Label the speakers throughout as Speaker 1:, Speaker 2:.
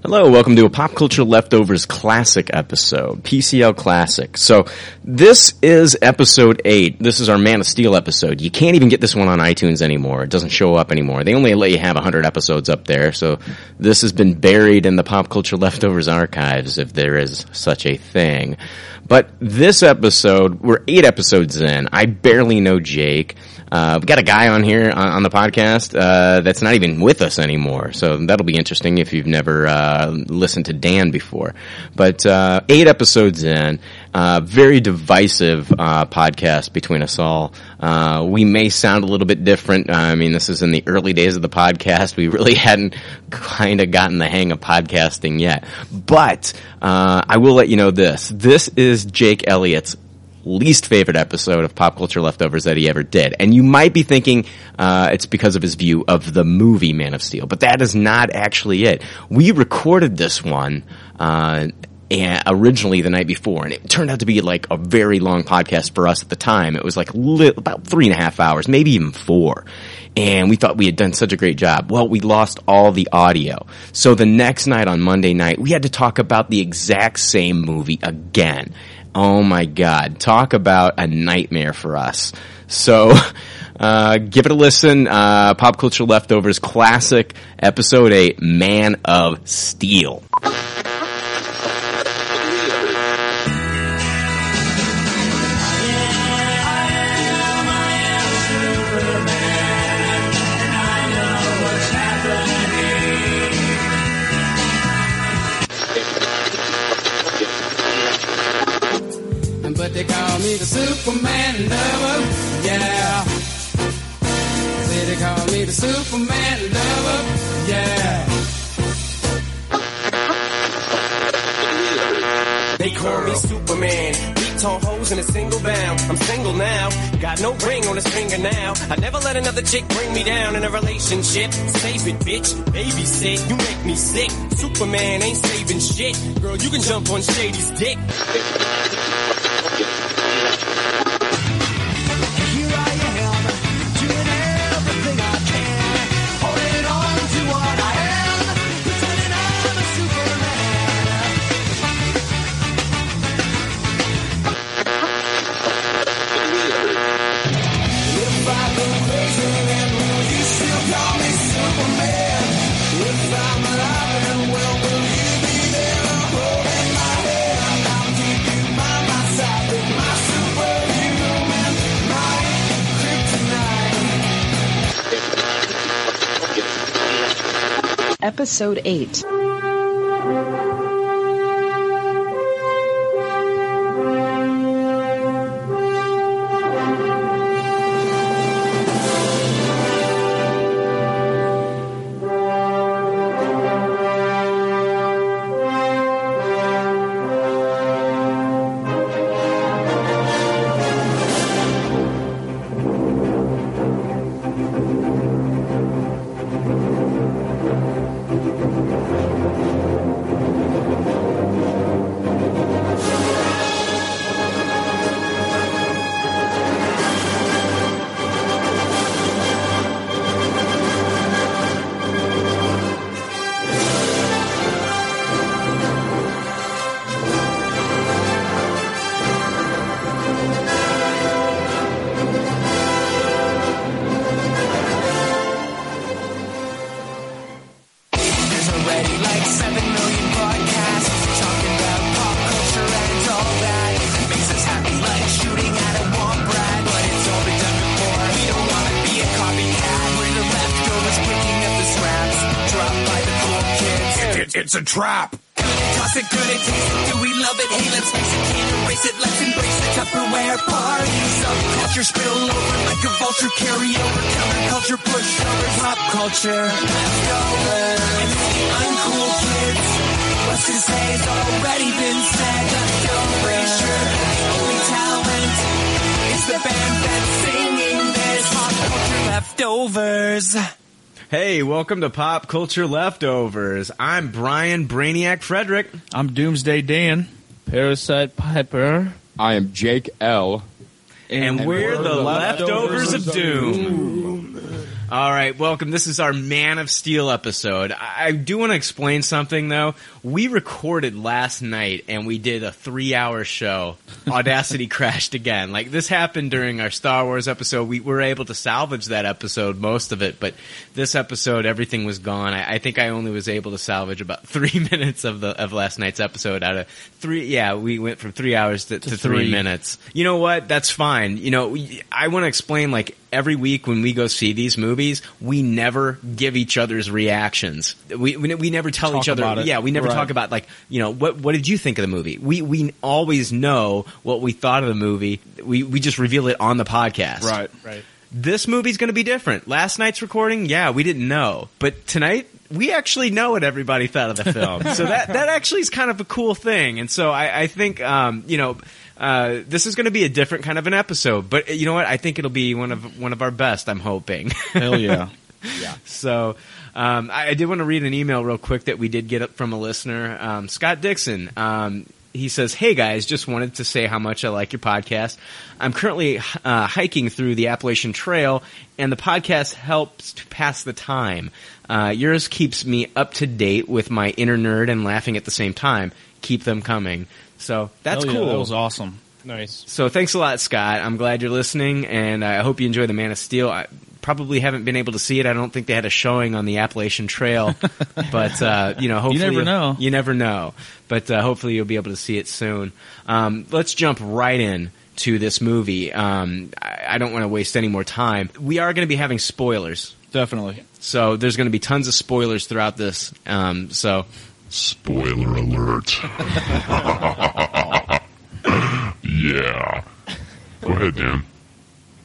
Speaker 1: Hello, welcome to a Pop Culture Leftovers Classic episode, PCL Classic. So, this is episode 8. This is our Man of Steel episode. You can't even get this one on iTunes anymore. It doesn't show up anymore. They only let you have 100 episodes up there, so this has been buried in the Pop Culture Leftovers archives, if there is such a thing. But this episode, we're eight episodes in. I barely know Jake. Uh, we got a guy on here on, on the podcast uh, that's not even with us anymore, so that'll be interesting if you've never uh, listened to Dan before. But uh, eight episodes in, uh, very divisive uh, podcast between us all. Uh, we may sound a little bit different. Uh, I mean, this is in the early days of the podcast. We really hadn't kind of gotten the hang of podcasting yet. But uh, I will let you know this: this is Jake Elliott's least favorite episode of Pop Culture Leftovers that he ever did. And you might be thinking uh, it's because of his view of the movie Man of Steel, but that is not actually it. We recorded this one. Uh, and originally the night before, and it turned out to be like a very long podcast for us at the time. It was like li- about three and a half hours, maybe even four. And we thought we had done such a great job. Well, we lost all the audio. So the next night on Monday night, we had to talk about the exact same movie again. Oh my God. Talk about a nightmare for us. So, uh, give it a listen. Uh, Pop Culture Leftovers Classic, Episode 8, Man of Steel.
Speaker 2: But they call me the Superman lover, yeah. Say they call me the Superman lover, yeah.
Speaker 3: They call me Superman. Beat tall hoes in a single bound. I'm single now. Got no ring on his finger now. I never let another chick bring me down in a relationship. Save it, bitch. Babysit. You make me sick. Superman ain't saving shit. Girl, you can jump on Shady's dick.
Speaker 4: Here I am, doing everything I can, holding on to what I am, pretending I'm a superman.
Speaker 5: Episode 8.
Speaker 4: There's already like seven million podcasts talking about pop culture and all that. Makes us happy like shooting at a womp rat, but it's all been done before. We don't wanna be a copycat. We're the leftovers picking up the scraps dropped by the cool kids.
Speaker 6: it's a trap.
Speaker 4: Toss it, good it, taste it, do we love it? Hey, let's face it, can't erase it, let's embrace the Tupperware party. Subculture spill over like a vulture, carry over counterculture, push over pop culture. Leftovers, and it's the uncool kids. What's to say has already been said. Leftovers, sure, the only talent is the band that's singing this. Pop culture leftovers.
Speaker 7: Hey, welcome to Pop Culture Leftovers. I'm Brian Brainiac Frederick.
Speaker 8: I'm Doomsday Dan.
Speaker 9: Parasite Piper.
Speaker 10: I am Jake L.
Speaker 7: And, we're, the leftovers, of doom. All right, welcome. This is our Man of Steel episode. I, I do want to explain something though. We recorded last night and we did a three-hour show. Audacity crashed again. Like this happened during our Star Wars episode. We were able to salvage that episode, most of it, but this episode, everything was gone. I, I think I only was able to salvage about three minutes of the of last night's episode out of three. Yeah, we went from three hours to, to, three
Speaker 9: three.
Speaker 7: minutes minutes. You know what? That's fine. You know, we- I want to explain like every week when we go see these movies, we never give each other's reactions. We we, we never tell
Speaker 6: Talk
Speaker 7: each other.
Speaker 6: about it.
Speaker 7: Yeah, we never
Speaker 6: Right.
Speaker 7: talk about like you know what what did you think of the movie? We we always know what we thought of the movie. We we just reveal it on the podcast
Speaker 6: Right. Right.
Speaker 7: this movie's going to be different. Last night's recording, yeah, we didn't know, but tonight we actually know what everybody thought of the film. so that that actually is kind of a cool thing. And so I, I think um, you know. Uh, this is going to be a different kind of an episode, but you know what? I think it'll be one of one of our best. I'm hoping.
Speaker 6: Hell yeah.
Speaker 7: So um, I, I did want to read an email real quick that we did get from a listener, um, Scott Dixon. Um, he says, "Hey guys, just wanted to say how much I like your podcast. I'm currently uh, hiking through the Appalachian Trail, and the podcast helps to pass the time. Uh, yours keeps me up to date with my inner nerd and laughing at the same time. Keep them coming. So that's
Speaker 6: Hell yeah,
Speaker 7: cool.
Speaker 6: That was awesome.
Speaker 9: Nice.
Speaker 7: So thanks a lot, Scott. I'm glad you're listening, and I hope you enjoy the Man of Steel. I probably haven't been able to see it. I don't think they had a showing on the Appalachian Trail, but uh, you know, hopefully
Speaker 6: never
Speaker 7: you'll-
Speaker 6: know.
Speaker 7: You never know, but uh, hopefully you'll be able to see it soon. Um, let's jump right in to this movie. Um, I, I don't want to waste any more time. We are going to be having spoilers,
Speaker 6: Definitely.
Speaker 7: so there's going to be tons of spoilers throughout this. Um, so
Speaker 8: Spoiler alert. yeah. Go ahead, Dan.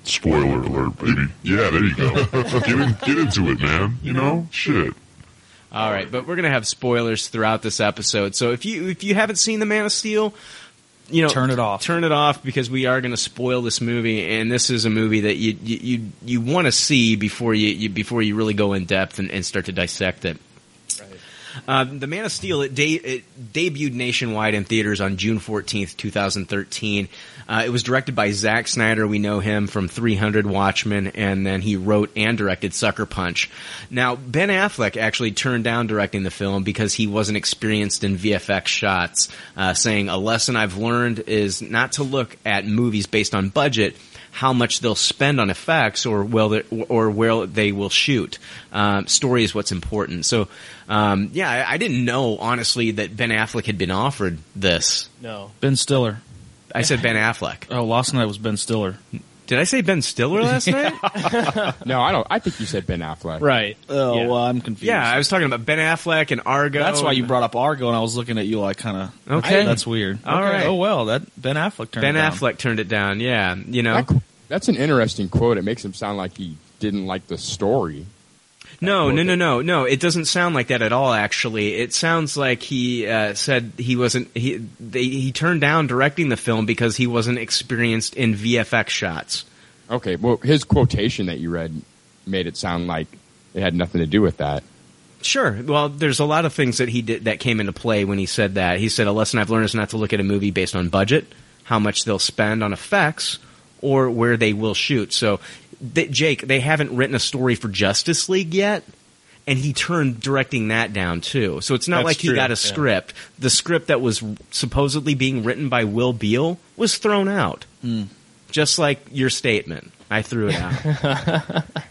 Speaker 8: Spoiler alert, baby. Yeah, there you go. Get, in, get into it, man. You know? Shit.
Speaker 7: All right, but we're gonna have spoilers throughout this episode. So if you if you haven't seen the Man of Steel, you know,
Speaker 6: Turn it off.
Speaker 7: Turn it off because we are gonna spoil this movie, and this is a movie that you you you, you want to see before you, you before you really go in depth and, and start to dissect it. Um, the Man of Steel it, de- it debuted nationwide in theaters on June fourteenth, two thousand thirteen. Uh, it was directed by Zack Snyder. We know him from Three Hundred, Watchmen, and then he wrote and directed Sucker Punch. Now Ben Affleck actually turned down directing the film because he wasn't experienced in VFX shots, uh, saying a lesson I've learned is not to look at movies based on budget how much they'll spend on effects or will they, or where they will shoot. Um, story is what's important. So, um, yeah, I, I didn't know honestly that Ben Affleck had been offered this.
Speaker 9: No.
Speaker 6: Ben Stiller.
Speaker 7: I said Ben Affleck.
Speaker 6: Oh, last night was Ben Stiller.
Speaker 7: Did I say Ben Stiller last night?
Speaker 10: No, I don't. I think you said Ben Affleck.
Speaker 9: Right.
Speaker 6: Oh,
Speaker 9: Yeah.
Speaker 6: well, I'm confused.
Speaker 7: yeah, I was talking about Ben Affleck and Argo.
Speaker 6: That's why you
Speaker 7: and-
Speaker 6: brought up Argo, and I was looking at you like kind of
Speaker 7: Okay.
Speaker 6: That's weird.
Speaker 7: All right.
Speaker 6: Oh well, that Ben Affleck turned
Speaker 7: Ben
Speaker 6: it down.
Speaker 7: Affleck turned it down. Yeah, you know.
Speaker 10: That qu- that's an interesting quote. It makes him sound like he didn't like the story.
Speaker 7: No, no,
Speaker 10: quote
Speaker 7: no,
Speaker 10: that-
Speaker 7: no, no. It doesn't sound like that at all. Actually, it sounds like he uh, said he wasn't. He they, he turned down directing the film because he wasn't experienced in VFX shots.
Speaker 10: Okay, well, his quotation that you read made it sound like it had nothing to do with that.
Speaker 7: Sure. Well, there's a lot of things that he did that came into play when he said that. He said a lesson I've learned is not to look at a movie based on budget, how much they'll spend on effects, or where they will shoot. So, th- Jake, they haven't written a story for Justice League yet, and he turned directing that down too. So it's not
Speaker 6: That's
Speaker 7: like he
Speaker 6: true,
Speaker 7: got a
Speaker 6: yeah.
Speaker 7: script. The script that was supposedly being written by Will Beal was thrown out.
Speaker 6: Hmm.
Speaker 7: Just like your statement, I threw it out.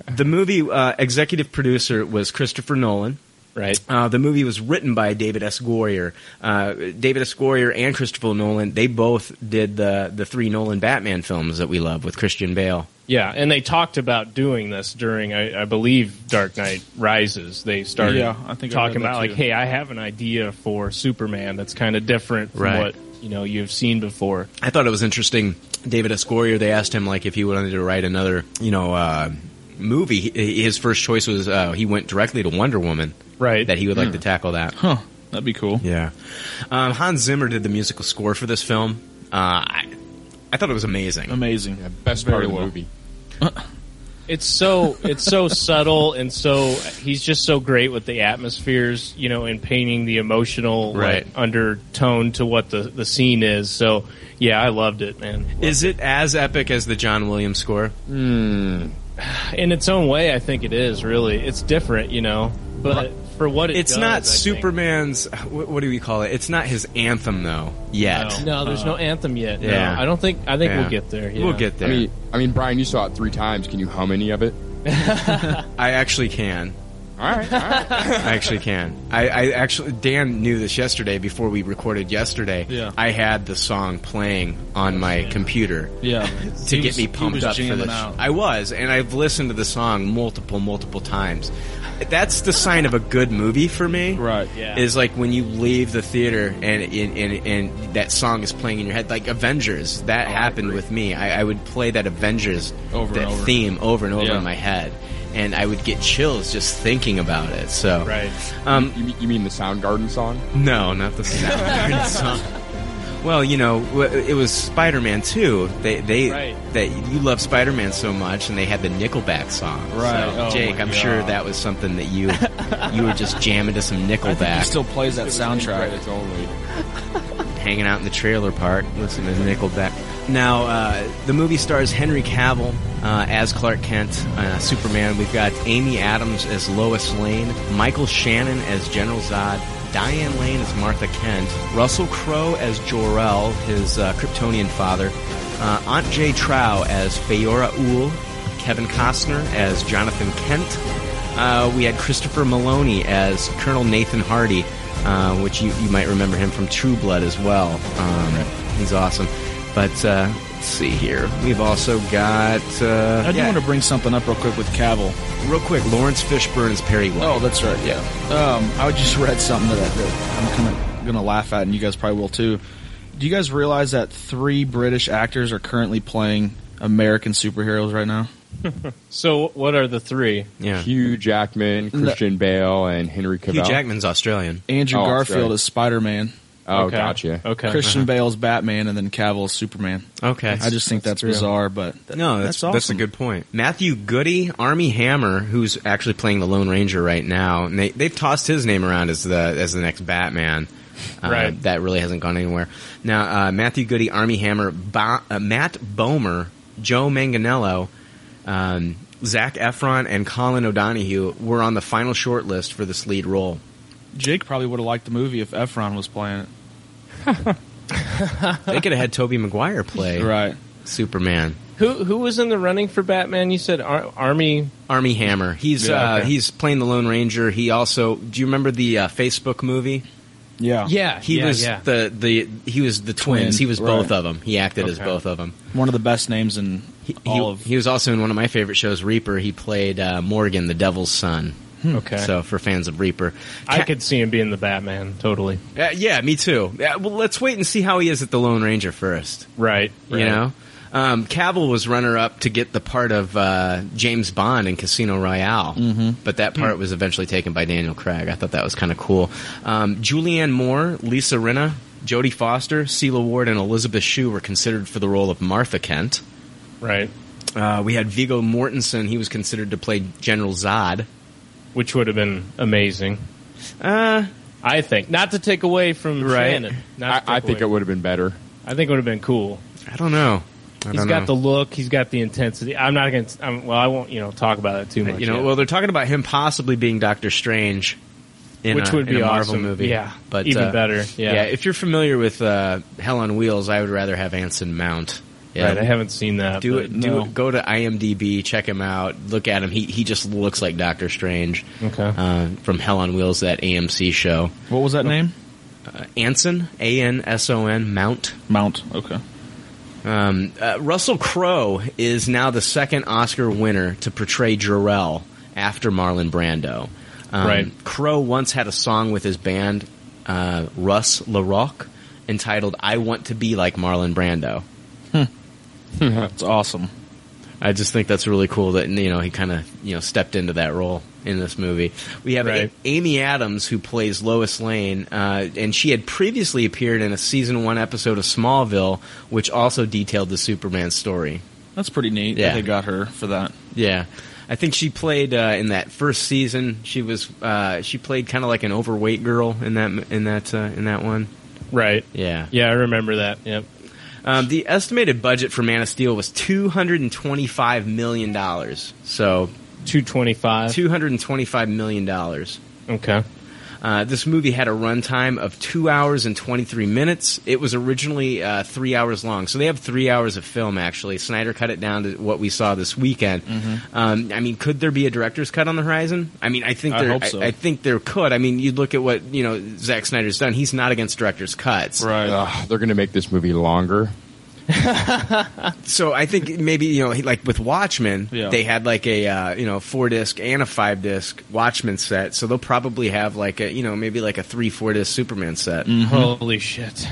Speaker 7: the movie uh, executive producer was Christopher Nolan.
Speaker 9: Right.
Speaker 7: Uh, the movie was written by David S. Goyer. Uh, David S. Goyer and Christopher Nolan, they both did the, the three Nolan Batman films that we love with Christian Bale.
Speaker 9: Yeah, and they talked about doing this during, I, I believe, Dark Knight Rises. They started
Speaker 6: Yeah, I think I read
Speaker 9: talking
Speaker 6: that
Speaker 9: about like,
Speaker 6: too.
Speaker 9: hey, I have an idea for Superman that's kind of different from
Speaker 7: Right.
Speaker 9: what you know you've seen before.
Speaker 7: I thought it was interesting. David S. Goyer, they asked him like if he wanted to write another, you know, uh, movie. He- His first choice was uh, he went directly to Wonder Woman.
Speaker 9: Right.
Speaker 7: That he would like to tackle that.
Speaker 6: Huh. That'd be cool.
Speaker 7: Yeah. Um, Hans Zimmer did the musical score for this film. Uh, I, I thought it was amazing.
Speaker 6: Amazing.
Speaker 10: Yeah, best part
Speaker 6: Very
Speaker 10: of the
Speaker 6: well.
Speaker 10: movie.
Speaker 9: It's so it's so subtle and so he's just so great with the atmospheres, you know, and painting the emotional like,
Speaker 7: Right.
Speaker 9: undertone to what the the scene is. So yeah, I loved it, man.
Speaker 7: Is it as epic as the John Williams score?
Speaker 9: in its own way, I think it is really. It's different, you know. But for what it
Speaker 1: it's
Speaker 9: does, I
Speaker 1: not
Speaker 9: think-
Speaker 1: Superman's. What, what do we call it? It's not his anthem though. Yet.
Speaker 9: No, there's no anthem yet. No.
Speaker 1: Yeah.
Speaker 9: I don't think. I think
Speaker 1: Yeah.
Speaker 9: we'll get there. Uh-huh. yeah.
Speaker 1: We'll get there.
Speaker 10: I mean, I mean, Brian, you saw it three times. Can you hum any of it?
Speaker 1: I actually can.
Speaker 10: All right. All right.
Speaker 1: I actually can. I, I actually Dan knew this yesterday before we recorded yesterday.
Speaker 6: Yeah.
Speaker 1: I had the song playing on my computer
Speaker 6: Yeah.
Speaker 1: to
Speaker 6: He
Speaker 1: get
Speaker 6: was-
Speaker 1: me
Speaker 6: he
Speaker 1: pumped
Speaker 6: was
Speaker 1: up for
Speaker 6: jamming
Speaker 1: this.
Speaker 6: out.
Speaker 1: I was, and I've listened to the song multiple, multiple times. That's the sign of a good movie for me.
Speaker 6: Right.
Speaker 9: Yeah.
Speaker 1: Is like when you leave the theater and and, and, and that song is playing in your head, like Avengers. That happened with me. I, I would play that Avengers
Speaker 6: Oh, Over
Speaker 1: that
Speaker 6: and over.
Speaker 1: theme over and over
Speaker 6: Yeah.
Speaker 1: in my head, and I would get chills just thinking about it. So
Speaker 9: right.
Speaker 1: um,
Speaker 10: You, mean- you mean the Soundgarden song?
Speaker 1: no, not the Soundgarden song. Well, you know, w- it was Spider-Man 2. They they
Speaker 9: Right.
Speaker 1: that you love Spider-Man so much, and they had the Nickelback song.
Speaker 6: Right.
Speaker 1: So,
Speaker 6: Oh,
Speaker 1: Jake,
Speaker 6: my
Speaker 1: I'm sure
Speaker 6: God.
Speaker 1: that was something that you you were just jamming to some Nickelback,
Speaker 6: He still plays that soundtrack.
Speaker 10: It's only.
Speaker 1: hanging out in the trailer park, listening to Nickelback. Now, uh, the movie stars Henry Cavill uh, as Clark Kent, uh, Superman. We've got Amy Adams as Lois Lane, Michael Shannon as General Zod, Diane Lane as Martha Kent, Russell Crowe as Jor-El, his uh, Kryptonian father, uh, Aunt Jay Trow as Feyora Ul, Kevin Costner as Jonathan Kent. Uh, we had Christopher Maloney as Colonel Nathan Hardy, uh, which you, you might remember him from True Blood as well. Um, He's awesome. But uh, let's see here. We've also got uh,
Speaker 6: I do
Speaker 1: yeah,
Speaker 6: want to bring something up real quick with Cavill.
Speaker 1: real quick. Lawrence Fishburne is Perry White.
Speaker 6: Oh, that's right. Yeah. Um, I just read something that, that I'm kind of going to laugh at, and you guys probably will too. Do you guys realize that three British actors are currently playing American superheroes right now?
Speaker 9: So what are the three?
Speaker 1: yeah.
Speaker 10: Hugh Jackman, Christian Bale, and Henry Cavill.
Speaker 1: Hugh Jackman's Australian.
Speaker 6: Andrew
Speaker 10: Oh, that's
Speaker 6: Garfield
Speaker 10: right.
Speaker 6: is Spider Man,
Speaker 10: Oh,
Speaker 9: Okay.
Speaker 10: gotcha.
Speaker 9: Okay.
Speaker 6: Christian
Speaker 1: Uh-huh.
Speaker 6: Bale's Batman, and then Cavill is Superman.
Speaker 1: Okay,
Speaker 6: I just think that's, bizarre, but
Speaker 1: no, that's
Speaker 6: awesome.
Speaker 1: that's a good point. Matthew Goody, Army Hammer, who's actually playing the Lone Ranger right now, and they they've tossed his name around as the as the next Batman. Uh,
Speaker 9: Right.
Speaker 1: that really hasn't gone anywhere. Now, uh, Matthew Goody, Army Hammer, Bo- uh, Matt Bomer, Joe Manganello, um, Zach Efron, and Colin O'Donohue were on the final short list for this lead role.
Speaker 6: Jake probably would have liked the movie if Efron was playing it.
Speaker 1: They could have had Toby Maguire play
Speaker 6: Right.
Speaker 1: Superman.
Speaker 9: Who who was in the running for Batman? You said Ar- Army.
Speaker 1: Army Hammer. He's
Speaker 6: Yeah,
Speaker 1: uh,
Speaker 6: okay.
Speaker 1: he's playing the Lone Ranger. He also. Do you remember the uh, Facebook movie?
Speaker 6: Yeah.
Speaker 9: Yeah,
Speaker 1: He
Speaker 9: yeah,
Speaker 1: was
Speaker 9: yeah.
Speaker 1: the the he was the twins.
Speaker 6: Twin,
Speaker 1: he was
Speaker 6: right.
Speaker 1: both of them. He acted as
Speaker 9: Okay.
Speaker 1: both of them.
Speaker 6: One of the best names in
Speaker 1: He, he-
Speaker 6: all of.
Speaker 1: he was also in one of my favorite shows, Reaper. He played uh, Morgan, the Devil's son.
Speaker 9: okay.
Speaker 1: So for fans of Reaper,
Speaker 9: I
Speaker 1: Ca-
Speaker 9: could see him being the Batman. Totally.
Speaker 1: Uh, yeah, me too. Uh, well, let's wait and see how he is at the Lone Ranger first.
Speaker 9: Right.
Speaker 1: You
Speaker 9: right.
Speaker 1: know, um, Cavill was runner up to get the part of uh, James Bond in Casino Royale,
Speaker 7: Mm-hmm.
Speaker 1: but that part was eventually taken by Daniel Craig. I thought that was kind of cool. Um, Julianne Moore, Lisa Rinna, Jodie Foster, Celia Ward, and Elizabeth Shue were considered for the role of Martha Kent.
Speaker 9: Right.
Speaker 1: Uh, we had Vigo Mortensen; he was considered to play General Zod.
Speaker 9: Which would have been amazing. Uh, I think not to take away from
Speaker 1: Right.
Speaker 9: Shannon. Not to
Speaker 10: I, I
Speaker 9: take
Speaker 10: think it
Speaker 9: away.
Speaker 10: would have been better.
Speaker 9: I think it would have been cool.
Speaker 1: I don't know. I
Speaker 9: He's
Speaker 1: don't
Speaker 9: got
Speaker 1: know.
Speaker 9: the look. He's got the intensity. I'm not going to. Well, I won't. You know, talk about it too much.
Speaker 1: You know,
Speaker 9: yet.
Speaker 1: well, they're talking about him possibly being Doctor Strange, in
Speaker 9: Which
Speaker 1: a,
Speaker 9: would
Speaker 1: in
Speaker 9: be
Speaker 1: a Marvel
Speaker 9: awesome.
Speaker 1: movie.
Speaker 9: Yeah.
Speaker 1: but
Speaker 9: Even
Speaker 1: uh,
Speaker 9: better. Yeah.
Speaker 1: If you're familiar with uh, Hell on Wheels, I would rather have Anson Mount. Yeah,
Speaker 9: right. I haven't seen that.
Speaker 1: do
Speaker 9: but
Speaker 1: it. Do
Speaker 6: no.
Speaker 1: it. Go to IMDb, check him out, look at him. He he just looks like Doctor Strange.
Speaker 9: Okay.
Speaker 1: uh, from Hell on Wheels, that AMC show.
Speaker 6: What was that name?
Speaker 1: Uh, Anson, A N S O N Mount.
Speaker 6: Mount. Okay.
Speaker 1: Um, uh, Russell Crowe is now the second Oscar winner to portray Jarrell after Marlon Brando. Um,
Speaker 9: Right.
Speaker 1: Crowe once had a song with his band, uh, Russ LaRock, entitled "I Want to Be Like Marlon Brando."
Speaker 6: That's awesome.
Speaker 1: I just think that's really cool that you know he kind of you know stepped into that role in this movie. We have A-
Speaker 9: Right.
Speaker 1: Amy Adams who plays Lois Lane, uh, and she had previously appeared in a season one episode of Smallville, which also detailed the Superman story.
Speaker 6: That's pretty neat. that
Speaker 1: Yeah.
Speaker 6: They got her for that.
Speaker 1: Yeah, I think she played uh, in that first season. She was uh, she played kind of like an overweight girl in that in that uh, in that one.
Speaker 9: Right.
Speaker 1: Yeah.
Speaker 9: Yeah, I remember that. Yep.
Speaker 7: Um, the estimated budget for Man of Steel was two hundred and twenty-five million dollars. So
Speaker 9: two twenty-five.
Speaker 7: Two hundred and twenty-five million dollars.
Speaker 9: Okay.
Speaker 7: Uh, this movie had a runtime of two hours and 23 minutes. It was originally uh, three hours long. So they have three hours of film, actually. Snyder cut it down to what we saw this weekend.
Speaker 6: Mm-hmm.
Speaker 7: Um, I mean, could there be a director's cut on the horizon? I mean, I think
Speaker 6: I
Speaker 7: there,
Speaker 6: hope so.
Speaker 7: I, think there could. I mean, you look at what you know Zack Snyder's done. He's not against director's cuts,
Speaker 6: right?
Speaker 10: they're going to make this movie longer.
Speaker 7: so I think maybe you know, he- like with Watchmen,
Speaker 10: Yeah.
Speaker 7: they had like a uh, you know four disc and a five disc Watchmen set. So they'll probably have like a you know maybe like a three four disc Superman set.
Speaker 6: Mm-hmm.
Speaker 1: Mm-hmm.
Speaker 9: Holy shit!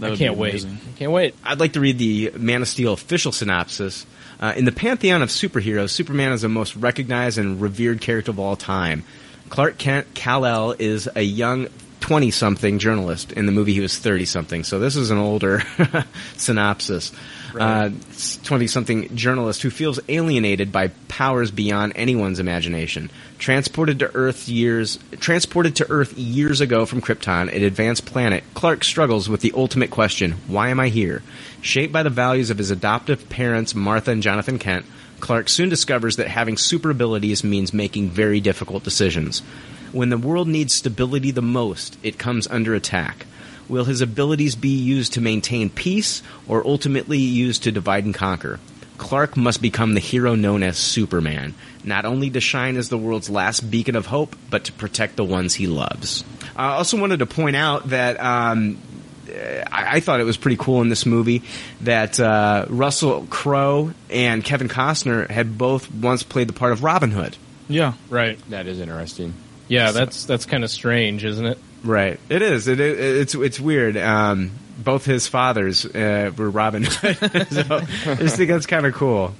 Speaker 9: I can't wait. I can't wait.
Speaker 7: I'd like to read the Man of Steel official synopsis. Uh, in the pantheon of superheroes, Superman is the most recognized and revered character of all time. Clark Kent Kal-El is a young 20-something journalist. In the movie, he was 30-something, so this is an older synopsis. Uh, 20-something journalist who feels alienated by powers beyond anyone's imagination. Transported to Earth years, transported to Earth years ago from Krypton, an advanced planet, Clark struggles with the ultimate question: Why am I here? Shaped by the values of his adoptive parents, Martha and Jonathan Kent, Clark soon discovers that having super abilities means making very difficult decisions. When the world needs stability the most, it comes under attack. Will his abilities be used to maintain peace or ultimately used to divide and conquer? Clark must become the hero known as Superman, not only to shine as the world's last beacon of hope, but to protect the ones he loves. I also wanted to point out that um, I, I thought it was pretty cool in this movie that uh, Russell Crowe and Kevin Costner had both once played the part of Robin Hood.
Speaker 9: Yeah. Right.
Speaker 10: That is interesting.
Speaker 9: Yeah, that's that's kind of strange, isn't it?
Speaker 7: Right. It is. It, it, it's it's weird. Um, both his fathers uh, were Robin Hood. so I just think that's kind of cool.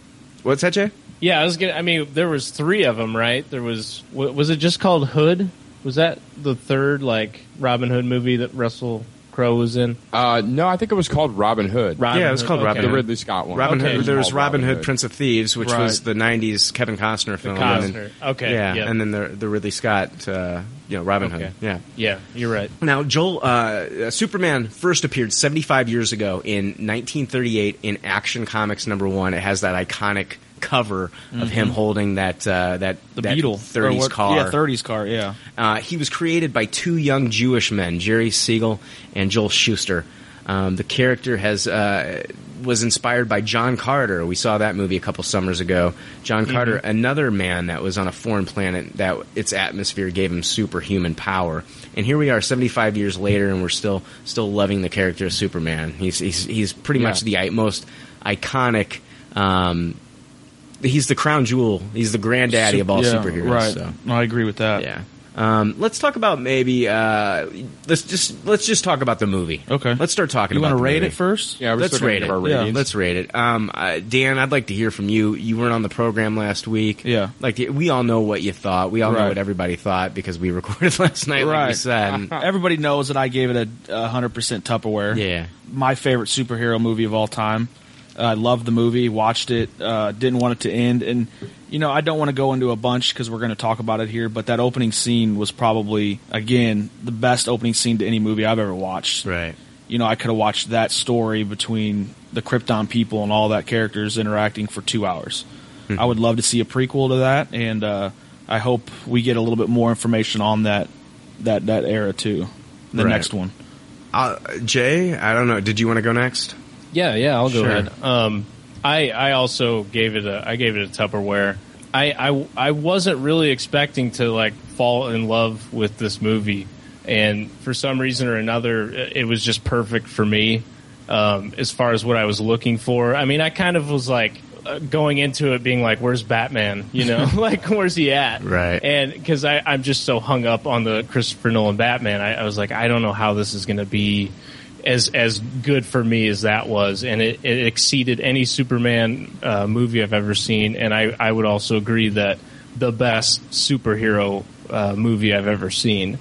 Speaker 7: What's that, Jay?
Speaker 9: Yeah, I was gonna. I mean, there was three of them, right? There was wa- was it just called Hood? Was that the third like Robin Hood movie that Russell Crowe was in?
Speaker 10: Uh, no, I think it was called Robin Hood.
Speaker 9: Robin
Speaker 7: yeah, it was
Speaker 9: Hood,
Speaker 7: called
Speaker 9: okay.
Speaker 7: Robin Hood.
Speaker 10: The Ridley Scott one.
Speaker 7: Robin
Speaker 9: Okay.
Speaker 7: Hood. There was
Speaker 10: Called
Speaker 7: Robin
Speaker 10: Robin
Speaker 7: Hood,
Speaker 10: Hood.
Speaker 7: Prince of Thieves, which was the '90s Kevin Costner film. and then-
Speaker 9: Costner. Okay,
Speaker 7: Yeah,
Speaker 9: yeah.
Speaker 7: and then the the Ridley Scott, uh, you know, Robin
Speaker 9: Okay.
Speaker 7: Hood. Yeah.
Speaker 9: Yeah, you're right.
Speaker 7: Now, Joel, uh, uh, Superman first appeared 75 years ago in 1938 in Action Comics number one. It has that iconic cover of him
Speaker 6: Mhm.
Speaker 7: holding that uh, that
Speaker 6: The
Speaker 7: that
Speaker 6: Beetle. Or
Speaker 7: 30s
Speaker 6: what-
Speaker 7: car.
Speaker 6: Yeah, 30s car, yeah.
Speaker 7: Uh, he was created by two young Jewish men, Jerry Siegel and Joel Schuster. Um, the character has uh, was inspired by John Carter. We saw that movie a couple summers ago. John
Speaker 6: Mm-hmm.
Speaker 7: Carter, another man that was on a foreign planet that its atmosphere gave him superhuman power. And here we are, seventy five years later, and we're still still loving the character of Superman. He's he's, he's pretty
Speaker 10: Yeah.
Speaker 7: much the i- most iconic. Um, he's the crown jewel. He's the granddaddy of all
Speaker 6: Yeah,
Speaker 7: superheroes.
Speaker 6: Right.
Speaker 7: So.
Speaker 6: No, I agree with that.
Speaker 7: Yeah. Um, let's talk about maybe. Uh, let's just let's just talk about the movie. Okay. Let's start talking.
Speaker 6: You
Speaker 7: about
Speaker 6: wanna
Speaker 7: the
Speaker 6: rate
Speaker 7: movie.
Speaker 6: it first? Yeah, we're
Speaker 7: let's
Speaker 6: still gonna
Speaker 7: rate it.
Speaker 6: give our Yeah. ratings.
Speaker 7: Let's rate it. Um, uh, Dan, I'd like to hear from you. You weren't on the program last week. Yeah. Like we all know what you thought. We all know
Speaker 6: Right.
Speaker 7: what everybody thought because we recorded last night. Like we said. And-
Speaker 6: Everybody knows that I gave it a hundred percent Tupperware.
Speaker 7: Yeah,
Speaker 6: my favorite superhero movie of all time. Uh, I loved the movie, watched it, uh, didn't want it to end, and you know I don't want to go into a bunch because we're going to talk about it here. But that opening scene was probably again the best opening scene to any movie I've ever watched.
Speaker 7: Right.
Speaker 6: You know I could have watched that story between the Krypton people and all that characters interacting for two hours.
Speaker 7: Hmm.
Speaker 6: I would love to see a prequel to that, and uh, I hope we get a little bit more information on that that that era too. The
Speaker 7: Right.
Speaker 6: next one.
Speaker 7: Uh, Jay, I don't know. Did you want to go next?
Speaker 9: Yeah, yeah, I'll go
Speaker 7: Sure.
Speaker 9: ahead. Um, I I also gave it a I gave it a Tupperware. I, I I wasn't really expecting to like fall in love with this movie, and for some reason or another, it it was just perfect for me um, as far as what I was looking for. I mean, I kind of was like uh, going into it being like, "Where's Batman?" You know, like where's he at?
Speaker 7: Right.
Speaker 9: and because I'm just so hung up on the Christopher Nolan Batman, I, I was like, I don't know how this is going to be as as good for me as that was, and it, it exceeded any Superman uh, movie I've ever seen, and I I would also agree that the best superhero uh, movie I've ever seen.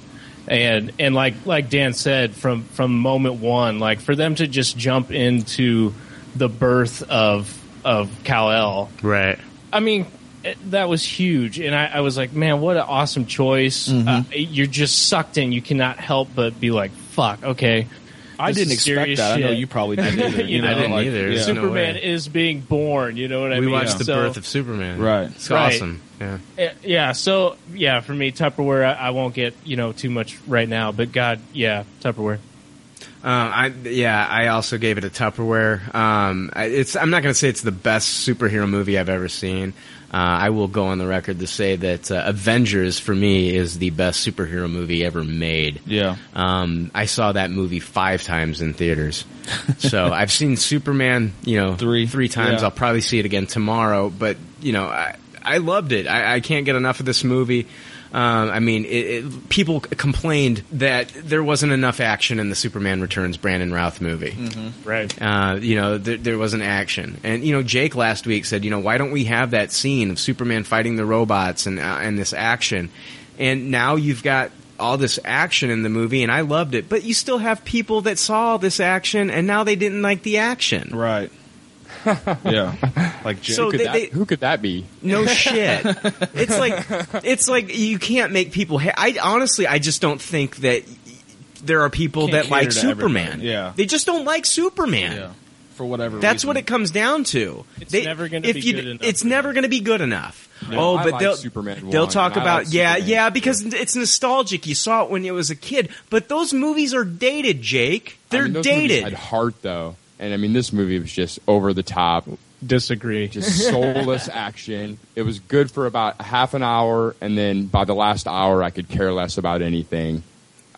Speaker 9: And and like like Dan said from from moment one, like for them to just jump into the birth of of Kal El,
Speaker 7: Right.
Speaker 9: I mean, it, that was huge, and I, I was like, man, what an awesome choice! Uh, you're just sucked in; you cannot help but be like, fuck, okay,
Speaker 6: I
Speaker 9: this
Speaker 6: didn't
Speaker 9: is
Speaker 6: expect
Speaker 9: serious
Speaker 6: that. I know
Speaker 9: shit.
Speaker 6: you probably didn't either, you
Speaker 9: know,
Speaker 6: know, like, yeah. There's no
Speaker 9: Superman
Speaker 6: way.
Speaker 9: is being born. You know what I
Speaker 7: we
Speaker 9: mean?
Speaker 7: watched the
Speaker 9: So-
Speaker 7: birth of Superman.
Speaker 6: Right.
Speaker 7: It's
Speaker 9: Right.
Speaker 7: awesome. Yeah.
Speaker 9: Eh, Yeah, so yeah, for me Tupperware. I, I won't get you know too much right now, but God, yeah, Tupperware.
Speaker 7: Uh, I yeah, I also gave it a Tupperware. Um, I- it's I'm not going to say it's the best superhero movie I've ever seen. Uh, I will go on the record to say that uh, Avengers for me is the best superhero movie ever made.
Speaker 6: Yeah.
Speaker 7: Um, I saw that movie five times in theaters. So I've seen Superman, you know, three three times.
Speaker 6: yeah.
Speaker 7: I'll probably see it again tomorrow. But you know, I I loved it. I, I can't get enough of this movie. Um, I mean, it, it, people c- complained that there wasn't enough action in the Superman Returns Brandon Routh movie.
Speaker 9: Right.
Speaker 7: Uh, you know, there, there wasn't action. And, you know, Jake last week said, you know, why don't we have that scene of Superman fighting the robots and, uh, and this action? And now you've got all this action in the movie, and I loved it. But you still have people that saw this action, and now they didn't like the action.
Speaker 6: Right. yeah. Like Jake.
Speaker 7: So
Speaker 10: Who could,
Speaker 7: they-
Speaker 10: that,
Speaker 7: they-
Speaker 10: who could that be?
Speaker 7: No shit. it's like it's like you can't make people. Ha- I honestly, I just don't think that y- there are people
Speaker 6: Can't
Speaker 7: that like
Speaker 6: cater to everybody.
Speaker 7: Superman.
Speaker 6: Yeah.
Speaker 7: they just don't like Superman.
Speaker 6: yeah. For whatever
Speaker 7: That's
Speaker 6: reason.
Speaker 7: what it comes down to.
Speaker 9: It's never gonna
Speaker 7: if
Speaker 9: be
Speaker 7: you-
Speaker 9: good enough
Speaker 7: It's
Speaker 9: for
Speaker 7: never going to be good enough. oh,
Speaker 10: I
Speaker 7: but
Speaker 10: like
Speaker 7: they'll
Speaker 10: Superman
Speaker 7: they'll
Speaker 10: one,
Speaker 7: talk
Speaker 10: and I
Speaker 7: about
Speaker 10: like
Speaker 7: yeah
Speaker 10: Superman
Speaker 7: yeah
Speaker 10: two.
Speaker 7: because it's nostalgic. You saw it when you was a kid, but those movies are dated, Jake. They're
Speaker 10: I mean, those movies
Speaker 7: dated.
Speaker 10: Had heart though, and I mean, this movie was just over the top,
Speaker 9: Disagree.
Speaker 10: just soulless action. It was good for about half an hour, and then by the last hour, I could care less about anything.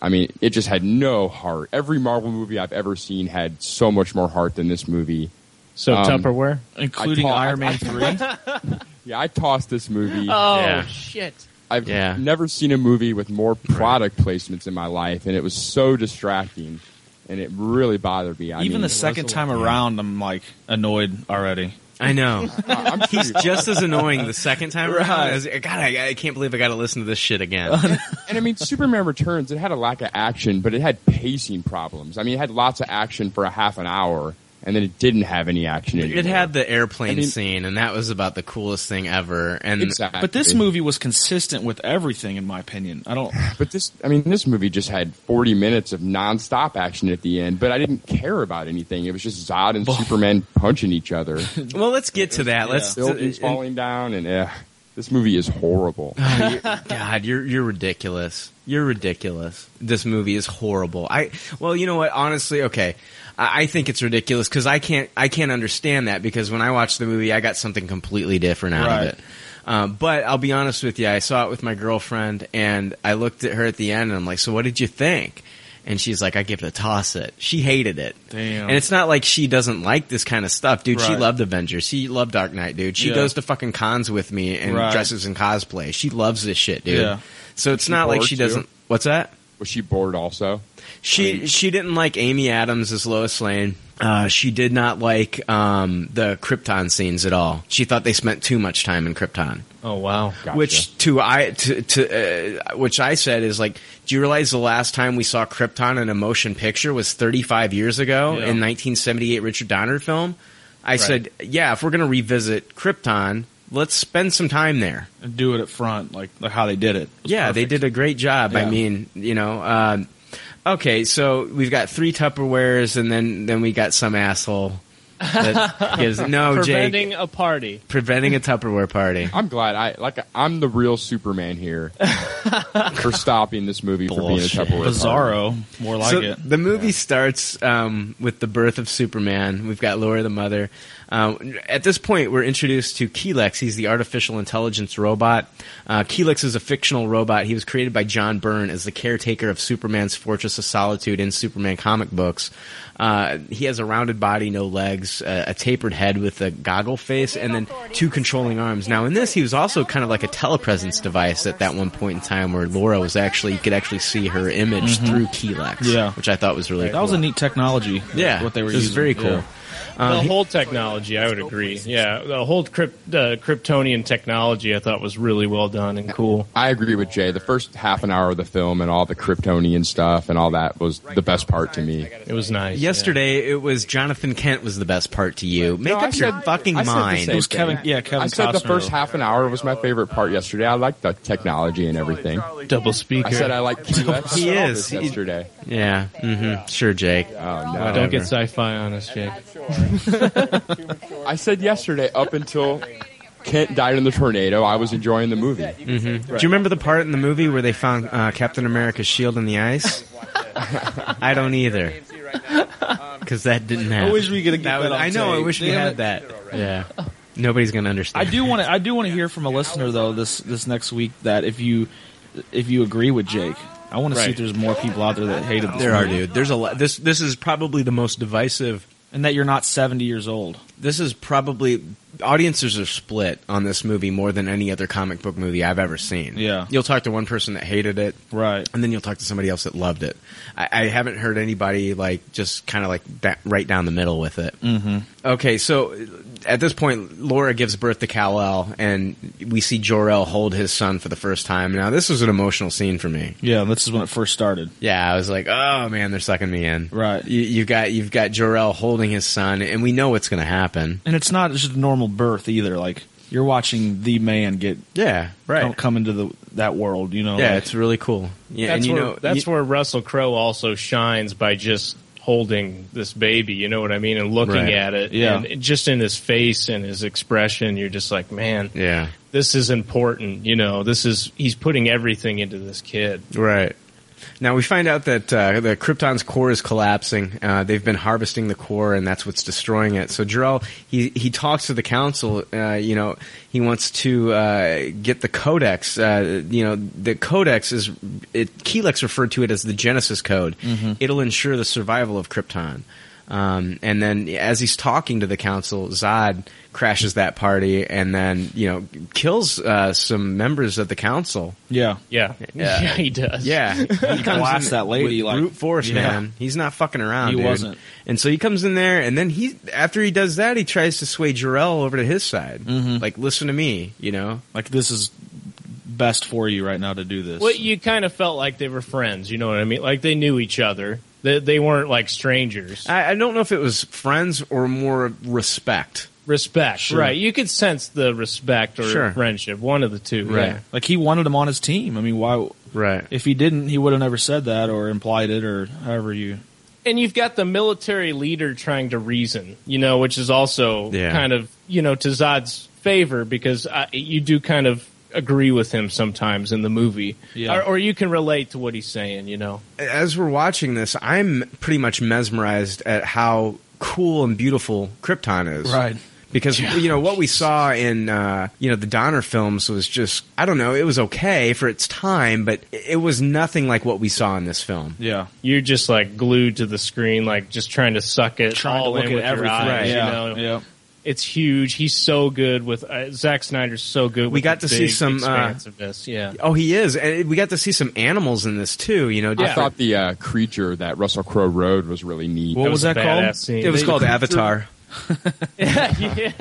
Speaker 10: I mean, it just had no heart. Every Marvel movie I've ever seen had so much more heart than this movie.
Speaker 9: so
Speaker 10: um,
Speaker 9: Tupperware.
Speaker 6: including
Speaker 10: I ta-
Speaker 6: Iron
Speaker 10: I-
Speaker 6: Man 3.
Speaker 10: Yeah, I tossed this movie.
Speaker 9: Oh
Speaker 7: Yeah.
Speaker 9: shit!
Speaker 10: I've
Speaker 7: Yeah.
Speaker 10: never seen a movie with more product placements in my life, and it was so distracting, and it really bothered me. I
Speaker 6: Even
Speaker 10: mean,
Speaker 6: the second time
Speaker 10: yeah.
Speaker 6: around, I'm like annoyed already.
Speaker 7: I know.
Speaker 10: I- I'm
Speaker 7: He's
Speaker 10: sure you-
Speaker 7: just as annoying the second time around.
Speaker 6: Right.
Speaker 7: As, God, I, I can't believe I got to listen to this shit again.
Speaker 10: and I mean, Superman Returns, it had a lack of action, but it had pacing problems. I mean, it had lots of action for a half an hour, and then it didn't have any action. Anymore.
Speaker 7: it had the airplane
Speaker 10: I mean-
Speaker 7: scene, and that was about the coolest thing ever. And
Speaker 10: Exactly.
Speaker 6: But this movie was consistent with everything, in my opinion. I don't.
Speaker 10: but this, I mean, this movie just had 40 minutes of nonstop action at the end, but I didn't care about anything. It was just Zod and Superman punching each other,
Speaker 7: well, let's get to that. Let's.
Speaker 10: buildings falling down, and eh, this movie is horrible.
Speaker 7: God, you're you're ridiculous. You're ridiculous. This movie is horrible. I well, you know what? Honestly, okay, I, I think it's ridiculous because I can't I can't understand that because when I watched the movie, I got something completely different out
Speaker 6: Right.
Speaker 7: of it. Um, but I'll be honest with you, I saw it with my girlfriend, and I looked at her at the end, and I'm like, "So what did you think?" And she's like, "I give it a toss. It." She hated it.
Speaker 6: Damn.
Speaker 7: And it's not like she doesn't like this kind of stuff, dude. She
Speaker 6: Right.
Speaker 7: loved Avengers. She loved Dark Knight, dude. She
Speaker 6: Yeah.
Speaker 7: goes to fucking cons with me and
Speaker 6: Right.
Speaker 7: dresses in cosplay. She loves this shit, dude.
Speaker 6: Yeah.
Speaker 7: So it's
Speaker 10: She
Speaker 7: not like
Speaker 10: bored,
Speaker 7: she
Speaker 10: too?
Speaker 7: doesn't. What's that?
Speaker 10: Was she bored also?
Speaker 7: She she didn't like Amy Adams as Lois Lane. Uh, she did not like um, the Krypton scenes at all. She thought they spent too much time in Krypton,
Speaker 9: Oh wow!
Speaker 10: Gotcha.
Speaker 7: which to I to, to uh, which I said is like, do you realize the last time we saw Krypton in a motion picture was 35 years ago
Speaker 6: Yeah.
Speaker 7: in 1978 Richard Donner film? I said, yeah, if we're gonna revisit Krypton, let's spend some time there.
Speaker 6: do it at front, like like how they did it.
Speaker 7: Yeah, they did a great job. I
Speaker 6: Yeah.
Speaker 7: mean, you know. Um, okay, so we've got three Tupperwares, and then then we got some asshole that gives no
Speaker 9: Preventing
Speaker 7: Jake
Speaker 9: a party.
Speaker 7: preventing a Tupperware party.
Speaker 10: I'm glad I like I'm the real Superman here for stopping this movie from being a
Speaker 7: Bullshit.
Speaker 10: Tupperware. party.
Speaker 6: Bizarro, more like
Speaker 7: so
Speaker 6: it.
Speaker 7: the movie starts um, with the birth of Superman. We've got Laura the mother. Um, at this point, we're introduced to Keelix. He's the artificial intelligence robot. Uh, Keelix is a fictional robot. He was created by John Byrne as the caretaker of Superman's Fortress of Solitude in Superman comic books. Uh, he has a rounded body, no legs, uh, a tapered head with a goggle face, and then two controlling arms. Now, in this, he was also kind of like a telepresence device at that one point in time where Laura was actually, you could actually see her image through Keelix
Speaker 6: Mm-hmm. Yeah.
Speaker 7: which I thought was really
Speaker 6: That was a neat technology.
Speaker 7: yeah,
Speaker 6: what they were
Speaker 7: It was
Speaker 6: using.
Speaker 7: very
Speaker 6: Yeah.
Speaker 7: cool.
Speaker 9: the whole technology, I would agree. Yeah, the whole crypt, uh, Kryptonian technology, I thought was really well done and cool.
Speaker 10: I agree with Jay. The first half an hour of the film and all the Kryptonian stuff and all that was the best part to me.
Speaker 9: It was nice. yeah.
Speaker 7: Yesterday, it was Jonathan Kent was the best part to you? Make
Speaker 10: No, I
Speaker 7: up your
Speaker 10: said-
Speaker 7: fucking
Speaker 10: I said the
Speaker 7: mind.
Speaker 10: same thing. I said the first half an hour was my favorite part yesterday. I liked the technology and everything.
Speaker 9: Double speaker.
Speaker 10: I said uh, I like QS.
Speaker 7: He is. He-
Speaker 10: yesterday.
Speaker 7: Yeah. hmm Sure, Jake.
Speaker 10: Oh, no.
Speaker 9: Don't get sci-fi on us, Jake.
Speaker 10: I said yesterday up until Kent died in the tornado. I was enjoying the movie.
Speaker 7: hmm Do you remember the part in the movie where they found uh, Captain America's shield in the ice? I don't either. Because that didn't happen.
Speaker 6: I wish we could get
Speaker 7: That
Speaker 6: that.
Speaker 7: was-
Speaker 6: on
Speaker 7: I know. I
Speaker 6: tape.
Speaker 7: wish we
Speaker 6: Damn
Speaker 7: had
Speaker 6: it.
Speaker 7: that. Yeah. Nobody's gonna
Speaker 6: I
Speaker 7: understand.
Speaker 6: do want to. I do want to hear from a listener though this this next week that if you if you agree with Jake, I want to see
Speaker 7: Right.
Speaker 6: if there's more people out there that hated this.
Speaker 7: There are,
Speaker 6: movie.
Speaker 7: dude. There's a lot. This this is probably the most divisive.
Speaker 6: and that you're not 70 years old.
Speaker 7: This is probably audiences are split on this movie more than any other comic book movie I've ever seen.
Speaker 6: Yeah.
Speaker 7: You'll talk to one person that hated it,
Speaker 6: Right.
Speaker 7: and then you'll talk to somebody else that loved it. I, I haven't heard anybody like just kind of like that right down the middle with it.
Speaker 6: Mm-hmm.
Speaker 7: Okay, so at this point, Laura gives birth to Kal El, and we see Jor El hold his son for the first time. Now, this was an emotional scene for me.
Speaker 6: Yeah, this is when it first started.
Speaker 7: Yeah, I was like, oh man, they're sucking me in.
Speaker 6: Right.
Speaker 7: You, you've got you've got Jor El holding his son, and we know what's going to happen.
Speaker 6: And it's not just a normal birth either. Like you're watching the man get
Speaker 7: Yeah, right.
Speaker 6: come, come into the that world, you know.
Speaker 7: yeah,
Speaker 6: like-
Speaker 7: it's really cool. Yeah,
Speaker 9: that's
Speaker 7: and you
Speaker 9: where,
Speaker 7: know
Speaker 9: Oh, that's
Speaker 7: you-
Speaker 9: where Russell Crowe also shines by just holding this baby. You know what I mean? And looking
Speaker 7: Right.
Speaker 9: at it,
Speaker 6: Yeah.
Speaker 9: and it- just in his face and his expression, you're just like, man,
Speaker 7: yeah,
Speaker 9: this is important. You know, this is he's putting everything into this kid.
Speaker 7: right. Now we find out that uh, the Krypton's core is collapsing. Uh, they've been harvesting the core, and that's what's destroying it. So Jarrell, he he talks to the council. Uh, you know, he wants to uh, get the Codex. Uh, you know, the Codex is it, Kelex referred to it as the Genesis Code. It'll ensure the survival of Krypton. Um, and then as he's talking to the council, Zod crashes that party, and then you know kills uh, some members of the council.
Speaker 6: yeah.
Speaker 9: Yeah,
Speaker 7: Yeah.
Speaker 9: he does.
Speaker 7: Yeah, he comes
Speaker 6: blasts
Speaker 7: in
Speaker 6: that lady,
Speaker 7: with
Speaker 6: like-
Speaker 7: brute force,
Speaker 6: Yeah.
Speaker 7: man. He's not fucking around.
Speaker 6: He
Speaker 7: dude.
Speaker 6: wasn't.
Speaker 7: And so he comes in there, and then he after he does that, he tries to sway Jarrell over to his side. Like, listen to me, you know.
Speaker 6: Like this is best for you right now to do this.
Speaker 9: Well, you kind of felt like they were friends. You know what I mean? Like they knew each other. They, they weren't like strangers.
Speaker 7: I, I don't know if it was friends or more respect.
Speaker 9: respect, right? You could sense the respect or
Speaker 7: Sure.
Speaker 9: friendship, one of the two,
Speaker 7: Right.
Speaker 9: yeah.
Speaker 6: like he wanted him on his team. I mean, why
Speaker 7: Right.
Speaker 6: if he didn't, he would have never said that or implied it or however you
Speaker 9: and you've got the military leader trying to reason, you know, which is also
Speaker 7: Yeah.
Speaker 9: kind of you know to Zod's favor because uh, you do kind of agree with him sometimes in the movie,
Speaker 6: Yeah.
Speaker 9: or, or you can relate to what he's saying, you know.
Speaker 7: As we're watching this, I'm pretty much mesmerized at how cool and beautiful Krypton is. because you know what we saw in uh, you know the Donner films was just I don't know it was okay for its time, but it was nothing like what we saw in this film.
Speaker 6: Yeah.
Speaker 9: You're just like glued to the screen, like just trying to suck it all in with your eyes,
Speaker 6: Right.
Speaker 9: you
Speaker 6: Yeah.
Speaker 9: know.
Speaker 6: yeah.
Speaker 9: It's huge. He's so good with uh, Zack Snyder's so good.
Speaker 7: We
Speaker 9: with
Speaker 7: got
Speaker 9: the
Speaker 7: to see
Speaker 9: big
Speaker 7: some, uh,
Speaker 9: expansiveness. yeah.
Speaker 7: Oh, he is, and we got to see some animals in this too. You know,
Speaker 10: I
Speaker 7: different-
Speaker 10: thought the uh, creature that Russell Crowe rode was really neat.
Speaker 6: What
Speaker 9: That
Speaker 6: was,
Speaker 9: was a
Speaker 6: that called?
Speaker 9: badass scene.
Speaker 7: it was
Speaker 9: They-
Speaker 7: called Avatar.
Speaker 9: yeah.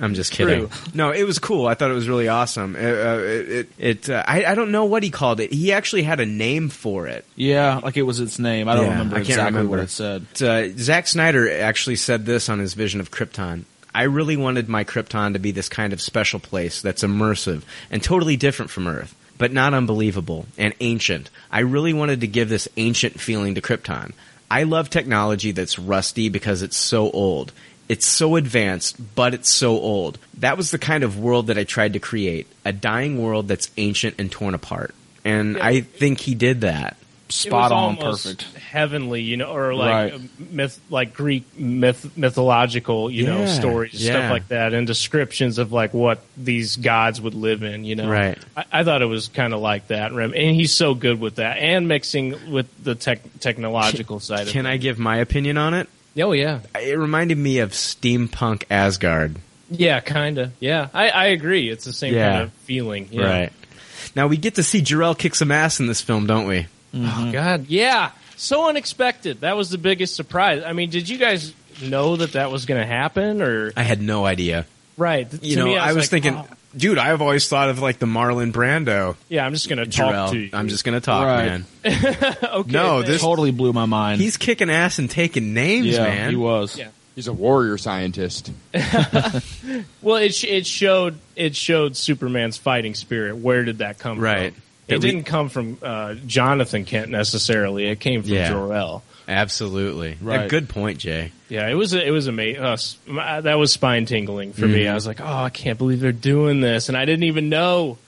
Speaker 7: I'm just kidding.
Speaker 9: True.
Speaker 7: No, it was cool. I thought it was really awesome. It, uh, it, it, it uh, I, I don't know what he called it. He actually had a name for it.
Speaker 6: Yeah, like it was its name. I don't
Speaker 7: Yeah,
Speaker 6: remember
Speaker 7: I can't
Speaker 6: exactly
Speaker 7: remember.
Speaker 6: what it said.
Speaker 7: Uh, Zack Snyder actually said this on his vision of Krypton. I really wanted my Krypton to be this kind of special place that's immersive and totally different from Earth, but not unbelievable and ancient. I really wanted to give this ancient feeling to Krypton. I love technology that's rusty because it's so old. It's so advanced, but it's so old. That was the kind of world that I tried to create a dying world that's ancient and torn apart. And I think he did that.
Speaker 9: It
Speaker 6: Spot
Speaker 9: was
Speaker 6: on,
Speaker 9: almost
Speaker 6: perfect.
Speaker 9: heavenly, you know, or like
Speaker 6: Right.
Speaker 9: uh, myth, like Greek myth, mythological, you know,
Speaker 7: Yeah,
Speaker 9: stories,
Speaker 7: yeah.
Speaker 9: stuff like that, and descriptions of like what these gods would live in, you know.
Speaker 7: Right.
Speaker 9: I, I thought it was kind of like that, Rem, and he's so good with that, and mixing with the tech, technological side.
Speaker 7: Can
Speaker 9: of
Speaker 7: I give my opinion on it?
Speaker 9: it. Oh yeah,
Speaker 7: It reminded me of steampunk Asgard.
Speaker 9: yeah, kind of, yeah. I, I agree. It's the same
Speaker 7: Yeah.
Speaker 9: kind of feeling, yeah.
Speaker 7: Now we get to see Jarrell kick some ass in this film, don't we?
Speaker 9: Oh God, yeah. So unexpected. That was the biggest surprise. I mean, did you guys know that that was going to happen, or
Speaker 7: I had no idea.
Speaker 9: right?
Speaker 7: You
Speaker 9: To
Speaker 7: know,
Speaker 9: me,
Speaker 7: I was,
Speaker 9: like,
Speaker 7: thinking,
Speaker 9: oh.
Speaker 7: dude, I've always thought of like the Marlon Brando.
Speaker 9: Yeah, I'm just gonna talk to
Speaker 7: Jarrell,
Speaker 9: you.
Speaker 7: I'm just gonna talk,
Speaker 6: Right.
Speaker 7: man.
Speaker 9: okay.
Speaker 7: no,
Speaker 9: thanks.
Speaker 7: this
Speaker 6: totally blew my mind.
Speaker 7: he's kicking ass and taking names,
Speaker 6: yeah,
Speaker 7: man.
Speaker 6: he was.
Speaker 9: Yeah.
Speaker 10: He's a warrior scientist.
Speaker 9: Well, it sh- it showed it showed Superman's fighting spirit. Where did that come
Speaker 7: Right.
Speaker 9: from? It
Speaker 7: That we-
Speaker 9: didn't come from uh, Jonathan Kent necessarily. It came from
Speaker 7: Yeah.
Speaker 9: Jor-El.
Speaker 7: Absolutely.
Speaker 9: Right.
Speaker 7: Good point, Jay.
Speaker 9: Yeah, it was a, it was amazing. Uh, s- my- that was spine tingling for me.
Speaker 7: Mhm.
Speaker 9: I was like, oh, I can't believe they're doing this, and I didn't even know.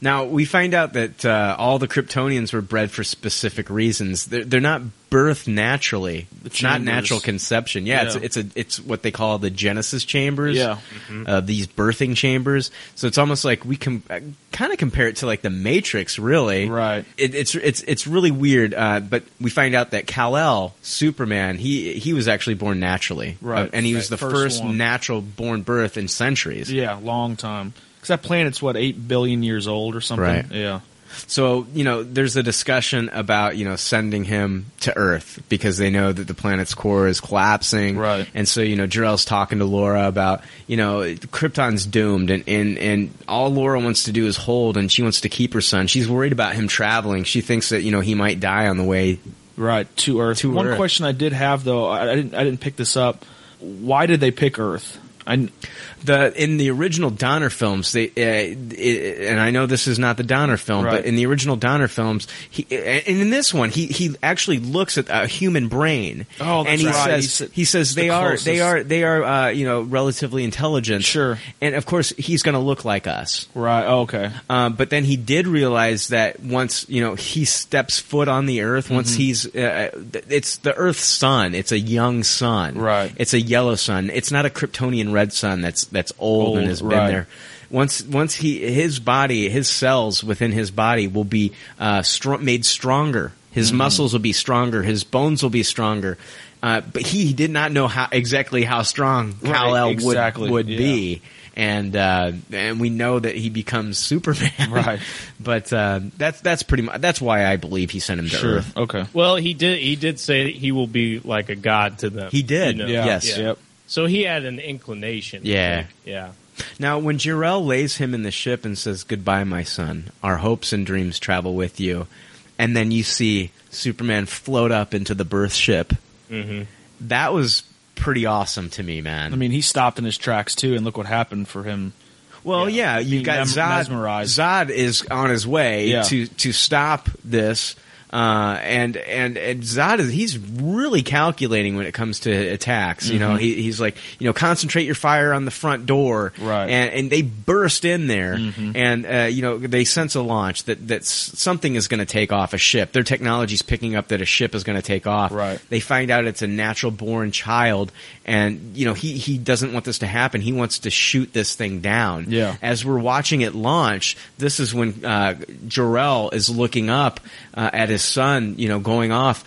Speaker 7: Now we find out that uh, all the Kryptonians were bred for specific reasons. They're, they're not birthed naturally. It's not
Speaker 6: chambers.
Speaker 7: natural conception. Yeah, It's, it's a it's what they call the Genesis chambers.
Speaker 6: Yeah.
Speaker 7: uh, these birthing chambers. So it's almost like we can com- kind of compare it to like the Matrix, really.
Speaker 6: Right.
Speaker 7: It, it's it's it's really weird. Uh, but we find out that Kal El, Superman, he he was actually born naturally.
Speaker 6: Right.
Speaker 7: Uh, and he was the
Speaker 6: Right. First
Speaker 7: first,
Speaker 6: one.
Speaker 7: natural born birth in centuries.
Speaker 6: Yeah, long time. Because that planet's what eight billion years old or something.
Speaker 7: Right.
Speaker 6: Yeah.
Speaker 7: So, you know, there's a discussion about, you know, sending him to Earth because they know that the planet's core is collapsing.
Speaker 6: Right.
Speaker 7: And so, you know, Jarrell's talking to Laura about, you know, Krypton's doomed and, and, and all Laura wants to do is hold and she wants to keep her son. She's worried about him traveling. She thinks that, you know, he might die on the way.
Speaker 6: Right. To Earth.
Speaker 7: To
Speaker 6: One
Speaker 7: Earth.
Speaker 6: question I did have though, I, I didn't I didn't pick this up. Why did they pick Earth? I
Speaker 7: The, in the original Donner films, they, uh, it, and I know this is not the Donner film,
Speaker 6: Right.
Speaker 7: but in the original Donner films, he, and in this one, he, he actually looks at a human brain.
Speaker 6: Oh, that's
Speaker 7: and he
Speaker 6: right.
Speaker 7: says
Speaker 6: He said-
Speaker 7: he says
Speaker 6: it's the
Speaker 7: they are they
Speaker 6: closest.
Speaker 7: are they are uh, you know relatively intelligent.
Speaker 6: Sure.
Speaker 7: and of course he's going to look like us.
Speaker 6: Right. oh, okay.
Speaker 7: Um, but then he did realize that once you know he steps foot on the Earth, once
Speaker 6: Mm-hmm.
Speaker 7: he's uh, th- it's the Earth's sun. It's a young sun.
Speaker 6: Right.
Speaker 7: It's a yellow sun. It's not a Kryptonian red sun that's that's old,
Speaker 6: Old,
Speaker 7: and has been
Speaker 6: right.
Speaker 7: there. Once once he his body his cells within his body will be uh, str- made stronger. His
Speaker 6: Mm-hmm.
Speaker 7: muscles will be stronger. His bones will be stronger. Uh, but he did not know how exactly how strong
Speaker 6: Right,
Speaker 7: Kal El
Speaker 6: exactly,
Speaker 7: would, would
Speaker 6: yeah.
Speaker 7: be and uh, and we know that he becomes Superman.
Speaker 6: Right.
Speaker 7: but uh, that's that's pretty much that's why I believe he sent him to Earth.
Speaker 6: Okay.
Speaker 9: Well, he did he did say he will be like a god to them.
Speaker 7: He did.
Speaker 9: you know?
Speaker 7: Yeah. Yes.
Speaker 9: Yeah.
Speaker 6: Yep.
Speaker 9: So he had an inclination. I
Speaker 7: Yeah.
Speaker 9: think. Yeah.
Speaker 7: Now, when Jarell lays him in the ship and says, "Goodbye, my son. Our hopes and dreams travel with you," and then you see Superman float up into the birth ship.
Speaker 9: Mhm.
Speaker 7: That was pretty awesome to me, man.
Speaker 6: I mean, he stopped in his tracks too, and look what happened for him.
Speaker 7: Well,
Speaker 6: Yeah.
Speaker 7: yeah, you've
Speaker 6: Being
Speaker 7: got
Speaker 6: mem-
Speaker 7: Zod.
Speaker 6: mesmerized.
Speaker 7: Zod is on his way
Speaker 6: Yeah.
Speaker 7: to to stop this, uh, and and and Zod is he's really calculating when it comes to attacks. You
Speaker 6: Mm-hmm.
Speaker 7: know, he, he's like, you know, concentrate your fire on the front door,
Speaker 6: Right. Mm-hmm.
Speaker 7: And, and they burst in there, and uh, you know they sense a launch that that s- something is going to take off a ship. Their technology's picking up that a ship is going to take off.
Speaker 6: Right.
Speaker 7: They find out it's a natural born child, and you know he he doesn't want this to happen. He wants to shoot this thing down.
Speaker 6: Yeah.
Speaker 7: As we're watching it launch, this is when uh, Jarrell is looking up uh, at his son, you know, going off.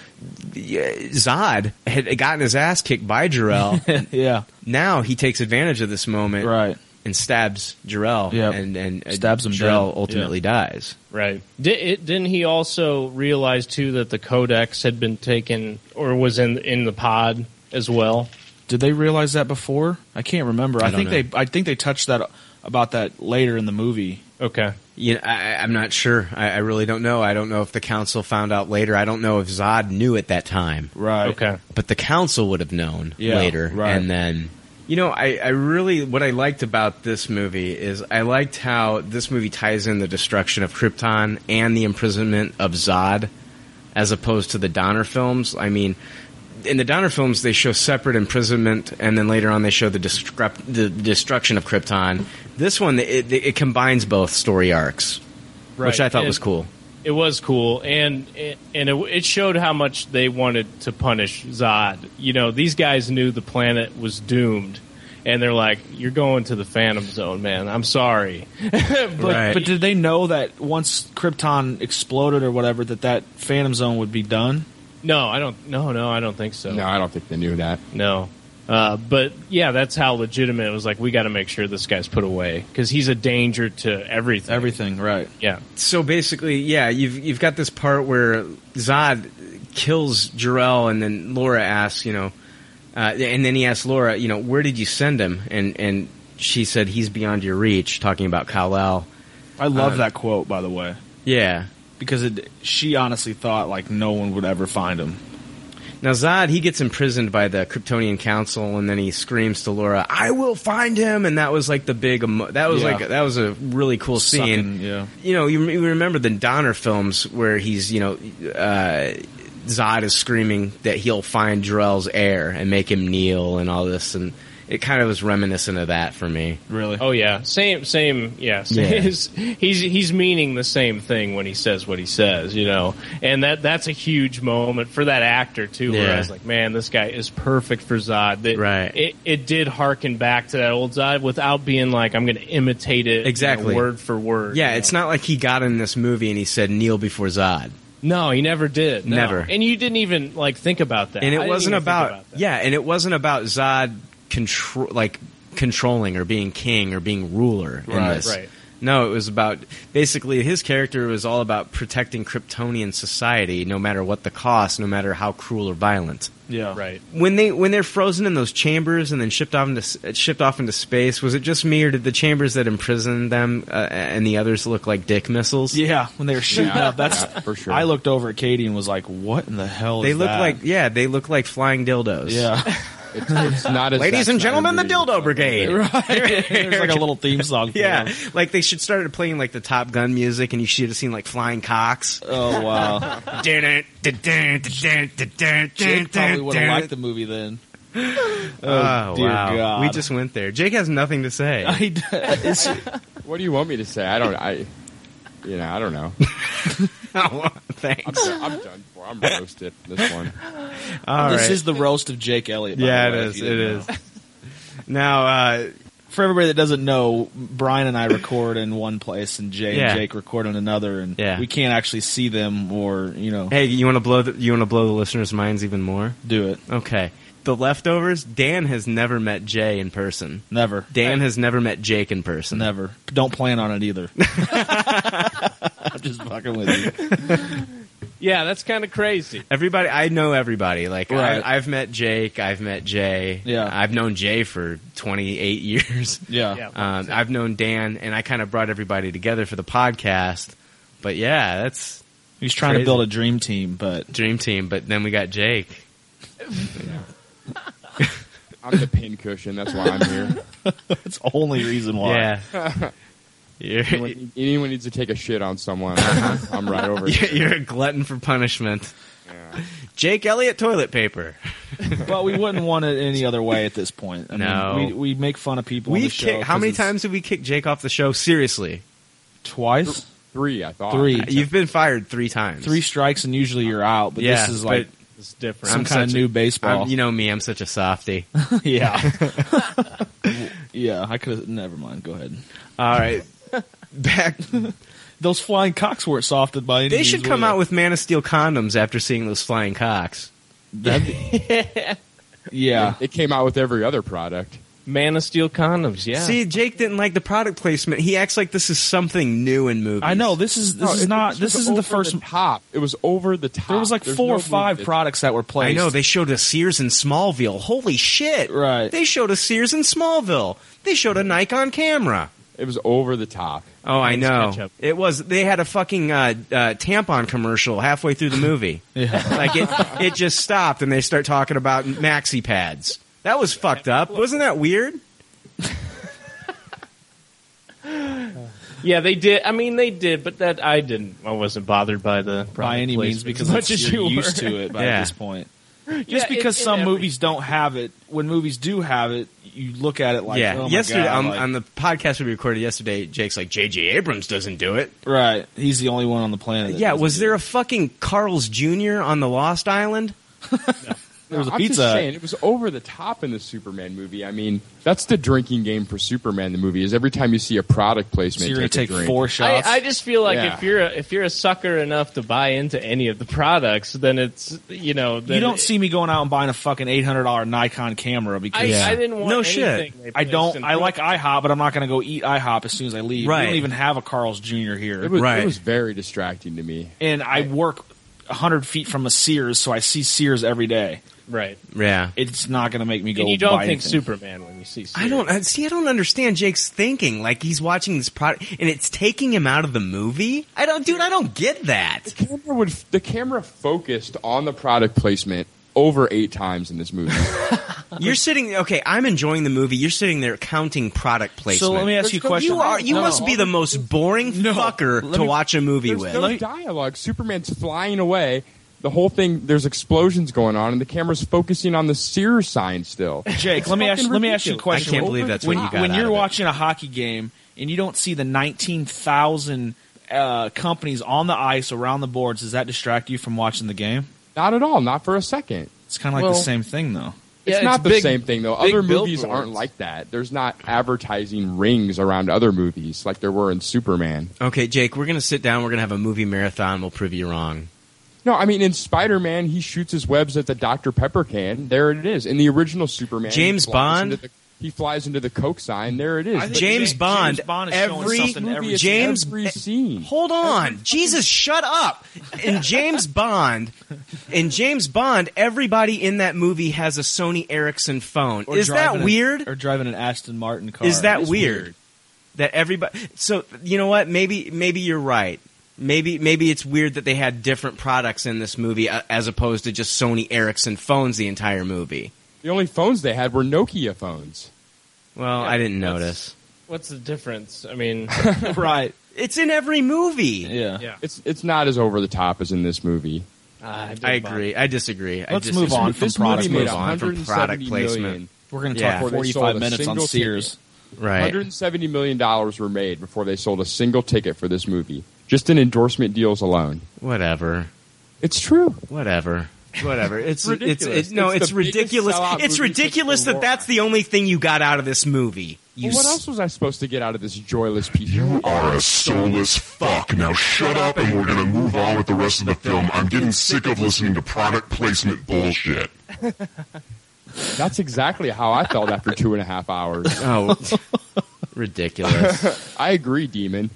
Speaker 7: Zod had gotten his ass kicked by Jarrell.
Speaker 6: Yeah.
Speaker 7: now he takes advantage of this moment
Speaker 6: Right.
Speaker 7: and stabs Jarrell.
Speaker 6: Yep.
Speaker 7: And, and uh,
Speaker 6: Stabs him
Speaker 7: Jarrell
Speaker 6: dead.
Speaker 7: ultimately dies.
Speaker 9: Right. Did, it, didn't he also realize too that the codex had been taken or was in in the pod as well?
Speaker 6: Did they realize that before? I can't remember. I,
Speaker 7: don't
Speaker 6: think they. I think they touched that about that later in the movie.
Speaker 9: Okay.
Speaker 7: You know, I, I- I'm not sure. I, I really don't know. I don't know if the council found out later. I don't know if Zod knew at that time.
Speaker 6: Right.
Speaker 9: Okay.
Speaker 7: but the council would have known
Speaker 6: Yeah,
Speaker 7: later
Speaker 6: right.
Speaker 7: and then you know I, I really what i liked about this movie is i liked how this movie ties in the destruction of krypton and the imprisonment of zod as opposed to the donner films i mean in the Donner films, they show separate imprisonment, and then later on, they show the, discrep- the destruction of Krypton. This one, it, it combines both story arcs, which I thought
Speaker 9: And
Speaker 7: was cool.
Speaker 9: It was cool, and and it, it showed how much they wanted to punish Zod. You know, these guys knew the planet was doomed, and they're like, "You're going to the Phantom Zone, man. I'm sorry." but,
Speaker 7: Right.
Speaker 6: But did they know that once Krypton exploded or whatever, that that Phantom Zone would be done?
Speaker 9: no, I don't. No, no, I don't think so.
Speaker 10: No, I don't think they knew that.
Speaker 9: No. Uh, but yeah, that's how legitimate it was. Like, we got to make sure this guy's put away because he's a danger to everything.
Speaker 6: Everything. Right.
Speaker 9: Yeah.
Speaker 7: so basically, yeah, you've you've got this part where Zod kills Jarrell, and then Laura asks, you know, uh, and then he asks Laura, you know, where did you send him? And and she said he's beyond your reach, talking about Kal El.
Speaker 6: I love
Speaker 7: Uh,
Speaker 6: that quote by the way
Speaker 7: Yeah,
Speaker 6: because it, she honestly thought like no one would ever find him.
Speaker 7: Now Zod, he gets imprisoned by the Kryptonian Council, and then he screams to Laura, "I will find him!" And that was like the big. Emo- that was
Speaker 6: Yeah.
Speaker 7: like that was a really cool scene.
Speaker 6: Sucking, yeah.
Speaker 7: You know, you, you remember the Donner films where he's you know. Uh, Zod is screaming that he'll find Jarell's heir and make him kneel and all this, and it kind of was reminiscent of that for me.
Speaker 6: Really?
Speaker 9: Oh yeah, same, same. Yeah,
Speaker 7: Yeah.
Speaker 9: he's he's meaning the same thing when he says what he says, you know. And that that's a huge moment for that actor too. Where
Speaker 7: Yeah.
Speaker 9: I was like, man, this guy is perfect for Zod. That-
Speaker 7: Right.
Speaker 9: It it did harken back to that old Zod without being like, I'm going to imitate it you know,
Speaker 7: Exactly.
Speaker 9: word for word.
Speaker 7: Yeah,
Speaker 9: you know?
Speaker 7: it's not like he got in this movie and he said kneel before Zod.
Speaker 9: No, he never did. no.
Speaker 7: Never.
Speaker 9: And you didn't even like think about that.
Speaker 7: and
Speaker 9: I
Speaker 7: it
Speaker 9: didn't
Speaker 7: wasn't
Speaker 9: even think
Speaker 7: about,
Speaker 9: that.
Speaker 7: yeah, and it wasn't about Zod control like controlling or being king or being ruler in
Speaker 6: Right.
Speaker 7: this.
Speaker 9: Right.
Speaker 7: No, it was about basically his character was all about protecting Kryptonian society, no matter what the cost, no matter how cruel or violent.
Speaker 6: Yeah.
Speaker 9: Right.
Speaker 7: When they when they're frozen in those chambers and then shipped off into s- shipped off into space, was it just me or did the chambers that imprisoned them uh, and the others look like dick missiles?
Speaker 6: Yeah, when they were shooting
Speaker 10: Yeah,
Speaker 6: up, that's
Speaker 10: yeah, for sure.
Speaker 6: I looked over at Katie and was like, "What in the hell?"
Speaker 7: They
Speaker 6: is
Speaker 7: look
Speaker 6: that?
Speaker 7: like yeah, they look like flying dildos.
Speaker 6: yeah.
Speaker 10: It's, it's not as
Speaker 7: Ladies
Speaker 10: that's
Speaker 7: and
Speaker 10: not
Speaker 7: gentlemen, the
Speaker 10: really-
Speaker 7: dildo brigade.
Speaker 6: There's like a little theme song. For
Speaker 7: Yeah,
Speaker 6: them.
Speaker 7: like they should started playing like the Top Gun music, and you should have seen like flying cocks.
Speaker 6: Oh wow. Jake probably would have liked the movie then. Oh,
Speaker 7: Oh,
Speaker 6: dear
Speaker 7: wow.
Speaker 6: God.
Speaker 7: We just went there. Jake has nothing to say.
Speaker 6: I d- it's-
Speaker 10: What do you want me to say? I don't. I. You know, I don't know. I'm,
Speaker 7: Thanks.
Speaker 10: done- I'm done for. I'm roasted. This one.
Speaker 7: All
Speaker 6: this
Speaker 7: right.
Speaker 6: is the roast of Jake Elliott. by
Speaker 7: yeah,
Speaker 6: the
Speaker 7: it
Speaker 6: way, if
Speaker 7: is.
Speaker 6: you
Speaker 7: It
Speaker 6: didn't
Speaker 7: is.
Speaker 6: know.
Speaker 7: Now, uh,
Speaker 6: For everybody that doesn't know, Brian and I record in one place, and Jay
Speaker 7: Yeah.
Speaker 6: and Jake record in another, and
Speaker 7: Yeah.
Speaker 6: we can't actually see them or you know
Speaker 7: hey, you want to blow the, you want to blow the listeners' minds even more?
Speaker 6: do it.
Speaker 7: Okay. The leftovers. Dan has never met Jay in person.
Speaker 6: Never,
Speaker 7: Dan has never met Jake in person.
Speaker 6: never. Don't plan on it either. I'm just fucking with you.
Speaker 9: Yeah, that's kind of crazy.
Speaker 7: Everybody, I know everybody. Like
Speaker 6: Right.
Speaker 7: I, I've met Jake. I've met Jay.
Speaker 6: Yeah.
Speaker 7: I've known Jay for 28 years.
Speaker 6: Yeah.
Speaker 9: Yeah.
Speaker 7: Um, I've known Dan, and I kind of brought everybody together for the podcast. But yeah, that's
Speaker 6: He's trying
Speaker 7: Crazy.
Speaker 6: to build a dream team, but
Speaker 7: dream team. But then we got Jake.
Speaker 10: I'm the pin cushion. That's why I'm here.
Speaker 6: that's the only reason why.
Speaker 7: Yeah. You're,
Speaker 10: Anyone, anyone needs to take a shit on someone, I'm,
Speaker 6: Uh-huh.
Speaker 10: I'm right over. it.
Speaker 7: you're a glutton for punishment. Jake Elliott toilet paper.
Speaker 6: But we wouldn't want it any other way at this point. I
Speaker 7: No.
Speaker 6: mean, we, we make fun of people. on the
Speaker 7: We've
Speaker 6: show
Speaker 7: kicked. How
Speaker 6: 'cause
Speaker 7: many
Speaker 6: it's
Speaker 7: times did we kick Jake off the show? Seriously,
Speaker 6: Twice,
Speaker 10: Three, I thought.
Speaker 6: three,
Speaker 7: you've been fired three times.
Speaker 6: three strikes, and usually you're out. But
Speaker 7: Yeah,
Speaker 6: this is like
Speaker 9: It's different.
Speaker 6: some
Speaker 7: I'm
Speaker 6: kind of
Speaker 7: such a-
Speaker 6: new
Speaker 7: I'm-
Speaker 6: baseball.
Speaker 7: you know me. I'm such a softy.
Speaker 6: yeah, yeah. I could have. Never mind. Go ahead.
Speaker 7: All right. Back.
Speaker 6: Those flying cocks weren't softened by any.
Speaker 7: They
Speaker 6: means,
Speaker 7: should
Speaker 6: were
Speaker 7: come out with Man of Steel condoms after seeing those flying cocks.
Speaker 6: That'd be- yeah.
Speaker 10: It came out with every other product.
Speaker 9: Man of Steel condoms. Yeah.
Speaker 7: See, Jake didn't like the product placement. He acts like this is something new in movies.
Speaker 6: I know this is this
Speaker 10: No,
Speaker 6: is
Speaker 10: it-
Speaker 6: not
Speaker 10: it's
Speaker 6: this
Speaker 10: just
Speaker 6: isn't the
Speaker 10: over
Speaker 6: first.
Speaker 10: top. It was over the top.
Speaker 6: there was like
Speaker 10: There's
Speaker 6: four
Speaker 10: no
Speaker 6: or five
Speaker 10: movement.
Speaker 6: products that were
Speaker 7: I
Speaker 6: placed.
Speaker 7: know they showed a Sears in Smallville. Holy shit!
Speaker 6: Right.
Speaker 7: They showed a Sears in Smallville. They showed a Nikon camera.
Speaker 10: It was over the top.
Speaker 7: Oh, I know.
Speaker 9: ketchup.
Speaker 7: It was. They had a fucking uh, uh, tampon commercial halfway through the movie.
Speaker 6: Yeah.
Speaker 7: Like it, it just stopped, and they start talking about maxi pads. That was fucked up. Wasn't that weird?
Speaker 9: Yeah, they did. I mean, they did, but that I didn't. I wasn't bothered by the
Speaker 6: by
Speaker 9: product
Speaker 6: any means
Speaker 9: placement
Speaker 6: because
Speaker 9: as much
Speaker 6: it's-
Speaker 9: as
Speaker 6: you're
Speaker 9: you
Speaker 6: used
Speaker 9: were.
Speaker 6: to it by
Speaker 7: Yeah.
Speaker 6: this point. Just
Speaker 9: Yeah,
Speaker 6: because
Speaker 9: in- in
Speaker 6: some
Speaker 9: every-
Speaker 6: movies don't have it, when movies do have it, you look at it like,
Speaker 7: yeah.
Speaker 6: oh my
Speaker 7: yesterday
Speaker 6: God,
Speaker 7: on,
Speaker 6: like-
Speaker 7: on the podcast we recorded yesterday, Jake's like J.J. Abrams doesn't do it.
Speaker 6: right? He's the only one on the planet. that
Speaker 7: yeah.
Speaker 6: doesn't
Speaker 7: Was
Speaker 6: do
Speaker 7: there
Speaker 6: it.
Speaker 7: a fucking Carl's Jr. on the Lost Island?
Speaker 6: there was a
Speaker 10: I'm
Speaker 6: pizza?
Speaker 10: Just saying, it was over the top in the Superman movie. I mean, that's the drinking game for Superman. The movie is every time you see a product
Speaker 6: so
Speaker 10: placement,
Speaker 6: you're gonna
Speaker 10: take,
Speaker 6: take
Speaker 10: a drink.
Speaker 6: four
Speaker 9: I,
Speaker 6: shots.
Speaker 9: I just feel like
Speaker 10: Yeah.
Speaker 9: if you're a, if you're a sucker enough to buy into any of the products, then it's you know then
Speaker 6: you don't
Speaker 9: it-
Speaker 6: see me going out and buying a fucking eight hundred dollar Nikon camera
Speaker 9: I,
Speaker 6: because
Speaker 9: I didn't want
Speaker 7: No shit.
Speaker 9: anything they
Speaker 6: I
Speaker 9: placed
Speaker 6: don't.
Speaker 9: in
Speaker 6: I like
Speaker 9: front
Speaker 6: IHOP, but I'm not going to go eat IHOP as soon as I leave. We
Speaker 7: Right.
Speaker 6: don't even have a Carl's Jr. here,
Speaker 10: It was,
Speaker 7: Right.
Speaker 10: it was very distracting to me.
Speaker 6: and I work hundred feet from a Sears, so I see Sears every day.
Speaker 9: of- right.
Speaker 7: Yeah.
Speaker 6: It's not going to make me go.
Speaker 9: And you don't
Speaker 6: buy
Speaker 9: think
Speaker 6: anything.
Speaker 9: Superman when you see. Superman.
Speaker 7: I don't I- see. I don't understand Jake's thinking. Like he's watching this product, and it's taking him out of the movie. I don't, dude. I don't get that.
Speaker 10: The camera would the camera focused on the product placement over eight times in this movie.
Speaker 7: You're sitting okay. I'm enjoying the movie. You're sitting there counting product placement.
Speaker 10: let me ask you a question.
Speaker 7: You are. You
Speaker 10: No.
Speaker 7: must be the most boring fucker
Speaker 10: Let
Speaker 7: to
Speaker 10: me-
Speaker 7: watch a movie
Speaker 10: there's
Speaker 7: with.
Speaker 10: No dialogue. Superman's flying away. The whole thing. There's explosions going on, and the camera's focusing on the Sears sign still.
Speaker 6: Jake, let me ask
Speaker 10: fucking
Speaker 6: let me ask you a
Speaker 10: ridiculous.
Speaker 6: question.
Speaker 10: I can't believe that's what
Speaker 6: when,
Speaker 10: you got
Speaker 6: When
Speaker 10: out
Speaker 6: you're
Speaker 10: of it.
Speaker 6: watching a hockey game and you don't see the nineteen thousand uh, companies on the ice around the boards, does that distract you from watching the game?
Speaker 10: Not at all. Not for a second.
Speaker 6: It's kind of like
Speaker 10: Well-
Speaker 6: the same thing, though.
Speaker 10: It's not the same thing though. Other movies aren't like that. There's not advertising rings around other movies like there were in Superman.
Speaker 7: Okay, Jake, we're gonna sit down. We're gonna have a movie marathon. We'll prove you wrong.
Speaker 10: No, I mean in Spider-Man, he shoots his webs at the Dr. Pepper can. There it is. In the original Superman,
Speaker 7: James
Speaker 10: he flies
Speaker 7: Bond?
Speaker 10: into the- he flies into the Coke sign. There it is.
Speaker 7: James, Bond. every
Speaker 10: movie is
Speaker 7: James
Speaker 10: every scene.
Speaker 7: Hold on, Jesus, shut up. In James Bond, in James Bond, everybody in that movie has a Sony Ericsson phone.
Speaker 6: Or
Speaker 7: Is that
Speaker 6: driving an-
Speaker 7: weird?
Speaker 6: or driving an Aston Martin car?
Speaker 7: Is that
Speaker 6: It's
Speaker 7: weird? That everybody. So you know what? Maybe maybe you're right. Maybe maybe it's weird that they had different products in this movie uh, as opposed to just Sony Ericsson phones the entire movie.
Speaker 10: The only phones they had were Nokia phones.
Speaker 7: Well, I didn't notice.
Speaker 9: What's the difference? I mean, uh,
Speaker 6: right?
Speaker 7: It's in every movie.
Speaker 6: Yeah.
Speaker 9: Yeah.
Speaker 10: It's it's not as over the top as in this movie.
Speaker 9: I,
Speaker 7: I agree. I disagree. I
Speaker 6: Let's
Speaker 7: disagree.
Speaker 6: move on from
Speaker 10: This
Speaker 6: product
Speaker 10: movie made
Speaker 6: placement.
Speaker 7: on from
Speaker 10: 170
Speaker 7: product placement.
Speaker 10: million.
Speaker 6: We're going to
Speaker 7: Yeah.
Speaker 6: talk
Speaker 10: Before they
Speaker 6: 45
Speaker 10: sold a
Speaker 6: minutes on
Speaker 10: single
Speaker 6: Sears.
Speaker 7: Right.
Speaker 10: 170 million dollars were made before they sold a single ticket for this movie, just in endorsement deals alone.
Speaker 7: Whatever.
Speaker 10: It's true.
Speaker 7: Whatever. Whatever. It's it's,
Speaker 10: ridiculous.
Speaker 7: it- no,
Speaker 10: It's
Speaker 7: it's,
Speaker 10: the biggest
Speaker 7: ridiculous.
Speaker 10: sellout movie
Speaker 7: It's
Speaker 10: since
Speaker 7: ridiculous
Speaker 10: the
Speaker 7: that
Speaker 10: war.
Speaker 7: that's the only thing you got out of this movie. You
Speaker 10: Well, what
Speaker 7: s-
Speaker 10: else was I supposed to get out of this joyless piece?
Speaker 8: You are a soulless fuck. Now shut up and we're gonna move on with the rest of the film. I'm getting sick of listening to product placement bullshit.
Speaker 10: That's exactly how I felt after two and a half hours.
Speaker 7: Oh, ridiculous.
Speaker 10: I agree, Demon.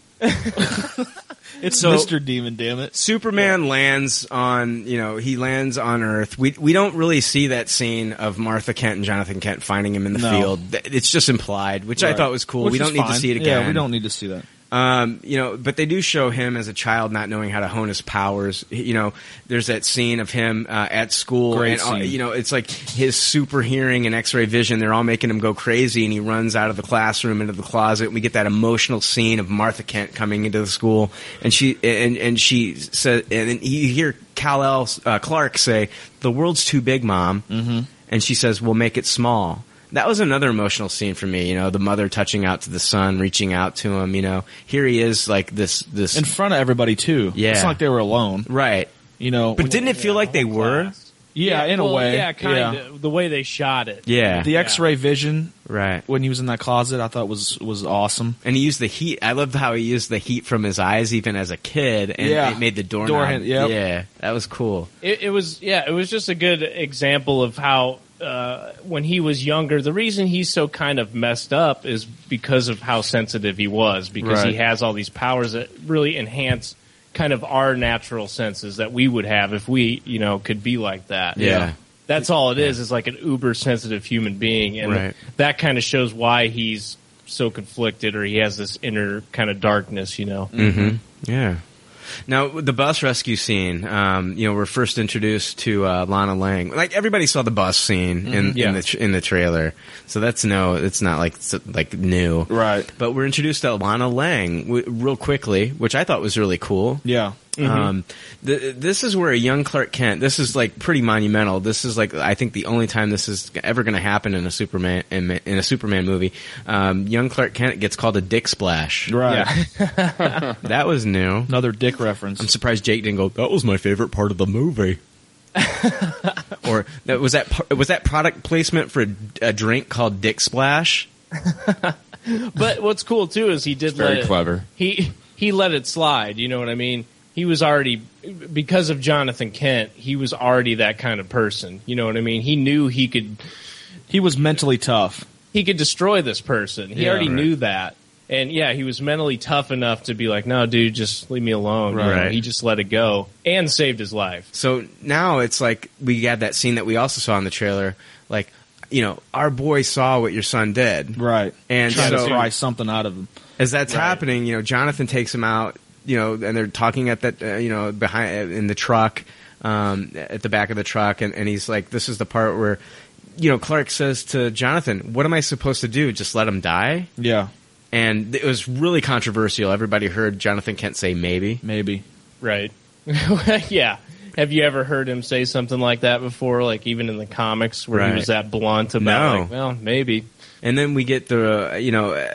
Speaker 6: It's
Speaker 7: So-
Speaker 6: Mr. Demon, damn it.
Speaker 7: Superman lands on, you know, he lands on Earth. We we don't really see that scene of Martha Kent and Jonathan Kent finding him in the
Speaker 6: No.
Speaker 7: field. Th- It's just implied, which I
Speaker 6: Right.
Speaker 7: thought was cool.
Speaker 6: Which
Speaker 7: we
Speaker 6: is
Speaker 7: don't need to
Speaker 6: fine.
Speaker 7: see it again.
Speaker 6: Yeah, we don't need to see that.
Speaker 7: Um, you know, but they do show him as a child not knowing how to hone his powers. He- You know, there's that scene of him uh, at school,
Speaker 6: Great
Speaker 7: and uh,
Speaker 6: scene.
Speaker 7: you know, it's like his super hearing and X-ray vision. They're all making him go crazy, and he runs out of the classroom into the closet. And we get that emotional scene of Martha Kent coming into the school, and she and and she said, and then you hear Cal El uh, Clark say, "The world's too big, mom," mm-hmm. and she says, "We'll make it small." that was another emotional scene for me. You know, the mother touching out to the son, reaching out to him. You know, here he is, like this, this,
Speaker 6: In front of everybody, too.
Speaker 7: Yeah.
Speaker 6: It's not like they were alone.
Speaker 7: right?
Speaker 6: You know,
Speaker 7: But didn't it feel like they were?
Speaker 6: yeah, in a
Speaker 9: Well,
Speaker 6: way.
Speaker 9: Yeah, kind of. The way they shot it.
Speaker 7: Yeah,
Speaker 6: The X-ray vision
Speaker 7: right.
Speaker 6: when he was in that closet, I thought was was awesome.
Speaker 7: And he used the heat. I loved how he used the heat from his eyes, even as a kid, and
Speaker 6: Yeah.
Speaker 7: it made the doorknob.
Speaker 6: Door hand- yep.
Speaker 7: Yeah, that was cool.
Speaker 9: It, it was yeah, it was just a good example of how uh, when he was younger, the reason he's so kind of messed up is because of how sensitive he was, because he
Speaker 6: Right.
Speaker 9: has all these powers that really enhance kind of our natural senses that we would have if we you know could be like that.
Speaker 7: Yeah.
Speaker 9: that's all it is. Is like an uber sensitive human being, and
Speaker 7: Right.
Speaker 9: that kind of shows why he's so conflicted or he has this inner kind of darkness. You know,
Speaker 7: Mm-hmm. Yeah. Now the bus rescue scene. Um, you know, we're first introduced to uh, Lana Lang. Like everybody saw the bus scene in,
Speaker 9: yeah.
Speaker 7: in the tr- in the trailer, so that's no, it's not like s- like new,
Speaker 6: Right.
Speaker 7: But we're introduced to Lana Lang w- real quickly, which I thought was really cool.
Speaker 6: Yeah. Uh-huh.
Speaker 7: Um, th- this is where a young Clark Kent. This is like pretty monumental. This is like I think the only time this is ever going to happen in a Superman in, in a Superman movie. Um, young Clark Kent gets called a dick splash.
Speaker 6: Right.
Speaker 7: That was new.
Speaker 6: Another dick reference.
Speaker 7: I'm surprised Jake didn't go. That was my favorite part of the movie. or that was that par- was that product placement for a, a drink called Dick Splash.
Speaker 9: But what's cool too is he did let
Speaker 10: Very
Speaker 9: it-
Speaker 10: clever.
Speaker 9: he he let it slide. You know what I mean? He was already because of Jonathan Kent. He was already that kind of person. You know what I mean? He knew he could
Speaker 6: he was mentally tough.
Speaker 9: he could destroy this person. He
Speaker 6: Yeah,
Speaker 9: already
Speaker 6: right.
Speaker 9: knew that. And yeah, he was mentally tough enough to be like, "No, dude, just leave me alone." You know,
Speaker 7: Right.
Speaker 9: He just let it go and saved his life.
Speaker 7: So now it's like we had that scene that we also saw in the trailer. Like you know, our boy saw what your son did,
Speaker 6: Right.
Speaker 7: and
Speaker 6: Trying
Speaker 7: so
Speaker 6: to pry something out of him.
Speaker 7: as that's happening, you know, Jonathan takes him out. You know, and they're talking at that uh, you know behind in the truck. um, at the back of the truck, and, and he's like, "This is the part where." You know, Clark says to Jonathan, "What am I supposed to do? Just let him die?"
Speaker 6: Yeah.
Speaker 7: and it was really controversial. Everybody heard Jonathan Kent say maybe,
Speaker 6: maybe,
Speaker 9: right? yeah. Have you ever heard him say something like that before? Like even in the comics where
Speaker 7: Right.
Speaker 9: he was that blunt about,
Speaker 7: No.
Speaker 9: like, well, maybe.
Speaker 7: And then we get the uh, you know uh,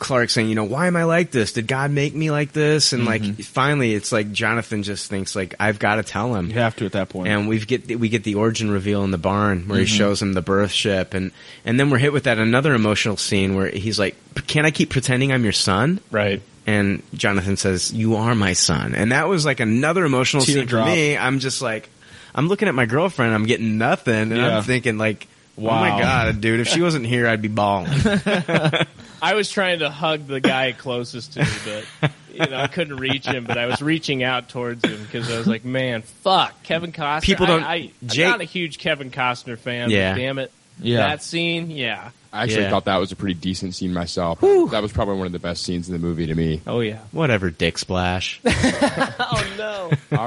Speaker 7: Clark saying, you know, why am I like this? Did God make me like this? And like finally, it's like Jonathan just thinks like I've got to tell him. You
Speaker 6: have to at that point.
Speaker 7: And we get the, we get the origin reveal in the barn where
Speaker 6: Mhm.
Speaker 7: he shows him the birth ship, and and then we're hit with that another emotional scene where he's like, "Can I keep pretending I'm your son?"
Speaker 9: Right.
Speaker 7: And Jonathan says, "You are my son," and that was like another emotional
Speaker 6: Teardrop.
Speaker 7: scene for me. I'm just like, I'm looking at my girlfriend, I'm getting nothing, and
Speaker 9: Yeah.
Speaker 7: I'm thinking like, "Oh
Speaker 9: Wow.
Speaker 7: my god, dude! If she wasn't here, I'd be bawling."
Speaker 9: I was trying to hug the guy closest to me, but you know, I couldn't reach him. But I was reaching out towards him because I was like, "Man, fuck, Kevin Costner."
Speaker 7: People don't-
Speaker 9: I, I,
Speaker 7: Jake-
Speaker 9: I'm not a huge Kevin Costner fan.
Speaker 10: Yeah.
Speaker 9: But damn it.
Speaker 10: Yeah.
Speaker 9: That scene. Yeah.
Speaker 10: I actually
Speaker 9: Yeah.
Speaker 10: thought that was a pretty decent scene myself. That was probably one of the best scenes in the movie to me.
Speaker 9: Oh yeah.
Speaker 7: Whatever, Dick Splash.
Speaker 10: all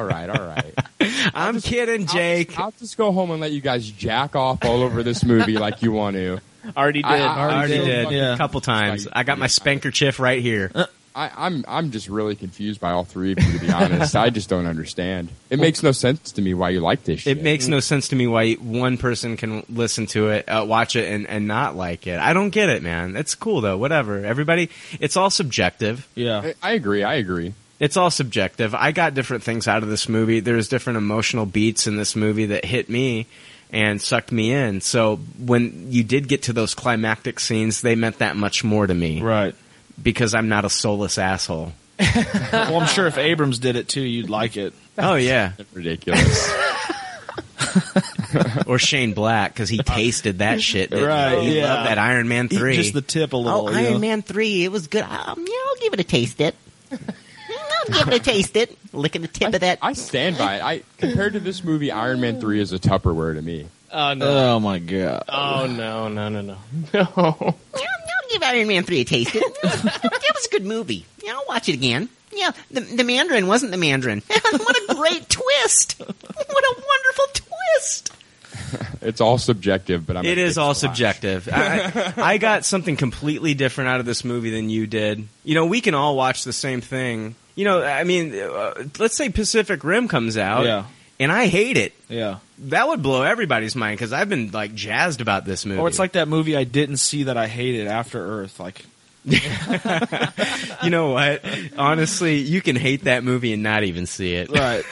Speaker 10: right, all right.
Speaker 7: I'm kidding,
Speaker 10: Jake. I'll just, go home and let you guys jack off all over this movie like you want to.
Speaker 9: Already
Speaker 7: I, already, did Uh, a couple times. I got my spankerchief right here.
Speaker 10: I, I'm I'm just really confused by all three of you. To be honest, I just don't understand. It makes no sense to me why you like this. Shit.
Speaker 7: It makes no sense to me why one person can listen to it, uh, watch it, and, and not like it. I don't get it, man. It's cool though. Whatever. Everybody, it's all subjective.
Speaker 6: Yeah,
Speaker 10: I, I agree. I agree.
Speaker 7: It's all subjective. I got different things out of this movie. There's different emotional beats in this movie that hit me and sucked me in. So when you did get to those climactic scenes, they meant that much more to me.
Speaker 6: Right.
Speaker 7: Because I'm not a soulless asshole.
Speaker 6: well, I'm sure if Abrams did it too, you'd like it.
Speaker 7: Oh yeah,
Speaker 10: ridiculous.
Speaker 7: or Shane Black because he tasted that shit. didn't he?
Speaker 6: Right,
Speaker 7: He
Speaker 6: yeah.
Speaker 7: loved that Iron Man
Speaker 6: Eat
Speaker 7: three. Oh,
Speaker 6: just the tip a little. you know?
Speaker 11: Man 3, it was good. Um, yeah, I'll give it a taste it. I'll give it a taste it. Licking the tip of that.
Speaker 10: I stand by it. I compared to this movie, Iron Man Three is a Tupperware to me.
Speaker 9: Oh no.
Speaker 6: my god.
Speaker 9: Oh no no no no.
Speaker 11: I'll give Iron Man 3 a taste it. that was a good movie. Yeah, I'll watch it again. Yeah, the, the Mandarin wasn't the Mandarin. what a great twist. What a wonderful twist.
Speaker 10: It's all subjective, but I'm.
Speaker 7: It is all subjective. I, I got something completely different out of this movie than you did. You know, we can all watch the same thing. You know, I mean, uh, let's say Pacific Rim comes out,
Speaker 6: Oh, Yeah.
Speaker 7: and I hate it.
Speaker 6: Yeah.
Speaker 7: That would blow everybody's mind because I've been like jazzed about this movie.
Speaker 6: Or it's like that movie I didn't see that I hated, After Earth. Like,
Speaker 7: you know what? Honestly, you can hate that movie and not even see it.
Speaker 6: right.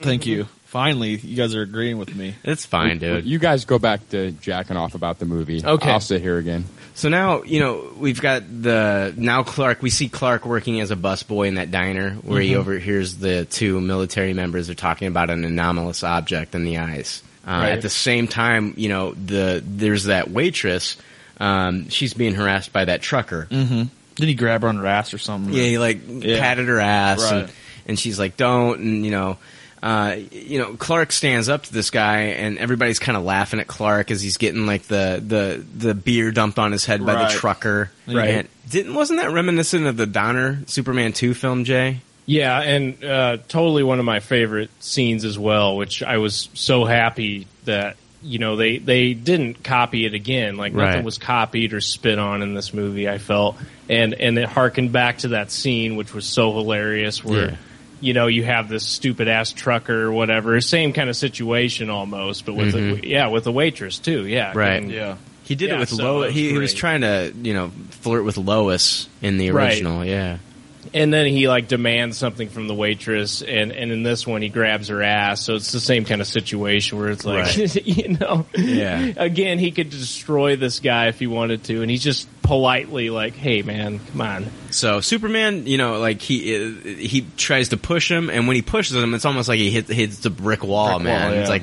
Speaker 6: Thank you. Finally, you guys are agreeing with me.
Speaker 7: It's fine,
Speaker 10: You-
Speaker 7: dude.
Speaker 10: You guys go back to jacking off about the movie.
Speaker 7: Okay.
Speaker 10: I'll sit here again.
Speaker 7: So now, you know, we've got the now Clark. We see Clark working as a busboy in that diner where he
Speaker 10: Mhm.
Speaker 7: overhears the two military members are talking about an anomalous object in the ice. Uh,
Speaker 10: Right.
Speaker 7: At the same time, you know, the there's that waitress. Um, she's being harassed by that trucker.
Speaker 6: Mm-hmm. Did he grab her on her ass or something?
Speaker 7: Yeah, he like
Speaker 6: Yeah.
Speaker 7: patted her ass,
Speaker 6: Right.
Speaker 7: and, and she's like, "Don't," and you know, uh, you know, Clark stands up to this guy, and everybody's kind of laughing at Clark as he's getting like the the the beer dumped on his head by
Speaker 9: Right.
Speaker 7: the trucker.
Speaker 9: Right.
Speaker 7: And didn't wasn't that reminiscent of the Donner Superman two film, Jay?
Speaker 9: Yeah, and uh, totally one of my favorite scenes as well, which I was so happy that you know they they didn't copy it again. Like
Speaker 7: Right.
Speaker 9: nothing was copied or spit on in this movie. I felt and and it harkened back to that scene, which was so hilarious, where
Speaker 7: Yeah.
Speaker 9: you know you have this stupid ass trucker or whatever, same kind of situation almost, but with
Speaker 7: Mhm.
Speaker 9: a, yeah with a waitress too. Yeah,
Speaker 7: Right.
Speaker 9: And-
Speaker 7: Yeah. He did
Speaker 9: Yeah,
Speaker 7: it with
Speaker 9: so
Speaker 7: Lois.
Speaker 9: it was
Speaker 7: he, he was
Speaker 9: great.
Speaker 7: trying to you know flirt with Lois in the
Speaker 9: Right.
Speaker 7: original. Yeah.
Speaker 9: And then he like demands something from the waitress, and and in this one he grabs her ass. So it's the same kind of situation where it's like,
Speaker 7: Right.
Speaker 9: you know,
Speaker 7: Yeah.
Speaker 9: Again, he could destroy this guy if he wanted to, and he's just politely like, "Hey, man, come on."
Speaker 7: So Superman, you know, like he he tries to push him, and when he pushes him, it's almost like he hits hits the brick wall,
Speaker 6: Oh,
Speaker 9: Brick
Speaker 7: Oh, man.
Speaker 9: wall,
Speaker 7: It's
Speaker 9: yeah.
Speaker 7: like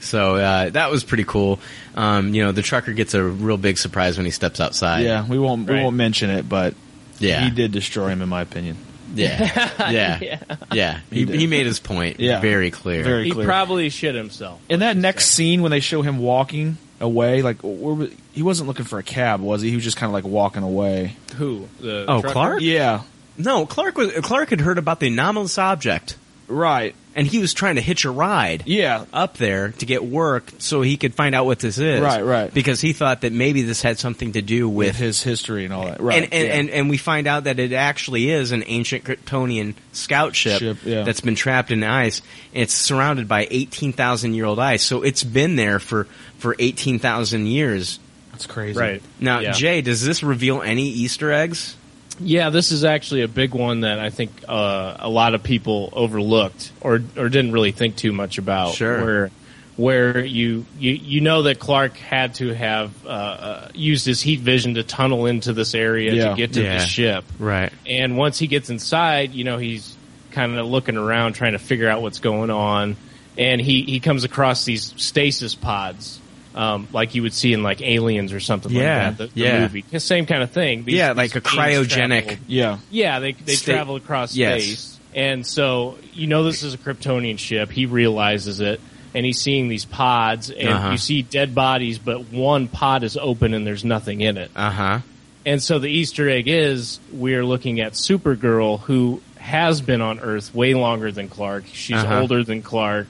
Speaker 7: so uh, that was pretty cool. Um, you know, the trucker gets a real big surprise when he steps outside.
Speaker 6: yeah, we won't we
Speaker 7: Right.
Speaker 6: won't mention it, but
Speaker 7: Yeah.
Speaker 6: he did destroy him in my opinion.
Speaker 7: yeah, yeah, yeah. He, he, made his point
Speaker 6: Yeah.
Speaker 7: very clear.
Speaker 6: Very
Speaker 9: he
Speaker 6: clear.
Speaker 9: probably shit himself.
Speaker 6: In that next scene when they show him walking away, like where, was- he wasn't looking for a cab, was he? He was just kind of like walking away.
Speaker 9: Who? The
Speaker 7: oh,
Speaker 9: trucker?
Speaker 7: Clark?
Speaker 6: Yeah.
Speaker 7: No, Clark was Clark had heard about the anomalous object.
Speaker 6: Right.
Speaker 7: And he was trying to hitch a ride.
Speaker 6: Yeah.
Speaker 7: Up there to get work so he could find out what this is.
Speaker 6: Right, right.
Speaker 7: Because he thought that maybe this had something to do with,
Speaker 6: With his history and all that. Right.
Speaker 7: And and,
Speaker 6: yeah.
Speaker 7: and and we find out that it actually is an ancient Kryptonian scout ship,
Speaker 6: Ship, yeah.
Speaker 7: that's been trapped in ice. And it's surrounded by 18,000 year old ice. So it's been there for for 18,000 years.
Speaker 6: That's crazy.
Speaker 9: Right.
Speaker 7: Now,
Speaker 9: Yeah.
Speaker 7: Jay, does this reveal any Easter eggs?
Speaker 9: Yeah, this is actually a big one that I think uh, a lot of people overlooked or or didn't really think too much about.
Speaker 7: Sure.
Speaker 9: Where where you you, you know that Clark had to have uh, uh, used his heat vision to tunnel into this area
Speaker 7: Yeah.
Speaker 9: to get to
Speaker 7: Yeah.
Speaker 9: the ship.
Speaker 7: Right.
Speaker 9: And once he gets inside, you know, he's kind of looking around trying to figure out what's going on. And he, he comes across these stasis pods, um, like you would see in like Aliens or something
Speaker 7: Yeah,
Speaker 9: like that, the, the
Speaker 7: yeah,
Speaker 9: movie. The same kind of thing. These-
Speaker 7: yeah, like
Speaker 9: these
Speaker 7: a
Speaker 9: beings
Speaker 7: cryogenic.
Speaker 9: travel- yeah, they they
Speaker 7: Sta-
Speaker 9: travel across
Speaker 7: Yes.
Speaker 9: space, and so you know this is a Kryptonian ship. He realizes it, and he's seeing these pods, and
Speaker 7: Uh-huh.
Speaker 9: you see dead bodies, but one pod is open and there's nothing in it.
Speaker 7: Uh huh.
Speaker 9: And so the Easter egg is we're looking at Supergirl, who has been on Earth way longer than Clark. She's
Speaker 7: Uh-huh.
Speaker 9: older than Clark.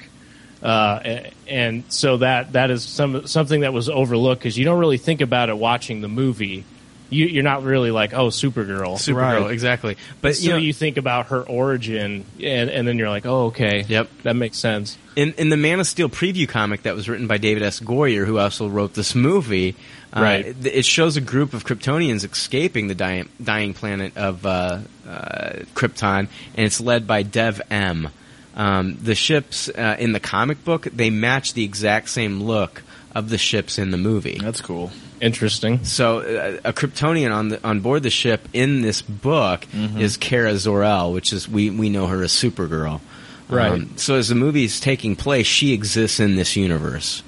Speaker 9: Uh, a- and so that that is some something that was overlooked because you don't really think about it watching the movie. You, you're not really like, oh, Supergirl,
Speaker 7: Supergirl, Right. exactly. But,
Speaker 9: so
Speaker 7: you
Speaker 9: you,
Speaker 7: know-
Speaker 9: think about her origin, and and then you're like, oh, okay,
Speaker 7: yep,
Speaker 9: that makes sense.
Speaker 7: In in the Man of Steel preview comic that was written by David S. Goyer, who also wrote this movie, uh,
Speaker 9: Right.
Speaker 7: th- it shows a group of Kryptonians escaping the dying, dying planet of uh, uh, Krypton, and it's led by Dev M. Um, the ships uh, in the comic book they match the exact same look of the ships in the movie.
Speaker 6: That's cool.
Speaker 9: Interesting.
Speaker 7: So uh, a Kryptonian on the, on board the ship in this book
Speaker 9: Mhm.
Speaker 7: is Kara Zor-El, which is we we know her as Supergirl. Um,
Speaker 9: Right.
Speaker 7: so as the movie is taking place, she exists in this universe,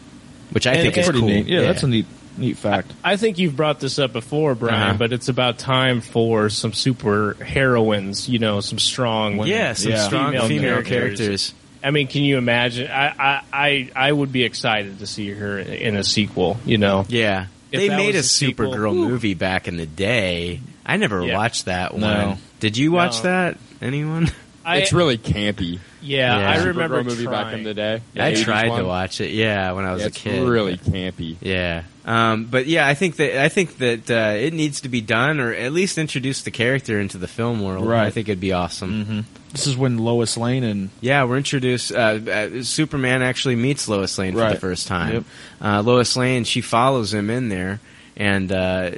Speaker 7: which I
Speaker 9: And-
Speaker 7: think is
Speaker 9: and-
Speaker 7: cool.
Speaker 9: Pretty neat. Yeah, that's a
Speaker 6: neat neat fact.
Speaker 9: I think you've brought this up before, Brian,
Speaker 7: Uh-huh.
Speaker 9: but it's about time for some super heroines, you know, some strong women.
Speaker 7: Yeah, some strong female characters.
Speaker 9: I mean, can you imagine? I, I, I, I would be excited to see her in a sequel, you know?
Speaker 7: Yeah.
Speaker 9: If
Speaker 7: they
Speaker 9: that
Speaker 7: made a
Speaker 9: was a sequel-
Speaker 7: Supergirl
Speaker 9: Ooh.
Speaker 7: movie back in the day. I never
Speaker 9: Yeah.
Speaker 7: watched that one.
Speaker 9: No.
Speaker 7: Did you watch
Speaker 9: No.
Speaker 7: that? Anyone?
Speaker 9: I-
Speaker 10: it's really campy.
Speaker 9: Yeah,
Speaker 7: Yeah.
Speaker 9: I remember
Speaker 10: Supergirl movie back
Speaker 9: trying.
Speaker 10: in the day.
Speaker 7: I
Speaker 10: The 80s
Speaker 7: tried
Speaker 10: one.
Speaker 7: to watch it. Yeah, when I was
Speaker 10: Yeah,
Speaker 7: a
Speaker 10: it's
Speaker 7: kid.
Speaker 10: really campy.
Speaker 7: Yeah. Um, but yeah, I think that I think that uh, it needs to be done, or at least introduce the character into the film world.
Speaker 6: Right.
Speaker 7: I think it'd be awesome.
Speaker 6: hmm This is when Lois Lane and
Speaker 7: Yeah, we're introduced. Uh, uh, Superman actually meets Lois Lane for
Speaker 6: Right.
Speaker 7: the first time.
Speaker 6: Yep.
Speaker 7: Uh, Lois Lane, she follows him in there, and uh,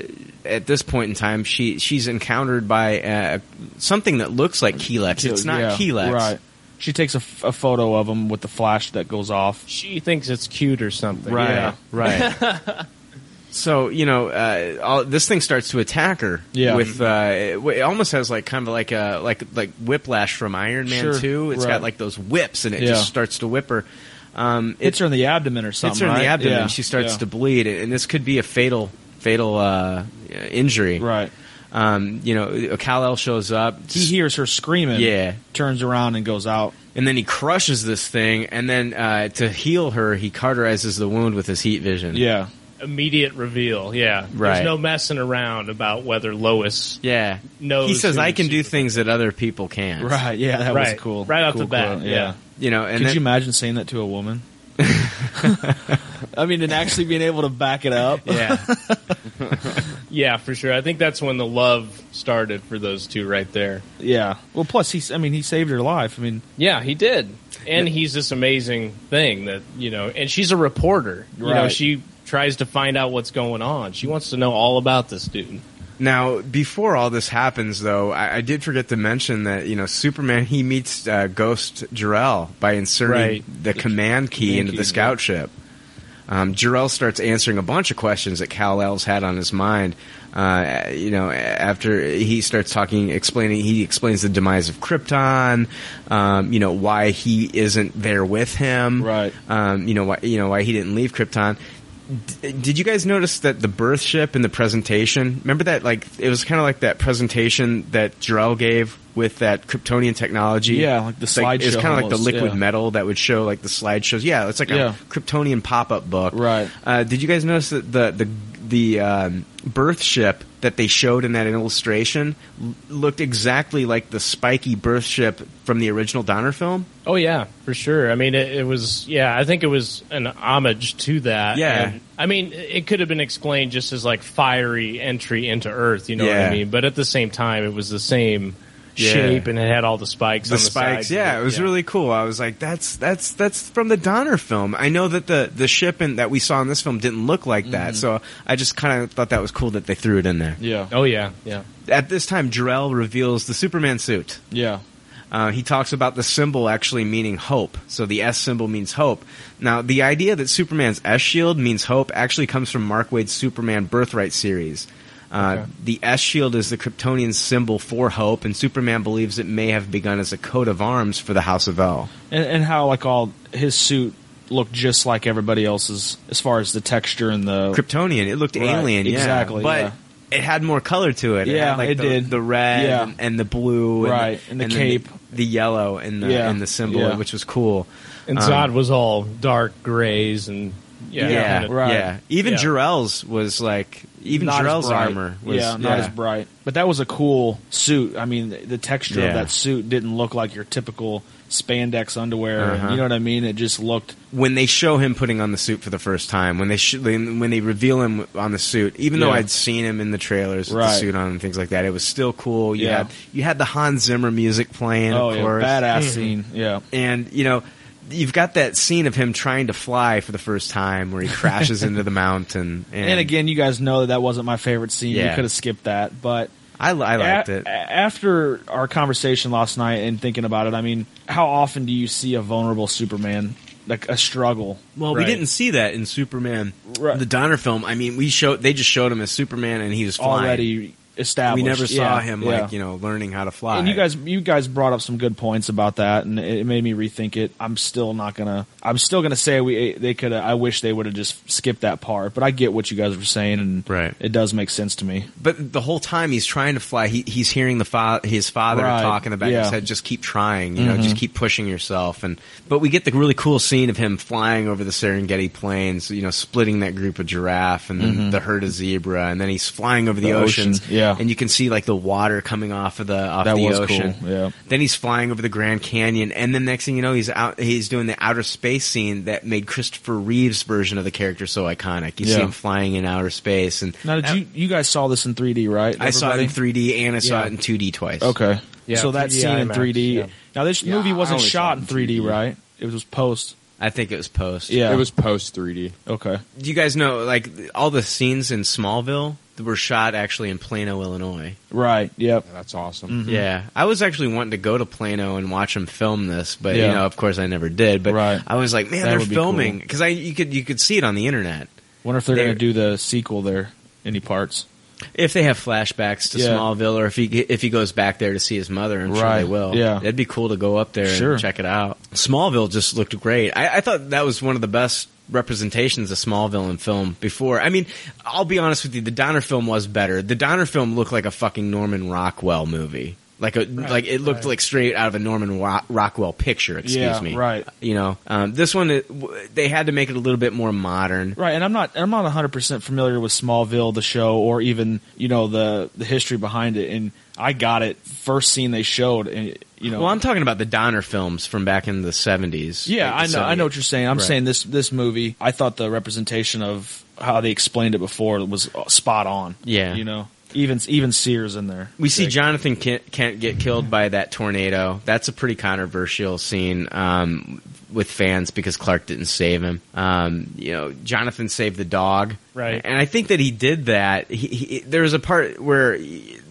Speaker 7: at this point in time, she she's encountered by uh, something that looks like Kelex. It's not
Speaker 6: yeah,
Speaker 7: Kelex.
Speaker 6: Right. She takes a, f- a photo of him with the flash that goes off.
Speaker 9: She thinks it's cute or something.
Speaker 7: Right,
Speaker 6: Yeah.
Speaker 7: right. so you know, uh, all, this thing starts to attack her.
Speaker 6: Yeah.
Speaker 7: with uh, it, w- it almost has like kind of like a like like whiplash from Iron Man
Speaker 6: Sure,
Speaker 7: Two. It's
Speaker 6: right.
Speaker 7: got like those whips, and it
Speaker 6: Yeah.
Speaker 7: just starts to whip her. Um, it-
Speaker 6: Hits her in the abdomen or something.
Speaker 7: hits her in the
Speaker 6: right?
Speaker 7: abdomen.
Speaker 6: Yeah,
Speaker 7: She starts
Speaker 6: yeah.
Speaker 7: to bleed, and this could be a fatal fatal uh, injury.
Speaker 6: Right.
Speaker 7: Um, you know, Kal El shows up.
Speaker 6: He hears her screaming.
Speaker 7: Yeah.
Speaker 6: Turns around and goes out.
Speaker 7: And then he crushes this thing, and then uh, to heal her, he cauterizes the wound with his heat vision.
Speaker 6: Yeah.
Speaker 9: Immediate reveal, yeah.
Speaker 7: Right.
Speaker 9: There's no messing around about whether Lois
Speaker 7: Yeah.
Speaker 9: knows.
Speaker 7: he says
Speaker 9: who
Speaker 7: I can
Speaker 9: she-
Speaker 7: do things that other people can't.
Speaker 6: Right. Yeah. That
Speaker 9: Right.
Speaker 6: was cool.
Speaker 9: Right off
Speaker 6: Cool
Speaker 9: the bat,
Speaker 6: quote,
Speaker 9: yeah.
Speaker 7: You know, and
Speaker 6: Could
Speaker 7: then-
Speaker 6: you imagine saying that to a woman? I mean, and actually being able to back it up.
Speaker 7: Yeah.
Speaker 9: Yeah, for sure. I think that's when the love started for those two right there.
Speaker 6: yeah. Well, plus he's. I mean, he saved her life. I mean,
Speaker 9: Yeah, he did. And he's this amazing thing that, you know, and she's a reporter. You know,
Speaker 6: Right.
Speaker 9: she tries to find out what's going on. She wants to know all about this dude.
Speaker 7: Now, before all this happens, though, I, I did forget to mention that you know Superman he meets uh, Ghost Jarrell by inserting
Speaker 9: Right.
Speaker 7: the command key
Speaker 6: Command
Speaker 7: into
Speaker 6: key,
Speaker 7: the scout ship. Um, Jarrell starts answering a bunch of questions that Kal El's had on his mind. Uh, you know, after he starts talking, explaining, he explains the demise of Krypton. Um, you know why he isn't there with him.
Speaker 6: Right.
Speaker 7: Um, you know why you know why he didn't leave Krypton. D- did you guys notice that the birth ship in the presentation? Remember that like it was kind of like that presentation that Jarrell gave with that Kryptonian technology.
Speaker 6: Yeah, like the
Speaker 7: It's
Speaker 6: slideshow
Speaker 7: kind of like the
Speaker 6: almost,
Speaker 7: liquid
Speaker 6: yeah.
Speaker 7: metal that would show like the slideshows. Yeah, it's like
Speaker 6: Yeah.
Speaker 7: a Kryptonian pop up book.
Speaker 6: Right.
Speaker 7: Uh, did you guys notice that the the the um, birth ship that they showed in that illustration l- looked exactly like the spiky birth ship from the original Donner film.
Speaker 9: Oh yeah, for sure. I mean, it, it was yeah. I think it was an homage to that.
Speaker 7: Yeah.
Speaker 9: And, I mean, it could have been explained just as like fiery entry into Earth. You know what
Speaker 7: Yeah.
Speaker 9: I mean? But at the same time, it was the same
Speaker 7: Yeah.
Speaker 9: shape and it had all the spikes.
Speaker 7: the
Speaker 9: on the
Speaker 7: spikes.
Speaker 9: sides.
Speaker 7: yeah, it was really cool. I was like, that's that's that's from the Donner film. I know that the the ship in, that we saw in this film didn't look like that,
Speaker 9: Mhm.
Speaker 7: so I just kind of thought that was cool that they threw it in there.
Speaker 10: Yeah.
Speaker 9: Oh yeah. Yeah.
Speaker 7: At this time, Jarell reveals the Superman suit.
Speaker 10: Yeah.
Speaker 7: Uh, he talks about the symbol actually meaning hope. So the S symbol means hope. Now, the idea that Superman's S shield means hope actually comes from Mark Waid's Superman Birthright series. Uh,
Speaker 9: Okay.
Speaker 7: The S shield is the Kryptonian symbol for hope, and Superman believes it may have begun as a coat of arms for the House of El.
Speaker 6: and, and how like all his suit looked just like everybody else's as far as the texture and the
Speaker 7: Kryptonian. It looked
Speaker 6: Right,
Speaker 7: alien, yeah.
Speaker 6: exactly,
Speaker 7: But
Speaker 6: yeah.
Speaker 7: it had more color to it.
Speaker 6: Yeah,
Speaker 7: had, like
Speaker 6: it
Speaker 7: the,
Speaker 6: did.
Speaker 7: The red
Speaker 6: Yeah.
Speaker 7: and, and the blue, and
Speaker 6: Right, and the
Speaker 7: then
Speaker 6: cape.
Speaker 7: the, yellow, and the
Speaker 9: Yeah,
Speaker 7: and the symbol,
Speaker 9: yeah.
Speaker 7: which was cool.
Speaker 9: And
Speaker 7: Um,
Speaker 9: Zod was all dark grays and yeah,
Speaker 7: Yeah, yeah,
Speaker 9: kinda-
Speaker 7: Even
Speaker 9: Yeah.
Speaker 7: Jarell's was like even
Speaker 6: Not as
Speaker 7: Jarell's
Speaker 6: bright.
Speaker 7: armor was
Speaker 6: yeah, not as bright. But that was a cool suit. I mean, the, the texture
Speaker 7: Yeah.
Speaker 6: of that suit didn't look like your typical spandex underwear.
Speaker 7: Uh-huh.
Speaker 6: You know what I mean? It just looked
Speaker 7: When they show him putting on the suit for the first time, when they sh- when when they reveal him on the suit, even though
Speaker 6: Yeah.
Speaker 7: I'd seen him in the trailers with the
Speaker 6: Right.
Speaker 7: suit on and things like that, it was still cool. You
Speaker 6: Yeah.
Speaker 7: had you had the Hans Zimmer music playing,
Speaker 6: oh,
Speaker 7: of
Speaker 6: yeah,
Speaker 7: course, Mm-hmm.
Speaker 6: badass scene. Yeah.
Speaker 7: and you know you've got that scene of him trying to fly for the first time where he crashes into the mountain and,
Speaker 6: And, again, you guys know that that wasn't my favorite scene.
Speaker 7: Yeah.
Speaker 6: You could have skipped that, but
Speaker 7: I, I liked
Speaker 6: A-
Speaker 7: it
Speaker 6: a- After our conversation last night and thinking about it, I mean, how often do you see a vulnerable Superman like a struggle?
Speaker 7: well we didn't see that in superman
Speaker 6: Right.
Speaker 7: the donner film i mean we showed they just showed him as superman and he was flying
Speaker 6: already
Speaker 7: we
Speaker 6: established.
Speaker 7: never saw
Speaker 6: Yeah,
Speaker 7: him
Speaker 6: yeah.
Speaker 7: like you know learning how to fly
Speaker 6: And you guys, you guys brought up some good points about that, and it it made me rethink it. I'm still not gonna, I'm still gonna say we eh, they could. I wish they would have just skipped that part, but I get what you guys were saying, and
Speaker 7: Right.
Speaker 6: it does make sense to me.
Speaker 7: but the whole time he's trying to fly he, he's hearing the fa- his father
Speaker 6: Right,
Speaker 7: talking about yeah.
Speaker 6: yeah.
Speaker 7: he said just keep trying you know
Speaker 6: Mhm.
Speaker 7: just keep pushing yourself and but we get the really cool scene of him flying over the Serengeti plains you know splitting that group of giraffe and then
Speaker 6: Mhm.
Speaker 7: the herd of zebra and then he's flying over
Speaker 6: The
Speaker 7: the,
Speaker 6: ocean,
Speaker 7: oceans
Speaker 6: yeah.
Speaker 7: and you can see like the water coming off of the off
Speaker 6: That
Speaker 7: the
Speaker 6: was
Speaker 7: ocean
Speaker 6: cool. Yeah.
Speaker 7: then he's flying over the Grand Canyon, and then next thing you know, he's out. He's doing the outer space scene that made Christopher Reeve's version of the character so iconic. You see
Speaker 6: Yeah.
Speaker 7: him flying in outer space, and
Speaker 6: Now, did you you guys saw this in 3D, right?
Speaker 7: I saw it in
Speaker 6: Everybody?
Speaker 7: 3D and I saw
Speaker 6: Yeah.
Speaker 7: it in 2D twice.
Speaker 6: Okay.
Speaker 7: Yeah,
Speaker 6: so that
Speaker 7: 3D
Speaker 6: scene in
Speaker 7: IMAX,
Speaker 6: 3D.
Speaker 7: yeah.
Speaker 6: Now this
Speaker 7: Yeah,
Speaker 6: movie
Speaker 7: I
Speaker 6: wasn't
Speaker 7: only
Speaker 6: shot in
Speaker 7: saw it
Speaker 6: 3D,
Speaker 7: in
Speaker 6: right? It was post.
Speaker 7: I think it was post.
Speaker 6: Yeah.
Speaker 10: It was post 3D.
Speaker 6: Okay.
Speaker 7: Do you guys know like all the scenes in Smallville were shot actually in Plano, Illinois?
Speaker 6: Right. Yep.
Speaker 10: That's awesome.
Speaker 6: Mm-hmm.
Speaker 7: Yeah, I was actually wanting to go to Plano and watch them film this, but you
Speaker 6: Yeah.
Speaker 7: know, of course, I never did. But
Speaker 6: Right.
Speaker 7: I was like, man,
Speaker 6: That
Speaker 7: they're
Speaker 6: would be cool.
Speaker 7: filming because I you could you could see it on the internet.
Speaker 6: Wonder if they're
Speaker 7: They're-
Speaker 6: going to do the sequel there. Any parts?
Speaker 7: If they have flashbacks to
Speaker 6: Yeah.
Speaker 7: Smallville, or if he if he goes back there to see his mother, I'm sure
Speaker 6: Right.
Speaker 7: they will.
Speaker 6: Yeah.
Speaker 7: it'd be cool to go up there
Speaker 6: Sure.
Speaker 7: and check it out. Smallville just looked great. I, I thought that was one of the best representations of Smallville in film before. I mean, I'll be honest with you, the Donner film was better. The Donner film looked like a fucking Norman Rockwell movie. Like a like it
Speaker 6: right.
Speaker 7: looked like straight out of a Norman Ro- Rockwell picture. Excuse
Speaker 6: Yeah,
Speaker 7: me.
Speaker 6: right.
Speaker 7: You know, um, this one it- w- they had to make it a little bit more modern.
Speaker 6: Right, and I'm not I'm not 100 percent familiar with Smallville, the show, or even you know the the history behind it. And I got it first scene they showed, and you know,
Speaker 7: Well, I'm talking about the Donner films from back in the 70s.
Speaker 6: yeah, I know
Speaker 7: like the
Speaker 6: I know what
Speaker 7: 70s.
Speaker 6: you're saying. I'm
Speaker 7: Right.
Speaker 6: saying this this movie, I thought the representation of how they explained it before was uh, spot on.
Speaker 7: Yeah.
Speaker 6: you know, even even Sears in there.
Speaker 7: We see
Speaker 6: Jake.
Speaker 7: Jonathan Kent, Kent get killed by that tornado. That's a pretty controversial scene um, with fans because Clark didn't save him. Um, you know, Jonathan saved the dog,
Speaker 9: Right.
Speaker 7: And I think that he did that. He, he, there was a part where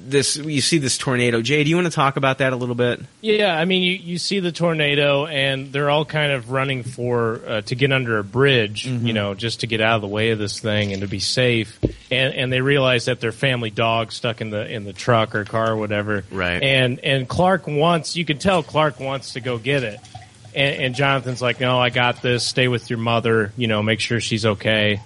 Speaker 7: this you see this tornado. Jay, do you want to talk about that a little bit?
Speaker 9: Yeah, I mean, you, you see the tornado, and they're all kind of running for uh, to get under a bridge, you know, just to get out of the way of this thing and to be safe. And and they realize that their family dog stuck in the in the truck or car or whatever.
Speaker 7: Right.
Speaker 9: And and Clark wants you can tell Clark wants to go get it, and, and Jonathan's like, no, I got this. Stay with your mother. You know, make sure she's okay.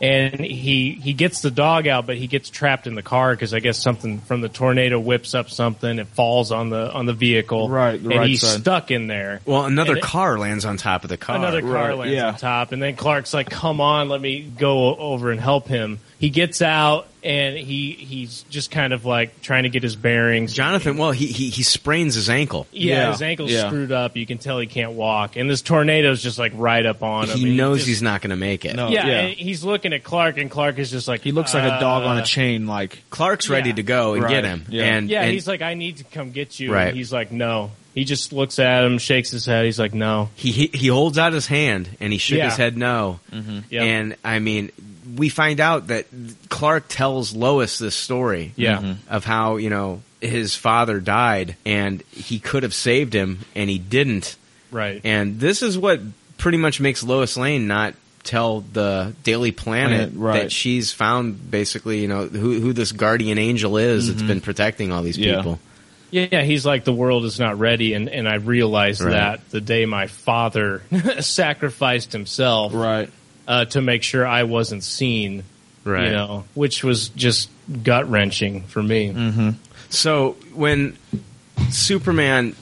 Speaker 9: And he he gets the dog out, but he gets trapped in the car because I guess something from the tornado whips up something. It falls on the on the vehicle,
Speaker 6: Right, the
Speaker 9: and
Speaker 6: right
Speaker 9: he's
Speaker 6: side.
Speaker 9: stuck in there.
Speaker 7: Well, another
Speaker 9: And it-
Speaker 7: car lands on top of the car.
Speaker 9: Another car
Speaker 6: Right,
Speaker 9: lands
Speaker 6: yeah.
Speaker 9: on top, and then Clark's like, "Come on, let me go o- over and help him." he gets out and he he's just kind of like trying to get his bearings.
Speaker 7: Jonathan, well, he he, he sprains his ankle.
Speaker 9: Yeah, his ankle's screwed up. You can tell he can't walk, and this tornado's just like right up on him.
Speaker 7: He
Speaker 9: and
Speaker 7: knows
Speaker 9: just-
Speaker 7: he's not going to make it.
Speaker 9: yeah, and Uh, he's looking at Clark, and Clark is just like he
Speaker 7: looks like a dog on a
Speaker 6: chain. Like
Speaker 7: Clark's ready to go and get him. And,
Speaker 9: yeah,
Speaker 7: and-
Speaker 9: he's like, I need to come get you.
Speaker 7: Right.
Speaker 9: And he's like, no. He just looks at him, shakes his head. He's like, no.
Speaker 7: He he, he holds out his hand and he shook his
Speaker 9: Yeah.
Speaker 7: head
Speaker 9: Mm-hmm.
Speaker 7: no. And I mean, we find out that Clark tells Lois this story
Speaker 9: Yeah. Mhm.
Speaker 7: of how, you know, his father died and he could have saved him and he didn't.
Speaker 9: Right.
Speaker 7: And this is what pretty much makes Lois Lane not tell the Daily Planet,
Speaker 6: Planet, right.
Speaker 7: that she's found basically, you know, who who this guardian angel is that's
Speaker 9: Mhm.
Speaker 7: been protecting all these
Speaker 9: Yeah.
Speaker 7: people.
Speaker 9: Yeah, yeah, he's like the world is not ready, and, and I realized
Speaker 7: Right.
Speaker 9: that the day my father sacrificed himself,
Speaker 6: right,
Speaker 9: uh, to make sure I wasn't seen,
Speaker 7: Right.
Speaker 9: You know, which was just gut wrenching for me.
Speaker 7: Mm-hmm. So when Superman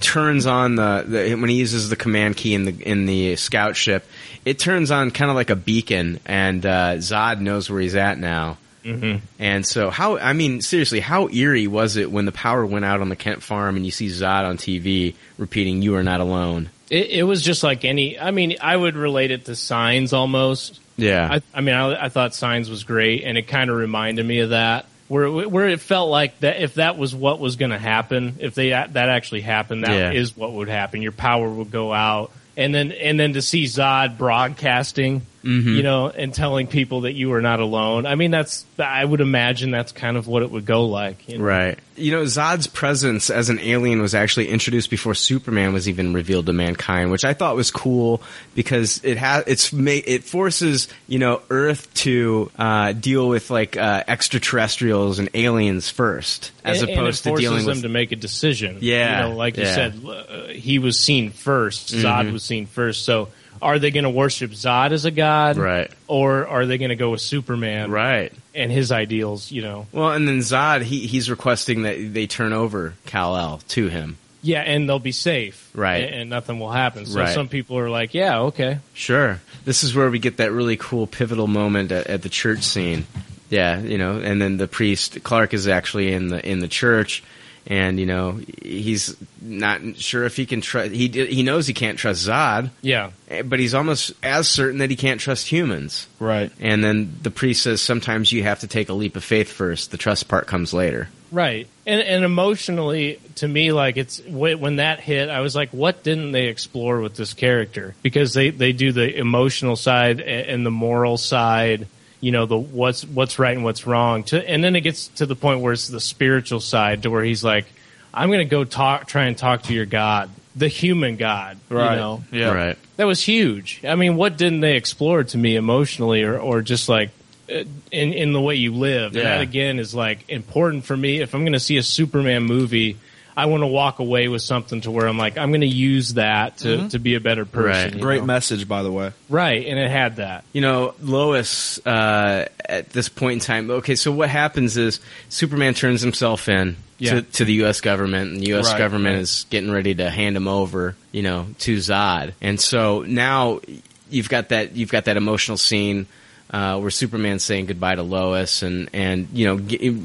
Speaker 7: turns on the, the when he uses the command key in the in the scout ship, it turns on kind of like a beacon, and uh, Zod knows where he's at now.
Speaker 9: Mhm.
Speaker 7: And so, how I mean, seriously, how eerie was it when the power went out on the Kent farm, and you see Zod on TV repeating, "You are not alone."
Speaker 9: It, it was just like any. I mean, I would relate it to Signs almost.
Speaker 7: Yeah.
Speaker 9: I, I mean, I, I thought Signs was great, and it kind of reminded me of that. Where it, where it felt like that if that was what was going to happen, if they that actually happened, that is
Speaker 7: Yeah.
Speaker 9: what would happen. Your power would go out, and then and then to see Zod broadcasting,
Speaker 7: Mhm.
Speaker 9: you know, and telling people that you are not alone. I mean, that's I would imagine that's kind of what it would go like. You know?
Speaker 7: Right. You know, Zod's presence as an alien was actually introduced before Superman was even revealed to mankind, which I thought was cool because it has it's ma- it forces you know Earth to uh, deal with like uh, extraterrestrials and aliens first, as
Speaker 9: And- and it
Speaker 7: opposed to
Speaker 9: forces
Speaker 7: dealing
Speaker 9: them
Speaker 7: with
Speaker 9: to make a decision.
Speaker 7: Yeah,
Speaker 9: you know, like
Speaker 7: yeah.
Speaker 9: you said, l- uh, he was seen 1st
Speaker 7: Mhm.
Speaker 9: Zod was seen first. So, are they going to worship Zod as a god,
Speaker 7: Right.
Speaker 9: Or are they going to go with Superman,
Speaker 7: right?
Speaker 9: And his ideals, you know.
Speaker 7: well, and then Zod he he's requesting that they turn over Kal El to him.
Speaker 9: Yeah, and they'll be safe,
Speaker 7: Right.
Speaker 9: And, and nothing will happen. So
Speaker 7: Right.
Speaker 9: some people are like, "Yeah, okay."
Speaker 7: Sure. This is where we get that really cool pivotal moment at, at the church scene. Yeah, you know, and then the priest Clark is actually in the in the church, and you know he's not sure if he can trust. He d- he knows he can't trust Zod.
Speaker 9: Yeah.
Speaker 7: eh, but he's almost as certain that he can't trust humans.
Speaker 6: Right.
Speaker 7: And then the priest says sometimes you have to take a leap of faith first. The trust part comes later.
Speaker 9: Right. And and emotionally to me like it's wh- when that hit I was like what didn't they explore with this character because they they do the emotional side a- and the moral side, you know, the what's what's right and what's wrong to and then it gets to the point where it's the spiritual side to where he's like I'm going to go talk try and talk to your god, the human god,
Speaker 6: Right.
Speaker 9: you know.
Speaker 6: Yeah. Right.
Speaker 9: That was huge. I mean, what didn't they explore to me emotionally or or just like uh, in in the way you live? And
Speaker 7: Yeah.
Speaker 9: that again is like important for me. If I'm going to see a Superman movie, I want to walk away with something to where I'm like, I'm going to use that to,
Speaker 7: Mm-hmm.
Speaker 6: Mhm.
Speaker 9: to be a better person. you
Speaker 6: Great
Speaker 9: know?
Speaker 6: message, by the way.
Speaker 9: right? And it had that.
Speaker 7: You know, Lois, uh, at this point in time, okay, so what happens is Superman turns himself in
Speaker 1: Yeah.
Speaker 7: to, to the U.S. government, and the U.S.
Speaker 1: Right,
Speaker 7: government
Speaker 1: right.
Speaker 7: is getting ready to hand him over, you know, to Zod. And so now you've got that, you've got that emotional scene. Uh, where Superman's saying goodbye to Lois and, and you know ge-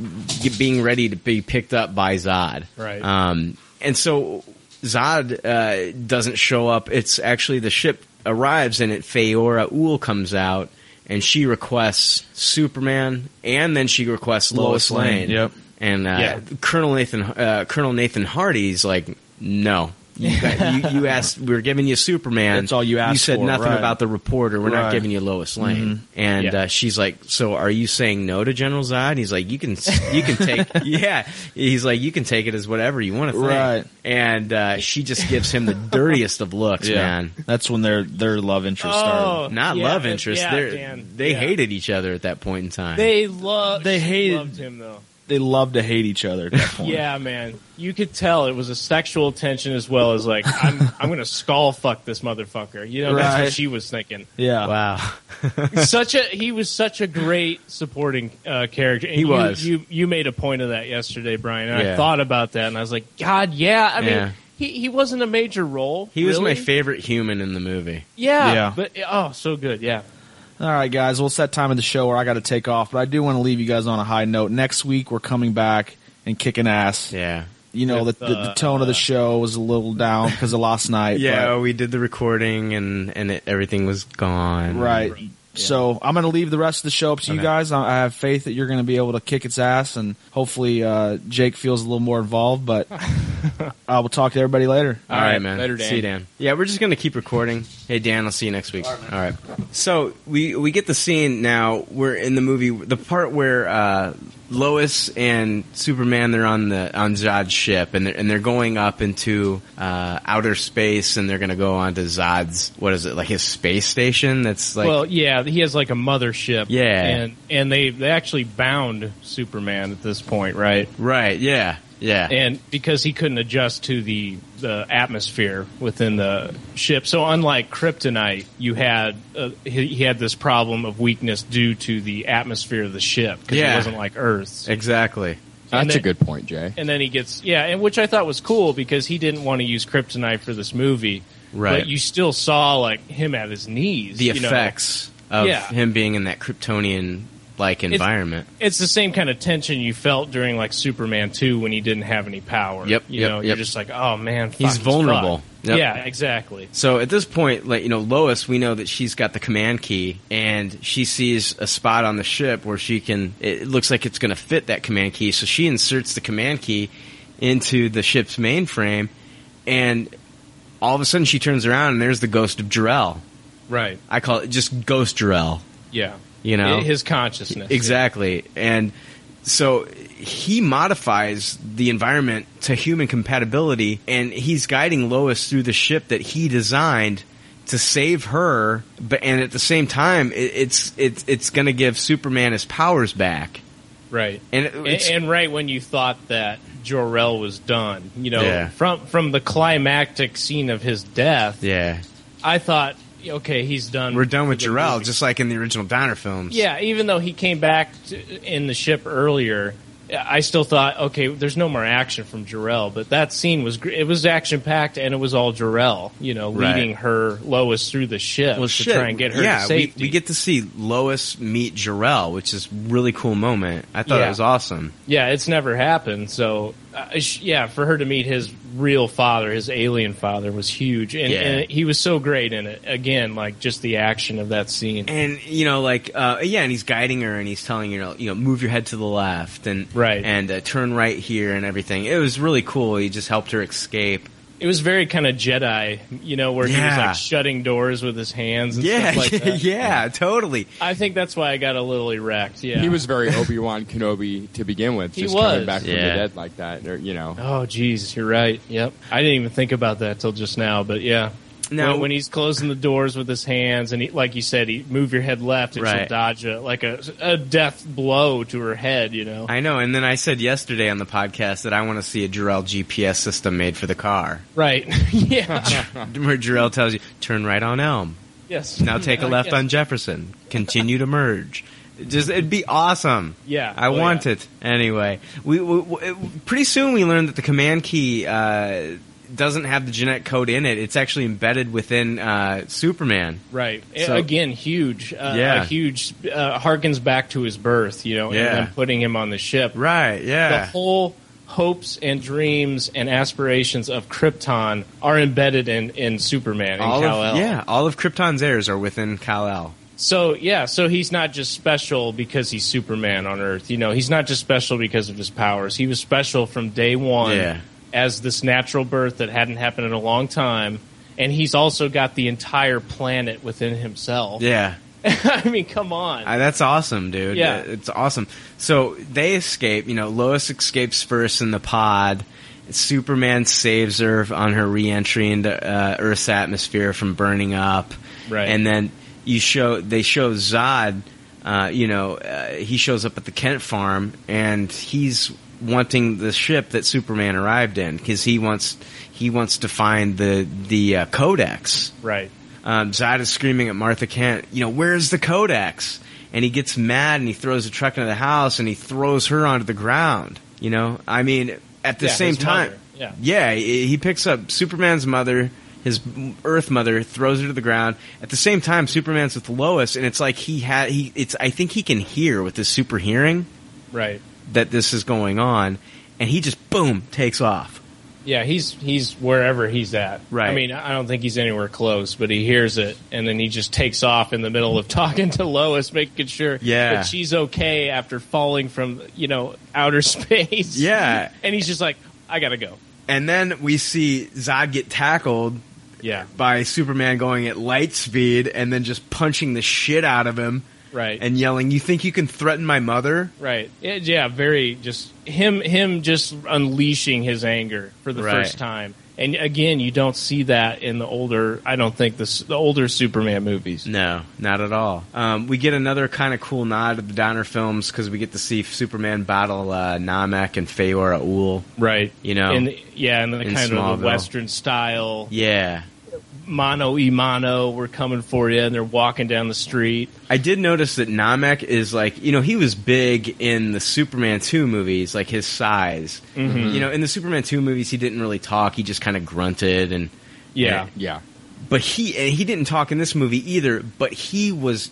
Speaker 7: ge- being ready to be picked up by Zod,
Speaker 9: Right.
Speaker 7: um, and so Zod uh, doesn't show up. It's actually the ship arrives and it Feora Ul comes out and she requests Superman and then she requests Lois,
Speaker 6: Lois
Speaker 7: Lane.
Speaker 6: Lane, yep.
Speaker 7: And uh,
Speaker 6: Yeah.
Speaker 7: Colonel Nathan uh, Colonel Nathan Hardy's like, no. You, got, you, you asked. We are giving you Superman.
Speaker 6: That's all you asked
Speaker 7: You said
Speaker 6: for,
Speaker 7: nothing
Speaker 6: right.
Speaker 7: about the reporter. We're not
Speaker 6: Right.
Speaker 7: giving you Lois Lane.
Speaker 6: Mhm.
Speaker 7: And
Speaker 6: Yeah.
Speaker 7: uh, she's like, "So are you saying no to General Zod?" And he's like, "You can, you can take, yeah." He's like, "You can take it as whatever you want to think."
Speaker 6: Right.
Speaker 7: And uh, she just gives him the dirtiest of looks, man.
Speaker 6: That's when their their love interest
Speaker 9: Oh,
Speaker 6: started.
Speaker 7: Not
Speaker 9: Yeah,
Speaker 7: love
Speaker 9: that-
Speaker 7: interest.
Speaker 9: yeah,
Speaker 7: They're-
Speaker 9: Dan,
Speaker 7: they hated each other at that point in time.
Speaker 9: They loved.
Speaker 6: They
Speaker 9: she
Speaker 6: hated-
Speaker 9: loved him though.
Speaker 6: They love to hate each other at that point.
Speaker 9: Yeah, man, you could tell it was a sexual tension as well as like I'm I'm going to skull fuck this motherfucker. You know, that's
Speaker 6: Right.
Speaker 9: what she was thinking.
Speaker 6: Yeah.
Speaker 7: Wow.
Speaker 9: such a he was such a great supporting uh, character. And
Speaker 7: He
Speaker 9: you,
Speaker 7: was.
Speaker 9: You you made a point of that yesterday, Brian. And
Speaker 7: Yeah.
Speaker 9: I thought about that, and I was like, God, yeah. I mean,
Speaker 7: Yeah.
Speaker 9: he he wasn't a major role.
Speaker 7: He was my
Speaker 9: really.
Speaker 7: favorite human in the movie.
Speaker 9: Yeah, but oh, so good. Yeah,
Speaker 6: All right, guys. Well, it's that time of the show where I got to take off, but I do want to leave you guys on a high note. Next week, we're coming back and kicking ass.
Speaker 7: Yeah.
Speaker 6: You know, the,
Speaker 7: With,
Speaker 6: the, the
Speaker 7: uh,
Speaker 6: tone of the show was a little down because of last night.
Speaker 7: yeah,
Speaker 6: but-
Speaker 7: we did the recording and and it, everything was gone.
Speaker 6: Right. So I'm going to leave the rest of the show up to you
Speaker 7: Okay.
Speaker 6: guys. I I have faith that you're going to be able to kick its ass, and hopefully uh, Jake feels a little more involved. But I will talk to everybody later.
Speaker 7: All right, man. See you, Dan. Yeah, we're just gonna keep recording. Hey, Dan, I'll see you next week. All right. So we we get the scene now. We're in the movie, the part where uh, Lois and Superman they're on the on Zod's ship, and they're and they're going up into uh, outer space, and they're gonna go onto Zod's what is it like his space station? That's like
Speaker 9: well, yeah, he has like a mothership.
Speaker 7: Yeah.
Speaker 9: and and they they actually bound Superman at this point, right?
Speaker 7: Right. Yeah. Yeah.
Speaker 9: And because he couldn't adjust to the the atmosphere within the ship, so unlike Kryptonite, you had uh, he, he had this problem of weakness due to the atmosphere of the ship because
Speaker 7: Yeah.
Speaker 9: it wasn't like Earth's.
Speaker 7: exactly.
Speaker 9: And
Speaker 10: That's a
Speaker 9: then-
Speaker 10: good point, Jay.
Speaker 9: And then he gets yeah, and which I thought was cool because he didn't want to use kryptonite for this movie.
Speaker 7: Right.
Speaker 9: But you still saw like him at his knees.
Speaker 7: the
Speaker 9: you know?
Speaker 7: effects of
Speaker 9: Yeah.
Speaker 7: him being in that Kryptonian like
Speaker 9: It's-
Speaker 7: environment.
Speaker 9: It's the same kind of tension you felt during like Superman 2 when he didn't have any power.
Speaker 7: Yep,
Speaker 9: You
Speaker 7: yep,
Speaker 9: know,
Speaker 7: yep.
Speaker 9: you're just like, oh man, fuck,
Speaker 7: He's vulnerable.
Speaker 9: fucked.
Speaker 7: Yep.
Speaker 9: Yeah, exactly.
Speaker 7: So at this point, like you know, Lois, we know that she's got the command key, and she sees a spot on the ship where she can. It looks like it's going to fit that command key, so she inserts the command key into the ship's mainframe, and all of a sudden she turns around and there's the ghost of Jarell.
Speaker 9: Right.
Speaker 7: I call it just Ghost Jarell.
Speaker 9: Yeah.
Speaker 7: You know?
Speaker 9: I- his consciousness.
Speaker 7: Exactly. And so he modifies the environment to human compatibility and he's guiding Lois through the ship that he designed to save her but and at the same time it, it's it's it's going to give Superman his powers back.
Speaker 9: Right.
Speaker 7: And it-
Speaker 9: and,
Speaker 7: it's-
Speaker 9: and right when you thought that Jor-El was done, you know,
Speaker 7: Yeah.
Speaker 9: from from the climactic scene of his death,
Speaker 7: Yeah.
Speaker 9: I thought, okay, he's done.
Speaker 7: We're done with
Speaker 9: for the
Speaker 7: Jarrell
Speaker 9: movie.
Speaker 7: just like in the original Donner films.
Speaker 9: Yeah, even though he came back to, in the ship earlier, I still thought, okay, there's no more action from Jarrell. But that scene was gr- it was action packed, and it was all Jarrell, you know,
Speaker 7: Right.
Speaker 9: leading her Lois through the ship
Speaker 7: Well,
Speaker 9: to
Speaker 7: shit.
Speaker 9: try and get her
Speaker 7: yeah,
Speaker 9: to
Speaker 7: we,
Speaker 9: safety.
Speaker 7: we get to see Lois meet Jarrell, which is really cool moment. I thought
Speaker 9: Yeah.
Speaker 7: it was awesome.
Speaker 9: yeah, it's never happened. So, uh, sh- yeah, for her to meet his real father, his alien father, was huge, and,
Speaker 7: Yeah.
Speaker 9: and he was so great in it. Again, like just the action of that scene.
Speaker 7: and you know like uh, yeah and he's guiding her and he's telling her you know, you know move your head to the left and
Speaker 9: Right.
Speaker 7: and uh, turn right here and everything it was really cool he just helped her escape
Speaker 9: It was very kind of Jedi, you know, where he was
Speaker 7: Yeah.
Speaker 9: like shutting doors with his hands and
Speaker 7: yeah
Speaker 9: stuff like
Speaker 7: yeah,
Speaker 9: that.
Speaker 7: yeah totally
Speaker 9: I think that's why I got a little erect. Yeah,
Speaker 10: He was very Obi Wan Kenobi to begin with,
Speaker 9: He
Speaker 10: just
Speaker 9: was.
Speaker 10: coming back from
Speaker 9: Yeah.
Speaker 10: the dead like that. Or, you know,
Speaker 9: Oh, jeez, you're right. Yep, I didn't even think about that till just now. But yeah,
Speaker 10: Now-
Speaker 9: when, when he's closing the doors with his hands, and he, like you said, he move your head left, and she'll
Speaker 7: Right.
Speaker 9: dodge a like a, a death blow to her head. You know,
Speaker 7: i know and then i said yesterday on the podcast that i want to see a Jarrell gps system made for the car
Speaker 9: right? yeah,
Speaker 7: where Jarrell tells you turn right on elm
Speaker 9: yes.
Speaker 7: now take a
Speaker 9: Uh,
Speaker 7: left
Speaker 9: yes.
Speaker 7: on jefferson continue to merge It just it'd be awesome
Speaker 9: Yeah,
Speaker 7: I
Speaker 9: oh, yeah.
Speaker 7: want it anyway. We, we, we it- pretty soon we learned that the command key uh, doesn't have the genetic code in it. It's actually embedded within uh, Superman.
Speaker 9: Right.
Speaker 7: So-
Speaker 9: Again, huge. Uh,
Speaker 7: Yeah.
Speaker 9: A huge uh, harkens back to his birth, you know,
Speaker 7: Yeah.
Speaker 9: and then putting him on the ship.
Speaker 7: Right. Yeah.
Speaker 9: The whole hopes and dreams and aspirations of Krypton are embedded in in Superman and
Speaker 7: All
Speaker 9: Kal-El.
Speaker 7: of, yeah, all of Krypton's heirs are within Kal El.
Speaker 9: So yeah, so he's not just special because he's Superman on Earth. You know, he's not just special because of his powers. He was special from day one
Speaker 7: Yeah.
Speaker 9: as this natural birth that hadn't happened in a long time, and he's also got the entire planet within himself.
Speaker 7: Yeah.
Speaker 9: I mean, come on.
Speaker 7: Uh, that's awesome, dude.
Speaker 9: Yeah.
Speaker 7: Uh, It's awesome. So they escape. You know, Lois escapes first in the pod. Superman saves her on her reentry into uh, Earth's atmosphere from burning up.
Speaker 9: Right.
Speaker 7: And then you show they show Zod. Uh, you know, uh, he shows up at the Kent farm and he's wanting the ship that Superman arrived in because he wants he wants to find the the uh, Codex.
Speaker 9: Right.
Speaker 7: Um, Zod is screaming at Martha Kent, you know, where's the Codex? And he gets mad and he throws the truck into the house and he throws her onto the ground. You know, I mean, at the
Speaker 9: Yeah,
Speaker 7: same
Speaker 9: his
Speaker 7: time,
Speaker 9: mother, yeah.
Speaker 7: he he picks up Superman's mother. His Earth Mother throws her to the ground. At the same time, Superman's with Lois, and it's like he had he. It's I think he can hear with his super hearing
Speaker 9: Right.
Speaker 7: that this is going on, and he just boom takes off.
Speaker 9: Yeah, he's he's wherever he's at.
Speaker 7: Right.
Speaker 9: I mean, I don't think he's anywhere close, but he hears it, and then he just takes off in the middle of talking to Lois, making sure
Speaker 7: Yeah.
Speaker 9: that she's okay after falling from you know outer space.
Speaker 7: Yeah.
Speaker 9: and he's just like, I gotta go.
Speaker 7: And then we see Zod get tackled
Speaker 9: Yeah.
Speaker 7: by Superman going at light speed and then just punching the shit out of him
Speaker 9: Right.
Speaker 7: and yelling, "You think you can threaten my mother?"
Speaker 9: Right. Yeah, yeah, very just him him just unleashing his anger for the
Speaker 7: Right.
Speaker 9: first time. And again, you don't see that in the older I don't think this the older Superman movies.
Speaker 7: No, not at all. Um, we get another kind of cool nod to the Donner films because we get to see Superman battle uh, Namek and Feyora Ul.
Speaker 9: Right.
Speaker 7: You know.
Speaker 9: And yeah, and the
Speaker 7: in
Speaker 9: kind of
Speaker 7: Smallville.
Speaker 9: the western style
Speaker 7: yeah.
Speaker 9: mono e mono, we're coming for you and they're walking down the street.
Speaker 7: I did notice that Namek is like, you know, he was big in the Superman 2 movies, like his size.
Speaker 9: Mhm.
Speaker 7: You know, in the Superman 2 movies, he didn't really talk. He just kind of grunted and.
Speaker 9: Yeah.
Speaker 7: and-
Speaker 10: Yeah.
Speaker 7: But he and he didn't talk in this movie either, but he was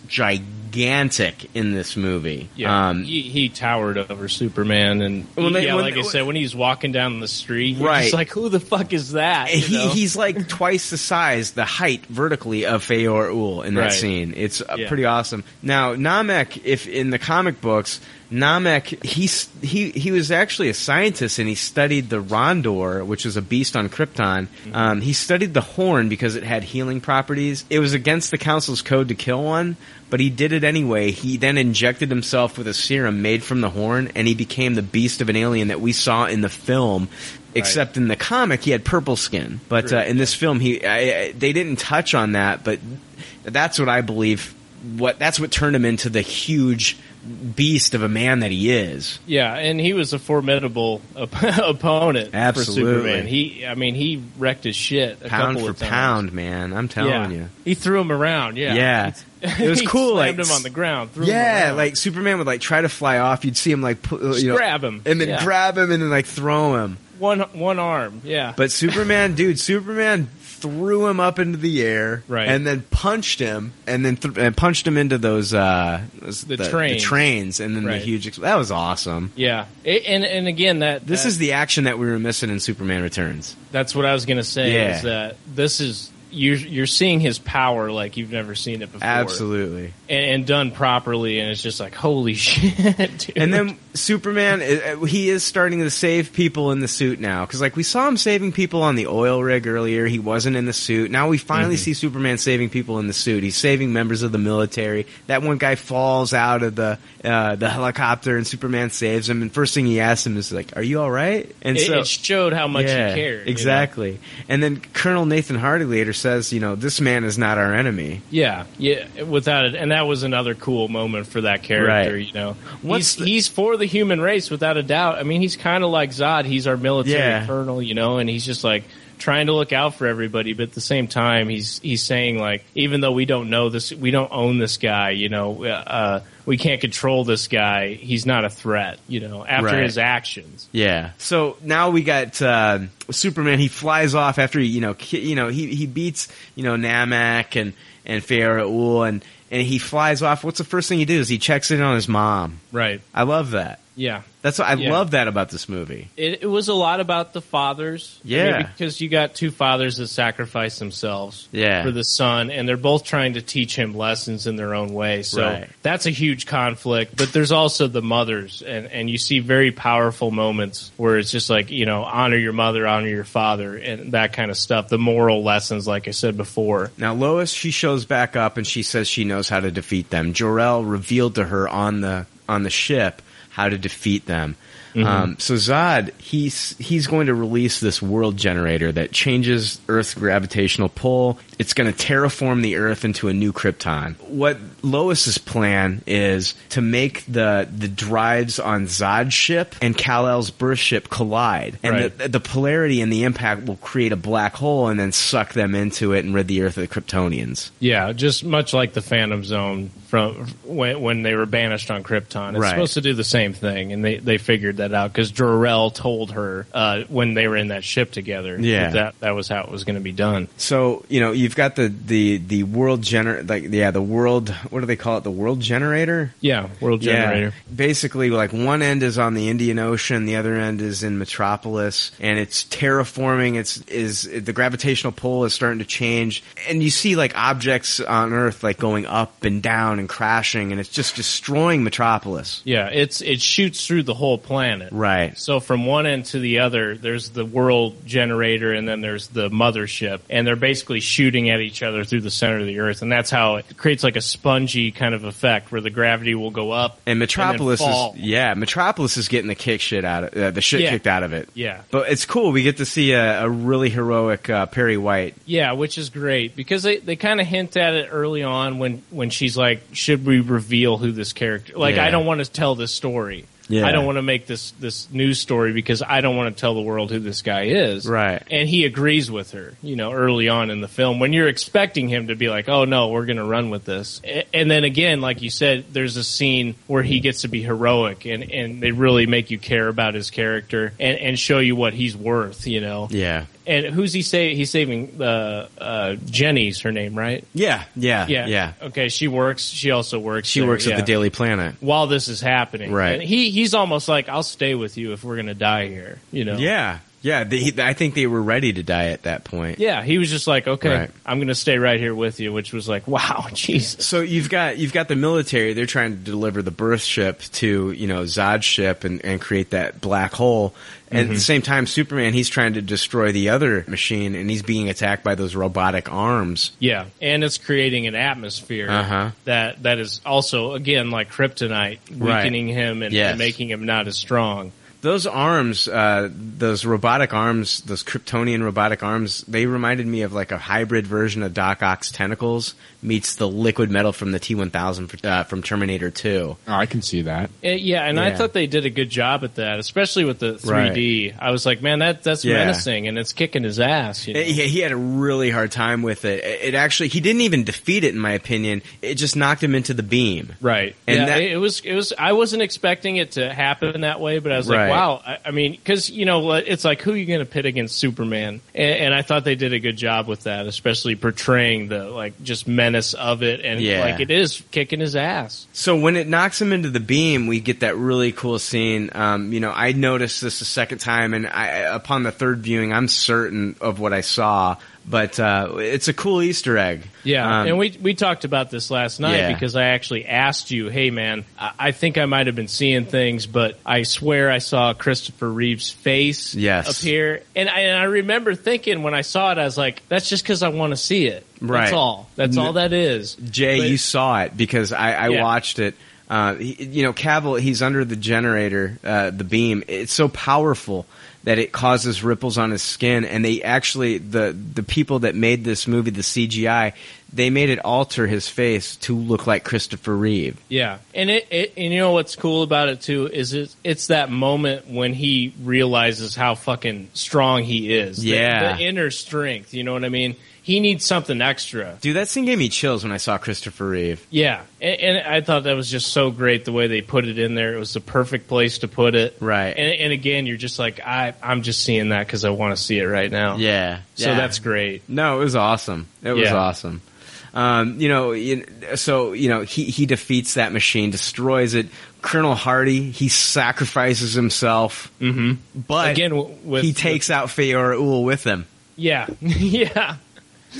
Speaker 7: gigantic in this movie.
Speaker 9: Yeah,
Speaker 7: Um,
Speaker 9: he, he towered over Superman, and
Speaker 7: Well, they-
Speaker 9: yeah,
Speaker 7: when-
Speaker 9: like I said, when he's walking down the street, you're
Speaker 7: Right.
Speaker 9: just like who the fuck is that?
Speaker 7: And
Speaker 9: You
Speaker 7: he,
Speaker 9: know?
Speaker 7: he's like twice the size, the height vertically of Feyor Ul in that
Speaker 9: Right.
Speaker 7: scene. It's uh,
Speaker 9: Yeah.
Speaker 7: pretty awesome. Now Namek, if in the comic books, Namek he s- he he was actually a scientist and he studied the Rondor, which is a beast on Krypton. Um, he studied the horn because it had healing properties. It was against the Council's code to kill one, but he did it anyway. He then injected himself with a serum made from the horn, and he became the beast of an alien that we saw in the film. Except in the comic, he had purple skin, but uh, in this film, he I, I, they didn't touch on that. But that's what I believe. What that's what turned him into the huge beast of a man that he is.
Speaker 9: Yeah, and he was a formidable op- opponent
Speaker 7: Absolutely.
Speaker 9: for Superman. He, I mean, he wrecked his shit a
Speaker 7: Pound
Speaker 9: couple
Speaker 7: for
Speaker 9: of times.
Speaker 7: pound, man. I'm telling
Speaker 9: yeah.
Speaker 7: you.
Speaker 9: he threw him around. Yeah,
Speaker 7: Yeah.
Speaker 9: He-
Speaker 7: It was
Speaker 9: he
Speaker 7: cool,
Speaker 9: Slammed
Speaker 7: like,
Speaker 9: him on the ground. Threw him
Speaker 7: Yeah,
Speaker 9: around.
Speaker 7: like Superman would like try to fly off. You'd see him like pu-
Speaker 9: Just
Speaker 7: you know,
Speaker 9: grab him.
Speaker 7: and then
Speaker 9: Yeah.
Speaker 7: grab him and then like throw him.
Speaker 9: one one arm. Yeah,
Speaker 7: But Superman, dude, Superman threw him up into the air,
Speaker 9: Right.
Speaker 7: and then punched him, and then th- and punched him into those uh, those-
Speaker 9: The trains.
Speaker 7: trains, and then
Speaker 9: Right.
Speaker 7: the huge. Ex- that was awesome.
Speaker 9: yeah, A- and and again that
Speaker 7: This
Speaker 9: that-
Speaker 7: is the action that we were missing in Superman Returns.
Speaker 9: That's what I was going to say.
Speaker 7: Yeah.
Speaker 9: Is that this is you're you're seeing his power like you've never seen it before.
Speaker 7: Absolutely.
Speaker 9: and, and done properly, and it's just like holy shit. Dude.
Speaker 7: And then Superman, uh, uh, he is starting to save people in the suit now. Because, like, we saw him saving people on the oil rig earlier. He wasn't in the suit. Now we finally
Speaker 9: Mm-hmm.
Speaker 7: see Superman saving people in the suit. He's saving members of the military. That one guy falls out of the uh, the helicopter, and Superman saves him. And first thing he asks him is, like, are you all right? And
Speaker 9: it, it showed how much he cared. you know?
Speaker 7: Exactly. And then Colonel Nathan Hardy later says, you know, this man is not our enemy.
Speaker 9: Yeah, yeah, without it, and that was another cool moment for that character.
Speaker 7: Right.
Speaker 9: You know,
Speaker 7: What's
Speaker 9: he's he's for the human race without a doubt. I mean, he's kind of like Zod. He's our military
Speaker 7: Yeah.
Speaker 9: colonel, you know, and he's just like trying to look out for everybody. But at the same time, he's he's saying like, even though we don't know this, we don't own this guy. You know, uh, we can't control this guy. He's not a threat. You know, after
Speaker 7: Right.
Speaker 9: his actions.
Speaker 7: Yeah. So now we got uh, Superman. He flies off after he, you know, ki- you know, he he beats you know Namak and and Faraul and and he flies off. What's the first thing he does? He checks in on his mom.
Speaker 9: Right.
Speaker 7: I love that.
Speaker 9: Yeah.
Speaker 7: That's what I
Speaker 9: Yeah.
Speaker 7: love that about this movie.
Speaker 9: It, it was a lot about the fathers. I mean,
Speaker 7: Yeah.
Speaker 9: because you got two fathers that sacrifice themselves
Speaker 7: Yeah.
Speaker 9: for the son, and they're both trying to teach him lessons in their own way. So
Speaker 7: Right.
Speaker 9: that's a huge conflict. But there's also the mothers, and, and you see very powerful moments where it's just like, you know, honor your mother, honor your father, and that kind of stuff. The moral lessons, like I said before.
Speaker 7: Now Lois, she shows back up and she says she knows how to defeat them. Jor-El revealed to her on the on the ship how to defeat them.
Speaker 9: Mhm.
Speaker 7: Um, so Zod, he's he's going to release this world generator that changes Earth's gravitational pull. It's going to terraform the Earth into a new Krypton. What Lois's plan is to make the the drives on Zod's ship and Kal-El's birth ship collide, and
Speaker 9: Right.
Speaker 7: the, the polarity and the impact will create a black hole and then suck them into it and rid the Earth of the Kryptonians.
Speaker 9: Yeah, just much like the Phantom Zone from when, when they were banished on Krypton. It's
Speaker 7: Right.
Speaker 9: supposed to do the same thing, and they, they figured that out because Jorel told her uh, when they were in that ship together.
Speaker 7: Yeah.
Speaker 9: that that, that was how it was going to be done.
Speaker 7: So you know you've got the the the world gener like yeah the world what do they call it the world generator
Speaker 9: Yeah, world generator.
Speaker 7: Yeah. Basically, like one end is on the Indian Ocean, the other end is in Metropolis, and it's terraforming. It's is the gravitational pull is starting to change, and you see like objects on Earth like going up and down and crashing, and it's just destroying Metropolis.
Speaker 9: Yeah, it's it shoots through the whole planet.
Speaker 7: Right.
Speaker 9: So from one end to the other, there's the world generator and then there's the mothership and they're basically shooting at each other through the center of the earth and that's how it creates like a spongy kind of effect where the gravity will go up
Speaker 7: And Metropolis
Speaker 9: then
Speaker 7: is
Speaker 9: fall.
Speaker 7: yeah, Metropolis is getting the kick shit out of uh, the shit
Speaker 9: Yeah.
Speaker 7: kicked out of it.
Speaker 9: Yeah.
Speaker 7: But it's cool. We get to see a, a really heroic uh, Perry White.
Speaker 9: Yeah, which is great because they, they kind of hint at it early on when, when she's like, should we reveal who this character? Like,
Speaker 7: Yeah.
Speaker 9: I don't want to tell this story.
Speaker 7: Yeah.
Speaker 9: I don't want to make this this news story because I don't want to tell the world who this guy is.
Speaker 7: Right.
Speaker 9: And he agrees with her, you know, early on in the film when you're expecting him to be like, "Oh no, we're going to run with this." A- And then again, like you said, there's a scene where he gets to be heroic and and they really make you care about his character and and show you what he's worth, you know.
Speaker 7: Yeah.
Speaker 9: And who's he say he's saving uh, uh Jenny's her name, right?
Speaker 7: Yeah. Yeah.
Speaker 9: Yeah.
Speaker 7: Yeah.
Speaker 9: Okay, she works. She also works.
Speaker 7: She
Speaker 9: there,
Speaker 7: works at
Speaker 9: yeah.
Speaker 7: the Daily Planet.
Speaker 9: While this is happening,
Speaker 7: Right.
Speaker 9: And he he's almost like, "I'll stay with you if we're going to die here." You know?
Speaker 7: Yeah, yeah. They, I think they were ready to die at that point.
Speaker 9: Yeah. He was just like, "Okay,
Speaker 7: Right.
Speaker 9: I'm going to stay right here with you," which was like, "Wow, Jesus."
Speaker 7: So you've got you've got the military. They're trying to deliver the birth ship to you know Zod's ship and, and create that black hole. And at
Speaker 9: Mhm.
Speaker 7: the same time, Superman he's trying to destroy the other machine, and he's being attacked by those robotic arms.
Speaker 9: Yeah, and it's creating an atmosphere
Speaker 7: Uh-huh.
Speaker 9: that that is also again like kryptonite,
Speaker 7: Right.
Speaker 9: weakening him and,
Speaker 7: Yes.
Speaker 9: and making him not as strong.
Speaker 7: Those arms, uh, those robotic arms, those Kryptonian robotic arms, they reminded me of like a hybrid version of Doc Ock's tentacles meets the liquid metal from the T1000 fr- uh, from Terminator 2.
Speaker 10: Oh, I can see that.
Speaker 9: Uh, yeah, and I
Speaker 7: Yeah.
Speaker 9: thought they did a good job at that, especially with the 3D. I was like, man, that that's
Speaker 7: Yeah.
Speaker 9: menacing, and it's kicking his ass. You know?
Speaker 7: He, Eh, he had a really hard time with it. Eh, It it actually, he didn't even defeat it, in my opinion. It just knocked him into the beam.
Speaker 9: Right.
Speaker 7: And
Speaker 9: yeah,
Speaker 7: that-
Speaker 9: it was it was I wasn't expecting it to happen that way, but I was like,
Speaker 7: Right.
Speaker 9: wow. I, I mean, because you know, what- it's like who are you going to pit against Superman? And, and I thought they did a good job with that, especially portraying the like just menace of it, and
Speaker 7: Yeah.
Speaker 9: like it is kicking his ass.
Speaker 7: So when it knocks him into the beam, we get that really cool scene. Um, you know, I noticed this the second time, and I, upon the third viewing, I'm certain of what I saw. But uh, it's a cool Easter egg.
Speaker 9: Yeah,
Speaker 7: Um,
Speaker 9: and we we talked about this last night
Speaker 7: Yeah.
Speaker 9: because I actually asked you, hey man, I, I think I might have been seeing things, but I swear I saw Christopher Reeve's face
Speaker 7: Yes.
Speaker 9: appear, and I, and I remember thinking when I saw it, I was like, that's just because I want to see it.
Speaker 7: Right.
Speaker 9: That's all. That's all that is.
Speaker 7: Jay,
Speaker 9: But-
Speaker 7: you saw it because I, I
Speaker 9: Yeah.
Speaker 7: watched it. Uh, he- you know, Cavill, he's under the generator, uh, the beam. It's so powerful that it causes ripples on his skin. And they actually, the, the people that made this movie, the CGI, they made it alter his face to look like Christopher Reeve.
Speaker 9: Yeah, and it, it and you know what's cool about it too is it it's that moment when he realizes how fucking strong he is. The-
Speaker 7: Yeah.
Speaker 9: the inner strength. You know what I mean? He needs something extra.
Speaker 7: Dude, that scene gave me chills when I saw Christopher Reeve.
Speaker 9: Yeah, and, and I thought that was just so great the way they put it in there. It was the perfect place to put it.
Speaker 7: Right.
Speaker 9: And, and again, you're just like, I, I'm just seeing that because I want to see it right now.
Speaker 7: Yeah.
Speaker 9: So
Speaker 7: Yeah.
Speaker 9: that's great.
Speaker 7: No, it was awesome. It was
Speaker 9: Yeah.
Speaker 7: awesome. Um, you know, you, so you know he he defeats that machine, destroys it. Colonel Hardy he sacrifices himself,
Speaker 9: Mm-hmm.
Speaker 7: but
Speaker 9: again, w- with
Speaker 7: he takes out Feyora Ul with him.
Speaker 9: yeah, yeah,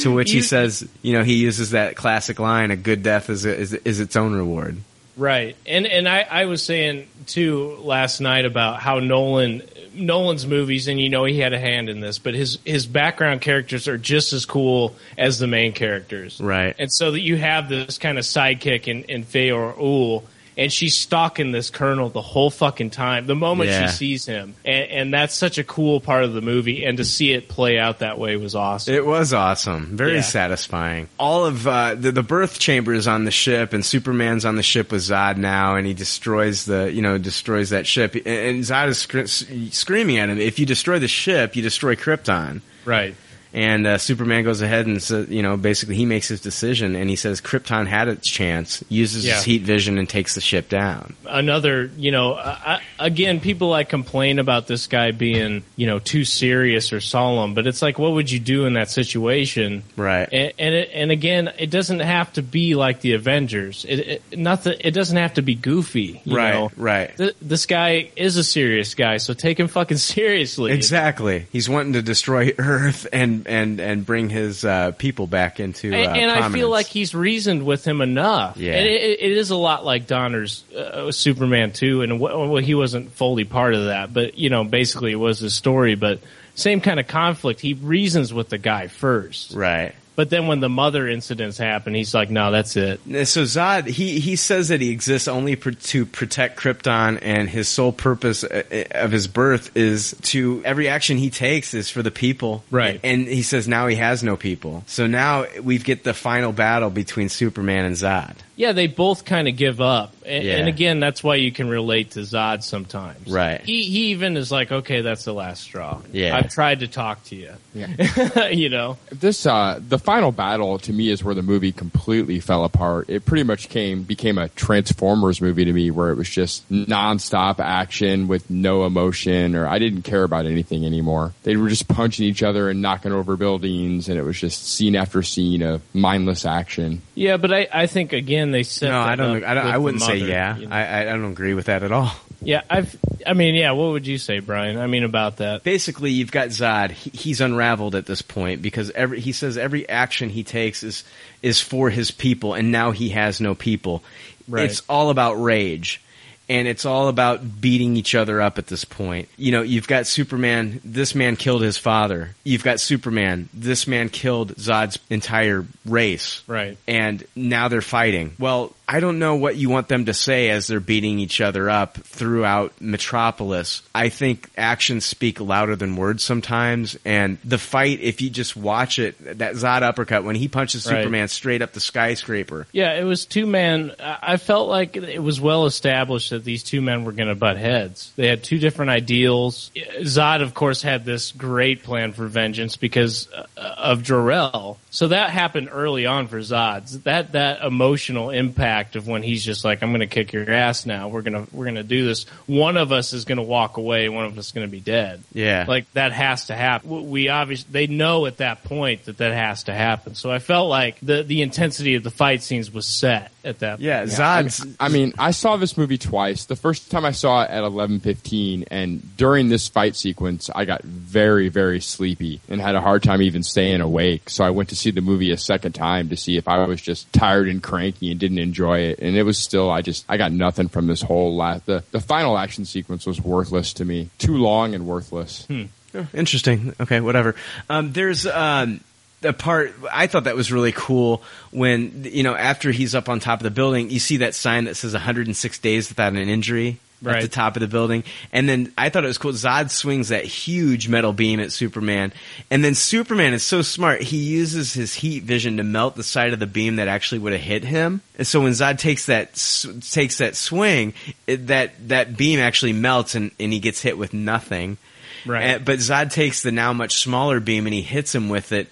Speaker 7: To which he
Speaker 9: You-
Speaker 7: says, you know, he uses that classic line: "A good death is is, is its own reward."
Speaker 9: right. And and I, I was saying too last night about how Nolan Nolan's movies, and you know he had a hand in this, but his his background characters are just as cool as the main characters.
Speaker 7: Right.
Speaker 9: And so that you have this kind of sidekick in, in Feyor Ul, and she's stalking this colonel the whole fucking time, the moment
Speaker 7: Yeah.
Speaker 9: she sees him. And, and that's such a cool part of the movie, and to see it play out that way was awesome.
Speaker 7: It was awesome, very
Speaker 9: Yeah.
Speaker 7: satisfying. All of uh, the, the birth chamber is on the ship, and Superman's on the ship with Zod now, and he destroys the you know destroys that ship. And, and Zod is scr- s- screaming at him, "If you destroy the ship, you destroy Krypton."
Speaker 9: right.
Speaker 7: And uh, Superman goes ahead and sa you know, basically he makes his decision and he says Krypton had its chance, uses
Speaker 9: Yeah.
Speaker 7: his heat vision and takes the ship down.
Speaker 9: another, you know, I, I- again, people like complain about this guy being, you know, too serious or solemn, but it's like, what would you do in that situation?
Speaker 7: Right.
Speaker 9: And and, it, and again, it doesn't have to be like the Avengers. It, it nothing. It doesn't have to be goofy. You
Speaker 7: Right,
Speaker 9: Know?
Speaker 7: right.
Speaker 9: Th- this guy is a serious guy, so take him fucking seriously.
Speaker 7: Exactly. He's wanting to destroy Earth and and and bring his uh, people back into. Uh,
Speaker 9: and, and I feel
Speaker 7: prominence.
Speaker 9: like he's reasoned with him enough.
Speaker 7: Yeah.
Speaker 9: And it, it- it is a lot like Donner's uh, Superman 2, and wh- well, he wasn't fully part of that, but, you know, basically it was his story, but same kind of conflict. He reasons with the guy first.
Speaker 7: Right.
Speaker 9: But then when the mother incidents happen, he's like, no, that's it.
Speaker 7: So Zod, he, he says that he exists only pr to protect Krypton, and his sole purpose uh, uh, of his birth is to every action he takes is for the people.
Speaker 9: Right.
Speaker 7: And he says now he has no people. So now we get the final battle between Superman and Zod.
Speaker 9: Yeah, they both kind of give up. And,
Speaker 7: Yeah.
Speaker 9: and again, that's why you can relate to Zod sometimes.
Speaker 7: Right.
Speaker 9: He, he even is like, okay, that's the last straw.
Speaker 10: Yeah.
Speaker 9: I've tried to talk to you. you know,
Speaker 10: this uh, the final battle to me is where the movie completely fell apart. It pretty much came became a Transformers movie to me, where it was just nonstop action with no emotion, or I didn't care about anything anymore. They were just punching each other and knocking over buildings, and it was just scene after scene of mindless action.
Speaker 9: Yeah, but I, I think again they set.
Speaker 7: No,
Speaker 9: that
Speaker 7: I don't.
Speaker 9: up
Speaker 7: I, don't,
Speaker 9: with
Speaker 7: I
Speaker 9: the
Speaker 7: wouldn't say
Speaker 9: mother.
Speaker 7: yeah. I, I I don't agree with that at all.
Speaker 9: Yeah, I've. I mean, yeah. What would you say, Brian? I mean, about that.
Speaker 7: Basically, you've got Zod. He, he's unraveled at this point because every he says every action he takes is is for his people, and now he has no people.
Speaker 9: Right.
Speaker 7: It's all about rage, and it's all about beating each other up at this point. You know, you've got Superman. This man killed his father. You've got Superman. This man killed Zod's entire race.
Speaker 9: Right.
Speaker 7: And now they're fighting. Well, I don't know what you want them to say as they're beating each other up throughout Metropolis. I think actions speak louder than words sometimes. And the fight, if you just watch it, that Zod uppercut, when he punches
Speaker 9: Right.
Speaker 7: Superman straight up the skyscraper.
Speaker 9: Yeah, it was two men. I I felt like it was well established that these two men were going to butt heads. They had two different ideals. Zod, of course, had this great plan for vengeance because uh, of Jor-El. So that happened early on for Zod. That that emotional impact of when he's just like, "I'm going to kick your ass now. We're gonna we're gonna do this. One of us is going to walk away. One of us is going to be dead."
Speaker 7: Yeah.
Speaker 9: like that has to happen. W- We obviously they know at that point that that has to happen. So I felt like the the intensity of the fight scenes was set at that.
Speaker 7: Yeah,
Speaker 9: point.
Speaker 10: I mean, I mean, I saw this movie twice. The first time I saw it at eleven fifteen, and during this fight sequence, I got very, very sleepy and had a hard time even staying awake. So I went to see the movie a second time to see if I was just tired and cranky and didn't enjoy it. And it was still, I just, I got nothing from this whole last. The the final action sequence was worthless to me. Too long and worthless.
Speaker 7: Oh, Interesting. Okay, whatever. Um, there's um, a part I thought that was really cool when you know after he's up on top of the building, you see that sign that says 106 days without an injury. At
Speaker 9: Right.
Speaker 7: the top of the building, and then I thought it was cool. Zod swings that huge metal beam at Superman, and then Superman is so smart he uses his heat vision to melt the side of the beam that actually would have hit him. And so when Zod takes that s- takes that swing, it, that that beam actually melts and, and he gets hit with nothing.
Speaker 9: Right.
Speaker 7: And- but Zod takes the now much smaller beam and he hits him with it.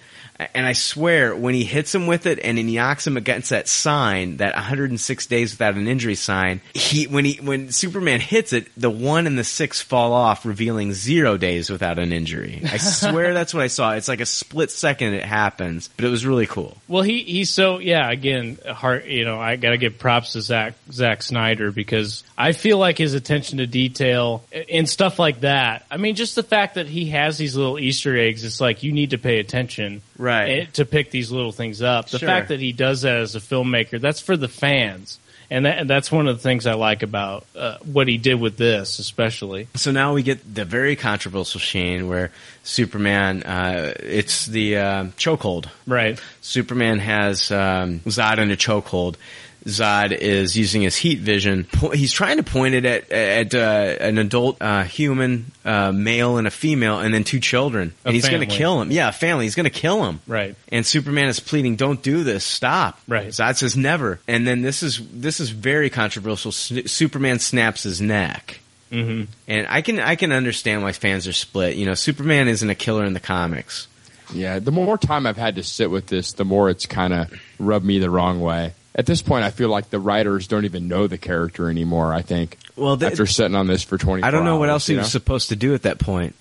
Speaker 7: And I swear, when he hits him with it and he knocks him against that sign, that 106 days without an injury sign, he when he when Superman hits it, the one and the six fall off, revealing zero days without an injury. I swear that's what I saw. It's like a split second it happens, but it was really cool.
Speaker 9: Well, he he's so yeah. Again, heart. You know, I got to give props to Zack Zack Snyder because I feel like his attention to detail and stuff like that. I mean, just the fact that he has these little Easter eggs, it's like you need to pay attention,
Speaker 7: Right.
Speaker 9: eh, to pick these little things up. The
Speaker 7: Sure.
Speaker 9: fact that he does that as a filmmaker, that's for the fans. And, that, and that's one of the things I like about uh, what he did with this, especially.
Speaker 7: So now we get the very controversial scene where Superman, uh, it's the uh, chokehold.
Speaker 9: Right.
Speaker 7: Superman has um, Zod in a chokehold. Zod is using his heat vision. Po- he's trying to point it at, at uh, an adult uh, human, uh, male and a female, and then two children.
Speaker 9: A
Speaker 7: and he's going to
Speaker 9: family.
Speaker 7: kill him. Yeah, a family. He's going to kill him.
Speaker 9: Right.
Speaker 7: And Superman is pleading, "Don't do this. Stop." Right. Zod says, "Never." And then this is this is very controversial. S- Superman snaps his neck.
Speaker 9: Mm-hmm.
Speaker 7: And I can I can understand why fans are split. You know, Superman isn't a killer in the comics.
Speaker 10: Yeah, the more time I've had to sit with this, the more it's kind of rubbed me the wrong way. At this point, I feel like the writers don't even know the character anymore. I think.
Speaker 7: Well, they-
Speaker 10: after sitting on this for twenty,
Speaker 7: I don't know what else he
Speaker 10: you
Speaker 7: was supposed to do at that point.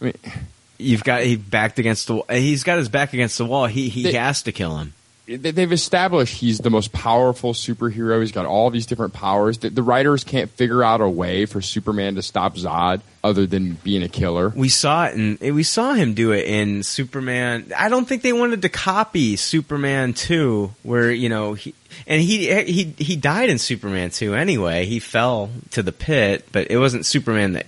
Speaker 7: You've got he backed against the. wa- He's got his back against the wall. He he has to kill him.
Speaker 10: they- they've established he's the most powerful superhero. He's got all these different powers. The, the writers can't figure out a way for Superman to stop Zod other than being a killer.
Speaker 7: We saw it, and we saw him do it in Superman. I don't think they wanted to copy Superman two, where you know he and he he he died in Superman two anyway. He fell to the pit, but it wasn't Superman that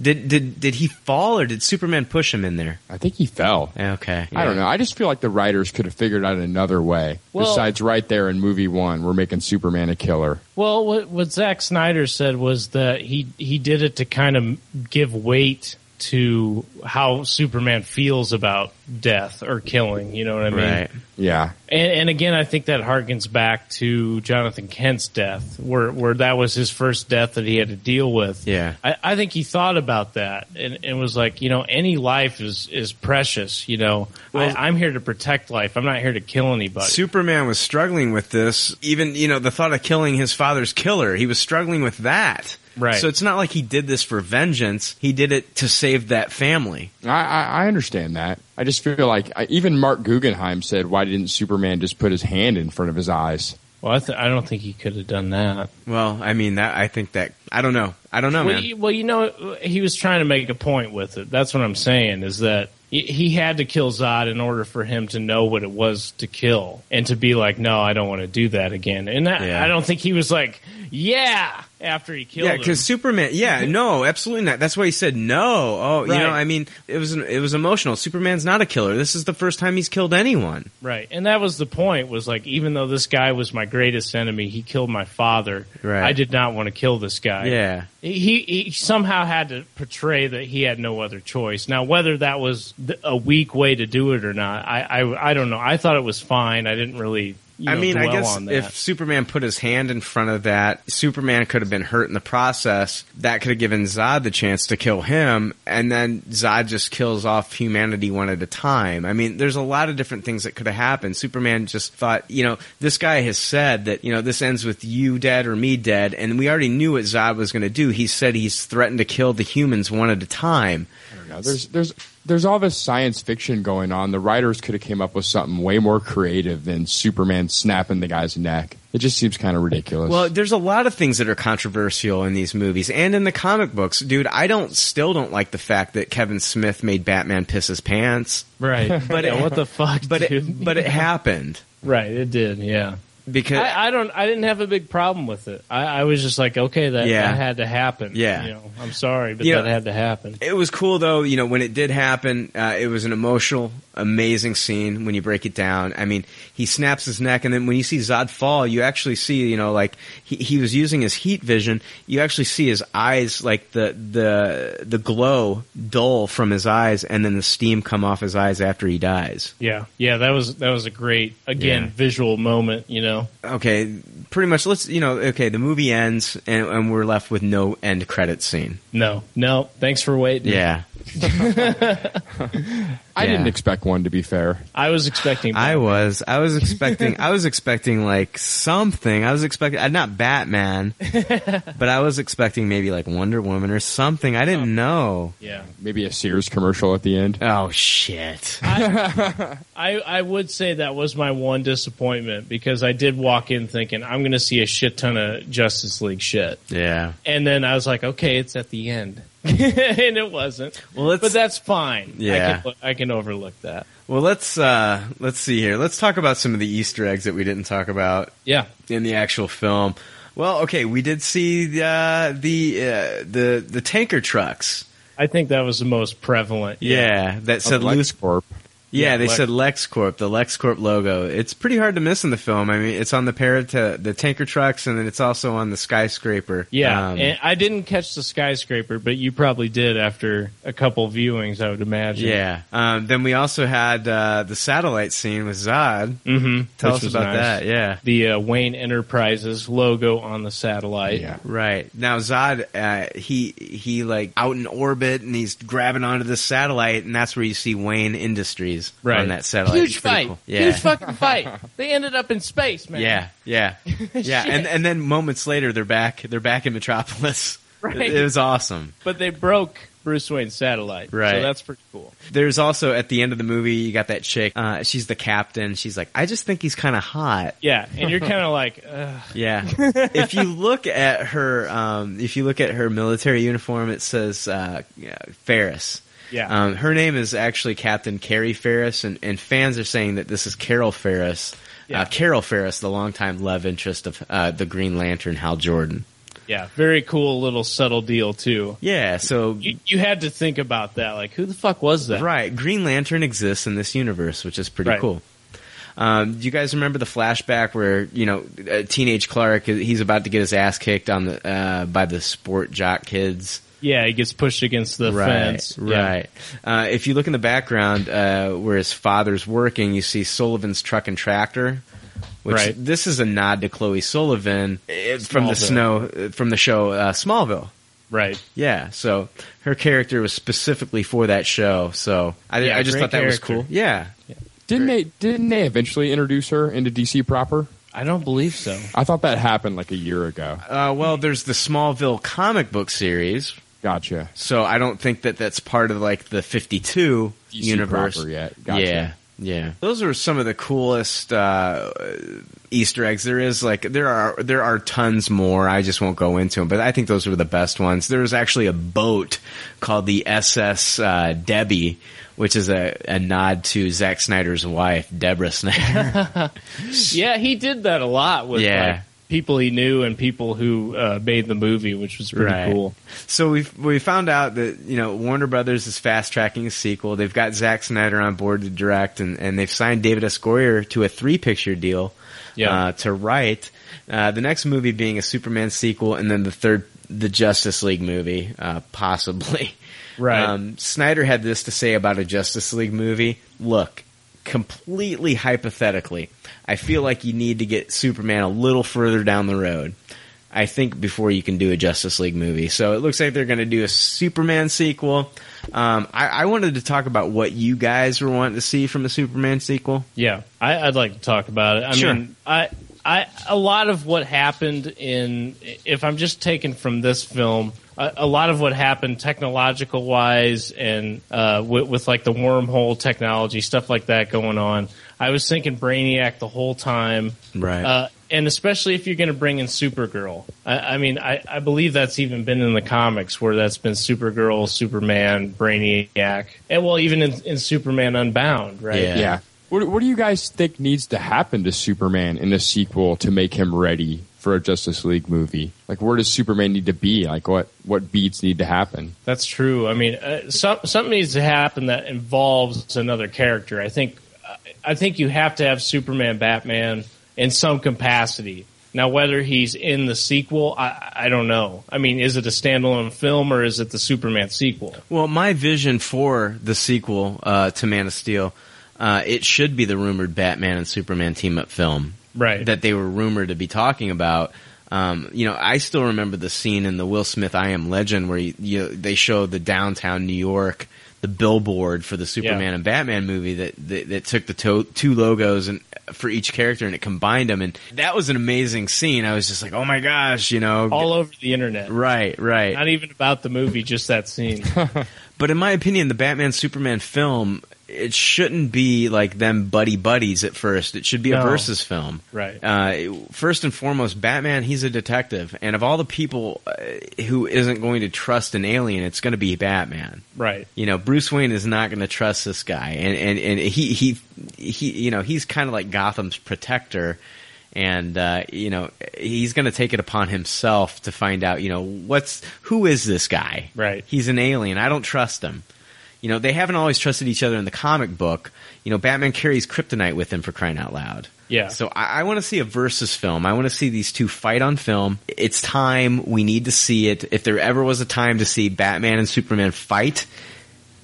Speaker 7: did did did he fall or did Superman push him in there?
Speaker 10: I think he fell.
Speaker 7: Okay,
Speaker 10: I don't know. I just feel like the writers could have figured out another way
Speaker 9: Well-
Speaker 10: besides right there in movie one. We're making Superman a killer.
Speaker 9: Well, what, what Zack Snyder said was that he he did it to kind of give weight to how Superman feels about death or killing. You know what I mean?
Speaker 10: Yeah.
Speaker 9: And, and again, I think that harkens back to Jonathan Kent's death, where where that was his first death that he had to deal with.
Speaker 7: Yeah.
Speaker 9: I, I think he thought about that and, and was like, you know, any life is is precious. You know, I, I'm here to protect life. I'm not here to kill anybody.
Speaker 7: Superman was struggling with this. Even you know the thought of killing his father's killer, he was struggling with that.
Speaker 9: Right.
Speaker 7: So it's not like he did this for vengeance. He did it to save that family.
Speaker 10: I, I, I understand that. I just feel like I, even Mark Guggenheim said, "Why didn't Superman just put his hand in front of his eyes?"
Speaker 9: Well, I, th- I don't think he could have done that.
Speaker 7: Well, I mean that. I think that. I don't know. I don't know,
Speaker 9: well,
Speaker 7: man.
Speaker 9: You, well, you know, he was trying to make a point with it. That's what I'm saying is that he- he had to kill Zod in order for him to know what it was to kill and to be like, no, I don't want to do that again. And I,
Speaker 7: Yeah.
Speaker 9: I don't think he was like, yeah, after he killed
Speaker 7: yeah,
Speaker 9: him.
Speaker 7: because Superman. Yeah, no, absolutely not. That's why he said no. Oh, you
Speaker 9: Right.
Speaker 7: know, I mean, it was an, it was emotional. Superman's not a killer. This is the first time he's killed anyone.
Speaker 9: Right. And that was the point was like, even though this guy was my greatest enemy, he killed my father.
Speaker 7: Right.
Speaker 9: I did not want to kill this guy.
Speaker 7: Yeah.
Speaker 9: He, he somehow had to portray that he had no other choice. Now, whether that was th- a weak way to do it or not, I, I, I don't know. I thought it was fine. I didn't really. You
Speaker 7: I
Speaker 9: know,
Speaker 7: mean, I
Speaker 9: dwell
Speaker 7: guess
Speaker 9: on that.
Speaker 7: if Superman put his hand in front of that, Superman could have been hurt in the process. That could have given Zod the chance to kill him, and then Zod just kills off humanity one at a time. I mean, there's a lot of different things that could have happened. Superman just thought, you know, this guy has said that, you know, this ends with you dead or me dead, and we already knew what Zod was going to do. He said he's threatened to kill the humans one at a time.
Speaker 10: Now, there's there's there's all this science fiction going on. The writers could have came up with something way more creative than Superman snapping the guy's neck. It just seems kind of ridiculous.
Speaker 7: Well, there's a lot of things that are controversial in these movies and in the comic books, dude. I don't still don't like the fact that Kevin Smith made Batman piss his pants.
Speaker 9: Right.
Speaker 7: But
Speaker 9: Yeah,
Speaker 7: it-
Speaker 9: what the fuck,
Speaker 7: But
Speaker 9: dude?
Speaker 7: it but it happened
Speaker 9: Right. It did. Yeah.
Speaker 7: because
Speaker 9: I, I don't. I didn't have a big problem with it. I, I was just like, okay, that,
Speaker 7: Yeah.
Speaker 9: that had to happen.
Speaker 7: Yeah.
Speaker 9: You know, I'm sorry, but
Speaker 7: You know-
Speaker 9: that had to happen.
Speaker 7: It was cool though, you know, when it did happen, uh, it was an emotional, amazing scene when you break it down. I mean, he snaps his neck and then when you see Zod fall, you actually see, you know, like he, he was using his heat vision, you actually see his eyes like the the the glow dull from his eyes and then the steam come off his eyes after he dies.
Speaker 9: Yeah. Yeah. That was that was a great again
Speaker 7: Yeah.
Speaker 9: visual moment. You know.
Speaker 7: Okay, pretty much let's, you know, okay, the movie ends and, and we're left with no end credit scene.
Speaker 9: No. No. Thanks for waiting.
Speaker 7: Yeah.
Speaker 10: I
Speaker 7: Yeah.
Speaker 10: didn't expect one to be fair.
Speaker 9: I was expecting.
Speaker 7: I was. I was expecting. I was expecting like something. I was expecting uh, not Batman, but I was expecting maybe like Wonder Woman or something. I didn't know.
Speaker 9: Yeah.
Speaker 10: Maybe a Sears commercial at the end.
Speaker 7: Oh shit!
Speaker 9: I, I would say that was my one disappointment because I did walk in thinking I'm going to see a shit ton of Justice League shit,
Speaker 7: Yeah.
Speaker 9: and then I was like, okay, it's at the end, and it wasn't.
Speaker 7: Well, it's-
Speaker 9: but that's fine.
Speaker 7: Yeah.
Speaker 9: I can, I can overlook that.
Speaker 7: Well, let's uh let's see here. Let's talk about some of the Easter eggs that we didn't talk about
Speaker 9: Yeah,
Speaker 7: in the actual film. Well, okay, we did see the uh, the uh, the the tanker trucks.
Speaker 9: I think that was the most prevalent.
Speaker 7: Yeah, that said loose
Speaker 10: Corp.
Speaker 7: Yeah,
Speaker 9: Yeah,
Speaker 7: they
Speaker 9: Lex-
Speaker 7: said LexCorp, the LexCorp logo. It's pretty hard to miss in the film. I mean, it's on the parrot to the tanker trucks, and then it's also on the skyscraper.
Speaker 9: Yeah,
Speaker 7: Um,
Speaker 9: and I didn't catch the skyscraper, but you probably did after a couple viewings, I would imagine.
Speaker 7: yeah. Um, then we also had uh, the satellite scene with Zod.
Speaker 9: hmm
Speaker 7: Tell us about that. Yeah.
Speaker 9: the uh, Wayne Enterprises logo on the satellite.
Speaker 10: Yeah.
Speaker 7: Right now, Zod, uh, he he like out in orbit, and he's grabbing onto the satellite, and that's where you see Wayne Industries. Aries on that satellite.
Speaker 9: Huge
Speaker 7: It's pretty
Speaker 9: fight.
Speaker 7: cool. Yeah.
Speaker 9: Huge fucking fight. They ended up in space, man.
Speaker 7: Yeah, yeah, yeah.
Speaker 9: Shit.
Speaker 7: and and then moments later, they're back. They're back in Metropolis.
Speaker 9: Right.
Speaker 7: It, it was awesome.
Speaker 9: But they broke Bruce Wayne's satellite.
Speaker 7: Right.
Speaker 9: So that's pretty cool.
Speaker 7: There's also at the end of the movie, you got that chick. Uh, she's the captain. She's like, I just think he's kind of hot.
Speaker 9: Yeah. And you're kind of like, Ugh.
Speaker 7: Yeah. if you look at her, um, if you look at her military uniform, it says uh, yeah, Ferris.
Speaker 9: Yeah.
Speaker 7: Um, her name is actually Captain Carrie Ferris, and, and fans are saying that this is Carol Ferris. Uh, Carol Ferris, the longtime love interest of uh, the Green Lantern, Hal Jordan.
Speaker 9: yeah, very cool little subtle deal too.
Speaker 7: Yeah, so
Speaker 9: you, you had to think about that. Like, who the fuck was that?
Speaker 7: Right. Green Lantern exists in this universe, which is pretty
Speaker 9: Right.
Speaker 7: cool. Um, do you guys remember the flashback where you know uh, teenage Clark? He's about to get his ass kicked on the uh, by the sport jock kids.
Speaker 9: Yeah, he gets pushed against the
Speaker 7: right,
Speaker 9: fence. Yeah.
Speaker 7: Right. Uh, if you look in the background uh, where his father's working, you see Sullivan's truck and tractor. Which
Speaker 9: Right.
Speaker 7: this is a nod to Chloe Sullivan eh, from the
Speaker 9: Smallville.
Speaker 7: snow from the show uh, Smallville.
Speaker 9: Right.
Speaker 7: Yeah. So her character was specifically for that show. So I,
Speaker 10: Yeah,
Speaker 7: I just
Speaker 10: great
Speaker 7: thought that was cool.
Speaker 10: character.
Speaker 7: Yeah.
Speaker 10: Didn't they? Didn't they eventually introduce her into DC proper?
Speaker 9: I don't believe so.
Speaker 10: I thought that happened like a year ago.
Speaker 7: Uh, well, there's the Smallville comic book series.
Speaker 10: Gotcha.
Speaker 7: So I don't think that that's part of like the 52
Speaker 10: DC
Speaker 7: universe
Speaker 10: proper yet. Gotcha.
Speaker 7: Yeah. Yeah. Those are some of the coolest uh, Easter eggs there is. Like there are there are tons more. I just won't go into them, but I think those were the best ones. There was actually a boat called the SS uh, Debbie, which is a, a nod to Zack Snyder's wife, Deborah Snyder.
Speaker 9: Yeah, he did that a lot with
Speaker 7: Yeah.
Speaker 9: like, people he knew and people who uh, made the movie, which was pretty cool.
Speaker 7: So we we found out that you know Warner Brothers is fast tracking a sequel. They've got Zack Snyder on board to direct, and, and they've signed David S. Goyer to a three picture deal
Speaker 9: Yeah.
Speaker 7: uh, to write. Uh, the next movie being a Superman sequel, and then the third, the Justice League movie, uh, possibly.
Speaker 9: Right.
Speaker 7: Um, Snyder had this to say about a Justice League movie. Look, completely hypothetically, I feel like you need to get Superman a little further down the road. I think before you can do a Justice League movie. So it looks like they're going to do a Superman sequel. Um, I, I wanted to talk about what you guys were wanting to see from a Superman sequel.
Speaker 9: Yeah, I, I'd like to talk about it. I
Speaker 7: Sure.
Speaker 9: mean, I, I, a lot of what happened in, if I'm just taken from this film, a, a lot of what happened technological wise and uh, with, with like the wormhole technology stuff like that going on. I was thinking Brainiac the whole time,
Speaker 7: Right.
Speaker 9: Uh, and especially if you're going to bring in Supergirl, I, I mean, I, I believe that's even been in the comics where that's been Supergirl, Superman, Brainiac, and well, even in, in Superman Unbound, right?
Speaker 10: What, what do you guys think needs to happen to Superman in a sequel to make him ready for a Justice League movie? Like, where does Superman need to be? Like, what what beats need to happen?
Speaker 9: That's true. I mean, uh, some, something needs to happen that involves another character. I think, I think you have to have Superman, Batman in some capacity. Now, whether he's in the sequel, I, I don't know. I mean, is it a standalone film or is it the Superman sequel?
Speaker 7: Well, my vision for the sequel uh, to Man of Steel, uh, it should be the rumored Batman and Superman team up film,
Speaker 9: Right.
Speaker 7: That they were rumored to be talking about. Um, you know, I still remember the scene in the Will Smith I Am Legend where you, you, they show the downtown New York, the billboard for the Superman and Batman movie that that, that took the to- two logos and for each character and it combined them, and that was an amazing scene. I was just like, oh my gosh, you know,
Speaker 9: All over the internet.
Speaker 7: right, right.
Speaker 9: Not e- even about the movie, just that scene.
Speaker 7: But in my opinion, the Batman Superman film, it shouldn't be like them buddy buddies at first. It should be a
Speaker 9: No.
Speaker 7: versus film.
Speaker 9: Right.
Speaker 7: Uh, first and foremost, Batman, he's a detective. And of all the people uh, who isn't going to trust an alien, it's going to be Batman.
Speaker 9: Right.
Speaker 7: You know, Bruce Wayne is not going to trust this guy. And, and, and he, he, he, you know, he's kind of like Gotham's protector. And, uh, you know, he's going to take it upon himself to find out, you know, what's, who is this guy?
Speaker 9: Right.
Speaker 7: He's an alien. I don't trust him. You know, they haven't always trusted each other in the comic book. You know, Batman carries kryptonite with him for crying out loud.
Speaker 9: Yeah.
Speaker 7: So I, I want to see a versus film. I want to see these two fight on film. It's time. We need to see it. If there ever was a time to see Batman and Superman fight,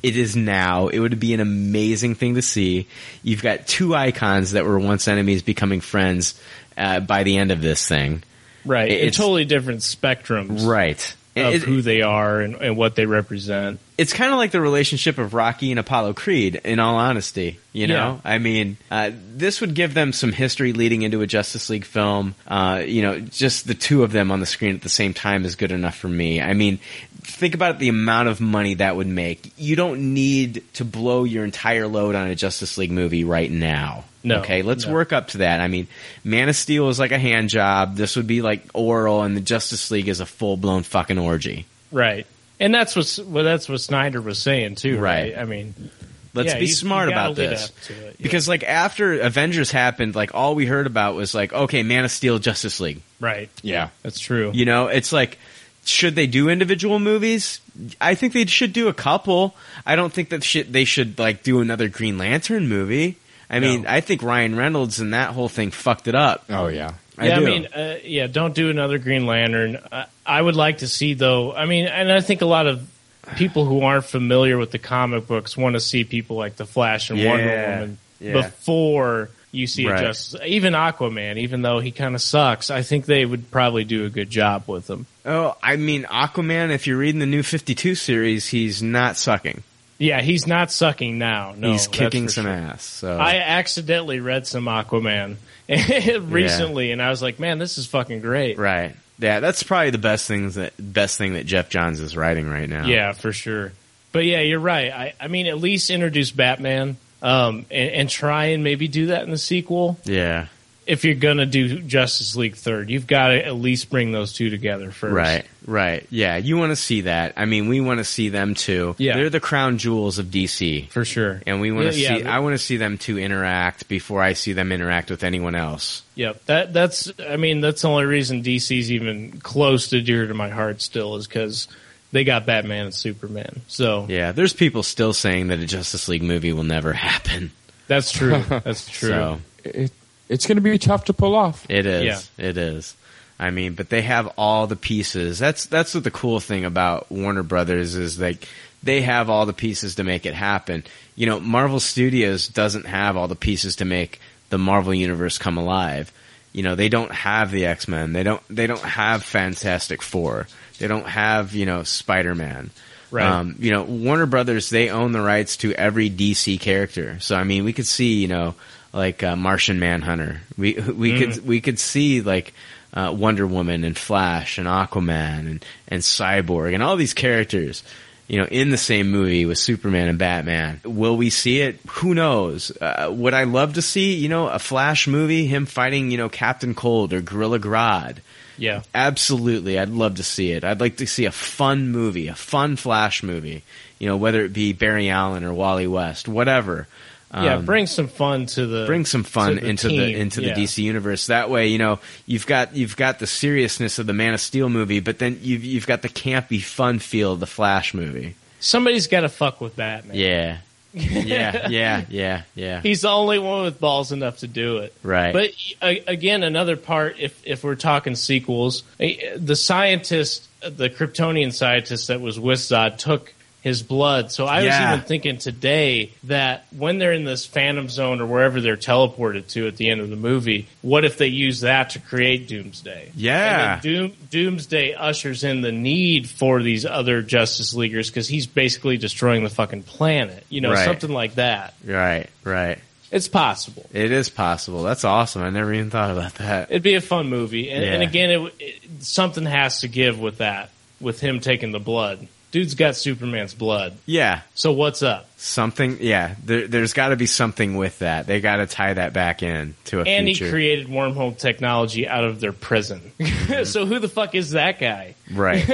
Speaker 7: it is now. It would be an amazing thing to see. You've got two icons that were once enemies becoming friends uh, by the end of this thing.
Speaker 9: Right.
Speaker 7: It's-
Speaker 9: It's, totally different spectrums.
Speaker 7: Right.
Speaker 9: of
Speaker 7: It-
Speaker 9: who they are and, and what they represent.
Speaker 7: It's kind of like the relationship of Rocky and Apollo Creed. In all honesty, you know, I mean, uh, this would give them some history leading into a Justice League film. Uh, you know, just the two of them on the screen at the same time is good enough for me. I mean, think about the amount of money that would make. You don't need to blow your entire load on a Justice League movie right now.
Speaker 9: No,
Speaker 7: okay, let's
Speaker 9: no.
Speaker 7: work up to that. I mean, Man of Steel is like a hand job. This would be like oral, and the Justice League is a full blown fucking orgy.
Speaker 9: Right. And that's what's well, that's what Snyder was saying too, right?
Speaker 7: Right.
Speaker 9: I mean,
Speaker 7: Let's
Speaker 9: yeah,
Speaker 7: be
Speaker 9: you-
Speaker 7: smart
Speaker 9: you gotta
Speaker 7: about
Speaker 9: lead
Speaker 7: this.
Speaker 9: up to it.
Speaker 7: Because like after Avengers happened, like all we heard about was like, okay, Man of Steel, Justice League.
Speaker 9: Right.
Speaker 7: Yeah.
Speaker 9: That's true.
Speaker 7: You know, it's like should they do individual movies? I think they should do a couple. I don't think that shit they should like do another Green Lantern movie. I mean, I think Ryan Reynolds and that whole thing fucked it up.
Speaker 10: Oh yeah.
Speaker 7: I
Speaker 9: yeah,
Speaker 7: do.
Speaker 9: I mean, uh, yeah, don't do another Green Lantern. I, I would like to see though. I mean, and I think a lot of people who aren't familiar with the comic books want to see people like the Flash and Wonder
Speaker 12: Yeah,
Speaker 9: Woman
Speaker 12: yeah.
Speaker 9: before you see
Speaker 12: Right.
Speaker 9: a Justice. Even Aquaman, even though he kind of sucks, I think they would probably do a good job with him.
Speaker 7: Oh, I mean Aquaman, if you're reading the new 52 series, he's not sucking.
Speaker 9: Yeah, he's not sucking now. No,
Speaker 7: he's
Speaker 9: that's
Speaker 7: kicking
Speaker 9: for
Speaker 7: some
Speaker 9: sure.
Speaker 7: ass. So
Speaker 9: I accidentally read some Aquaman recently, and I was like, man, this is fucking great.
Speaker 7: Right. Yeah, that's probably the best things that best thing that Jeff Johns is writing right now.
Speaker 9: Yeah, for sure. But yeah, you're right. I, I mean, at least introduce Batman um, and, and try and maybe do that in the sequel.
Speaker 7: Yeah.
Speaker 9: If you're going to do Justice League third, you've got to at least bring those two together first.
Speaker 7: Right. Right. Yeah, you want to see that. I mean, we want to see them too. Yeah. They're the crown jewels of DC.
Speaker 9: For sure.
Speaker 7: And we want to
Speaker 9: Yeah, yeah.
Speaker 7: see I want to see them two interact before I see them interact with anyone else.
Speaker 9: Yep. That that's I mean that's the only reason DC's even close to dear to my heart still is because they got Batman and Superman. So
Speaker 7: Yeah, there's people still saying that a Justice League movie will never happen.
Speaker 9: that's true. That's true.
Speaker 7: So-
Speaker 10: It, it's going to be tough to pull off.
Speaker 7: It is. It is. I mean, but they have all the pieces. That's that's what the cool thing about Warner Brothers is like they have all the pieces to make it happen. You know, Marvel Studios doesn't have all the pieces to make the Marvel universe come alive. You know, they don't have the X-Men. They don't they don't have Fantastic 4. They don't have, you know, Spider-Man.
Speaker 9: Right.
Speaker 7: Um, you know, Warner Brothers, they own the rights to every DC character. So, I mean, we could see, you know, like uh, Martian Manhunter. We we
Speaker 9: Mm.
Speaker 7: could we could see like uh, Wonder Woman and Flash and Aquaman and and Cyborg and all these characters, you know, in the same movie with Superman and Batman. Will we see it? Who knows? Uh, would I love to see you know a Flash movie, him fighting you know Captain Cold or Gorilla Grodd?
Speaker 9: Yeah.
Speaker 7: Absolutely, I'd love to see it. I'd like to see a fun movie, a fun Flash movie. You know, whether it be Barry Allen or Wally West, whatever.
Speaker 9: yeah,
Speaker 7: Um,
Speaker 9: bring some fun to the
Speaker 7: bring some fun
Speaker 9: to
Speaker 7: into the
Speaker 9: team.
Speaker 7: into
Speaker 9: Yeah.
Speaker 7: the DC universe. That way, you know, you've got you've got the seriousness of the Man of Steel movie, but then you've you've got the campy fun feel of the Flash movie.
Speaker 9: Somebody's got to fuck with Batman.
Speaker 7: Yeah. Yeah, yeah, yeah, yeah.
Speaker 9: He's the only one with balls enough to do it.
Speaker 7: Right.
Speaker 9: But a- again, another part, if if we're talking sequels, eh, the scientist, the Kryptonian scientist that was with Zod, took his blood. So I
Speaker 12: Yeah.
Speaker 9: was even thinking today that when they're in this Phantom Zone or wherever they're teleported to at the end of the movie, what if they use that to create Doomsday?
Speaker 7: Yeah.
Speaker 9: And then Doom, Doomsday ushers in the need for these other Justice Leaguers because he's basically destroying the fucking planet. You know,
Speaker 7: Right.
Speaker 9: something like that.
Speaker 7: Right, right.
Speaker 9: It's possible.
Speaker 7: It is possible. That's awesome. I never even thought about that.
Speaker 9: It'd be a fun movie, and, and
Speaker 7: Yeah.
Speaker 9: again, it, it, something has to give with that, with him taking the blood. Dude's got Superman's blood.
Speaker 7: Yeah.
Speaker 9: So what's up?
Speaker 7: Something, yeah. There, there's got to be something with that. They got to tie that back in to a
Speaker 9: And
Speaker 7: future.
Speaker 9: he created wormhole technology out of their prison.
Speaker 7: Mm-hmm.
Speaker 9: so who the fuck is that guy?
Speaker 7: Right.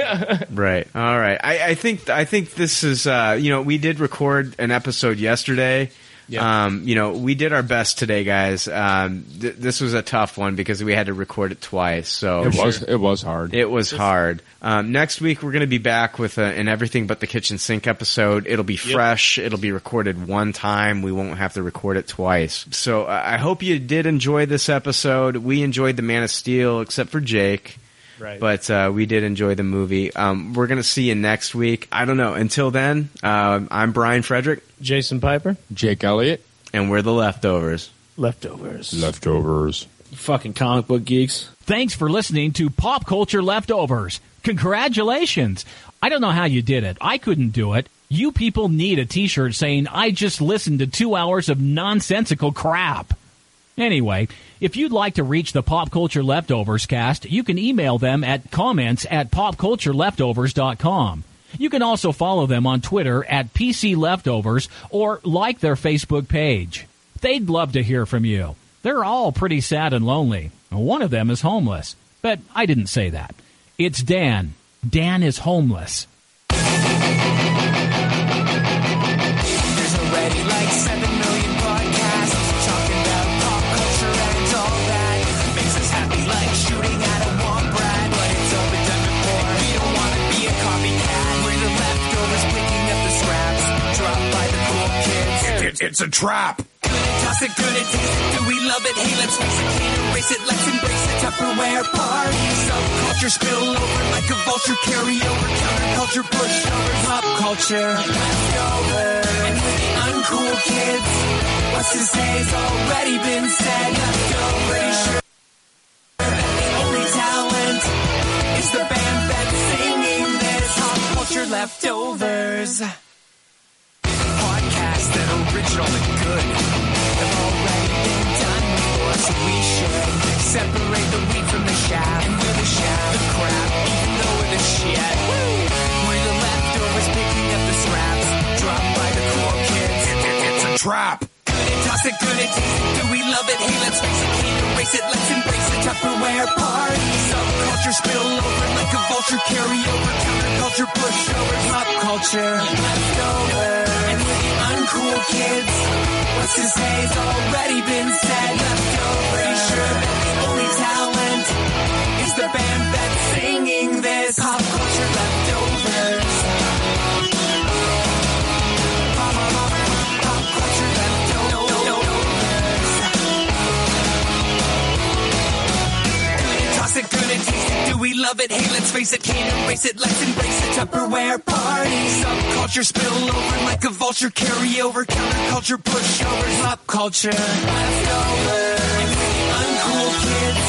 Speaker 7: right. All right. I, I think I think this is uh, you know we did record an episode yesterday. Um, you know we did our best today, guys. Um, th- this was a tough one because we had to record it twice. So
Speaker 10: It was- it was hard.
Speaker 7: It was hard. Um, next week we're going to be back with a, an everything but the kitchen sink episode. It'll be
Speaker 9: Yep.
Speaker 7: fresh. It'll be recorded one time. We won't have to record it twice. So uh, I hope you did enjoy this episode. We enjoyed the Man of Steel, except for Jake.
Speaker 9: Right.
Speaker 7: But uh, we did enjoy the movie. Um, we're going to see you next week. I don't know. Until then, um, I'm Brian Frederick,
Speaker 9: Jason Piper,
Speaker 7: Jake Elliott, and we're the leftovers.
Speaker 6: Leftovers.
Speaker 10: Leftovers.
Speaker 6: Fucking comic book geeks. Thanks for listening to Pop Culture Leftovers.
Speaker 9: Congratulations. I don't know how you did it. I couldn't do it. You people need a t-shirt saying, I just listened to two hours of nonsensical crap. Anyway, if you'd like to reach the Pop Culture Leftovers cast, you can email them at comments at popcultureleftovers.com. You can also follow them on Twitter at PC Leftovers or like their Facebook page. They'd love to hear from you. They're all pretty sad and lonely. One of them is homeless, but I didn't say that. It's Dan. Dan is homeless.
Speaker 4: There's already like 7 million podcasts talking about pop culture and all that. Makes us happy like shooting at a womp rat. But it's all been done before. We don't want to be a copycat. We're the leftovers picking up the scraps dropped by the cool kids.
Speaker 13: it's a trap.
Speaker 4: Good at toss it, good at taste it. Do we love it? Hey, let's face it. Can't erase it. Let's embrace it. Tupperware party. Subculture spill over like a vulture. Carry over counterculture. Push over pop culture. Leftovers. And we're the uncool kids. What's to say's already been said. Leftovers. Pretty sure that the only talent is the band that's singing this. Pop culture leftovers podcasts that are original and good have already been done before, so we should separate the wheat from the chaff. And we're the chaff, the crap, even though we're the shit. Woo! We're the leftovers picking up the scraps dropped by the cool kids.
Speaker 13: It's a trap.
Speaker 4: Good at toss it, good at taste it. Do we love it? Hey, let's face it. Can't erase it. Let's embrace it. Tupperware party. Subculture spill over like a vulture. Carry over counterculture. Push over pop culture. Leftovers. And we're the uncool kids. What's to say's already been said. Leftovers. Pretty sure that the only talent is the band that's singing this. Pop culture leftovers. Toss it, good and taste it. Do we love it? Hey, let's face it. Can't erase it. Let's embrace it. Tupperware party. Subculture spill over like a vulture. Carry over. Counterculture push over. Pop culture. Leftovers. And we're the uncool kids.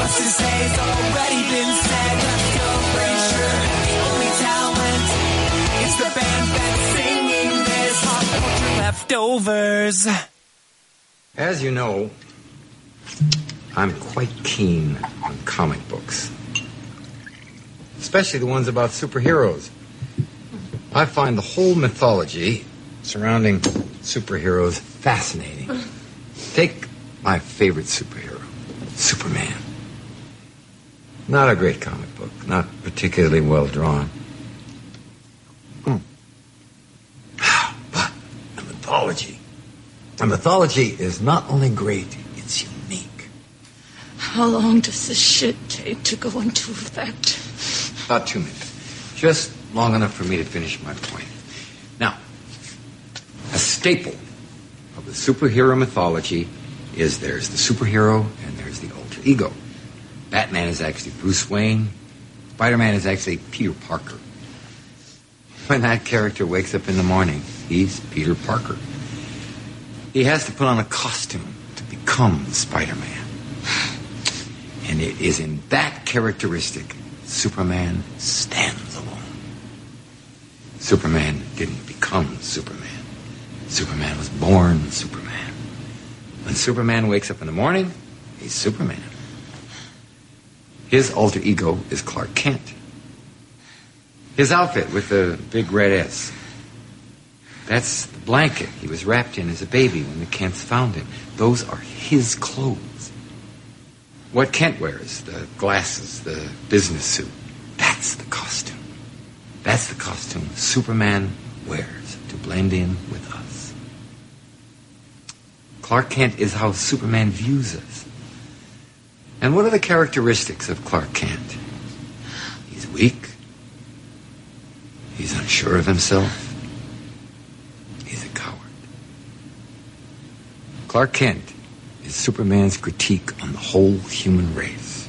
Speaker 4: What's to say's already been said. Leftovers. Pretty sure that the only talent is the band that's singing this. Pop culture leftovers.
Speaker 6: As you know, I'm quite keen on comic books, especially the ones about superheroes. I find the whole mythology surrounding superheroes fascinating. Take my favorite superhero, Superman. Not a great comic book, not particularly well drawn. Hmm. But the mythology. The mythology is not only great, it's unique.
Speaker 14: How long does this shit take to go into effect?
Speaker 6: About two minutes. Just long enough for me to finish my point. Now, a staple of the superhero mythology is there's the superhero and there's the alter ego. Batman is actually Bruce Wayne. Spider Man is actually Peter Parker. When that character wakes up in the morning, he's Peter Parker. He has to put on a costume to become Spider Man. And it is in that characteristic Superman stands alone. Superman didn't become Superman. Superman was born Superman. When Superman wakes up in the morning, he's Superman. His alter ego is Clark Kent. His outfit with the big red S. That's the blanket he was wrapped in as a baby when the Kents found him. Those are his clothes what Kent wears the glasses, the business suit. That's the costume. That's the costume Superman wears to blend in with us. Clark Kent is how Superman views us. And what are the characteristics of Clark Kent? He's weak. He's unsure of himself. He's a coward. Clark Kent is Superman's critique on the whole human race.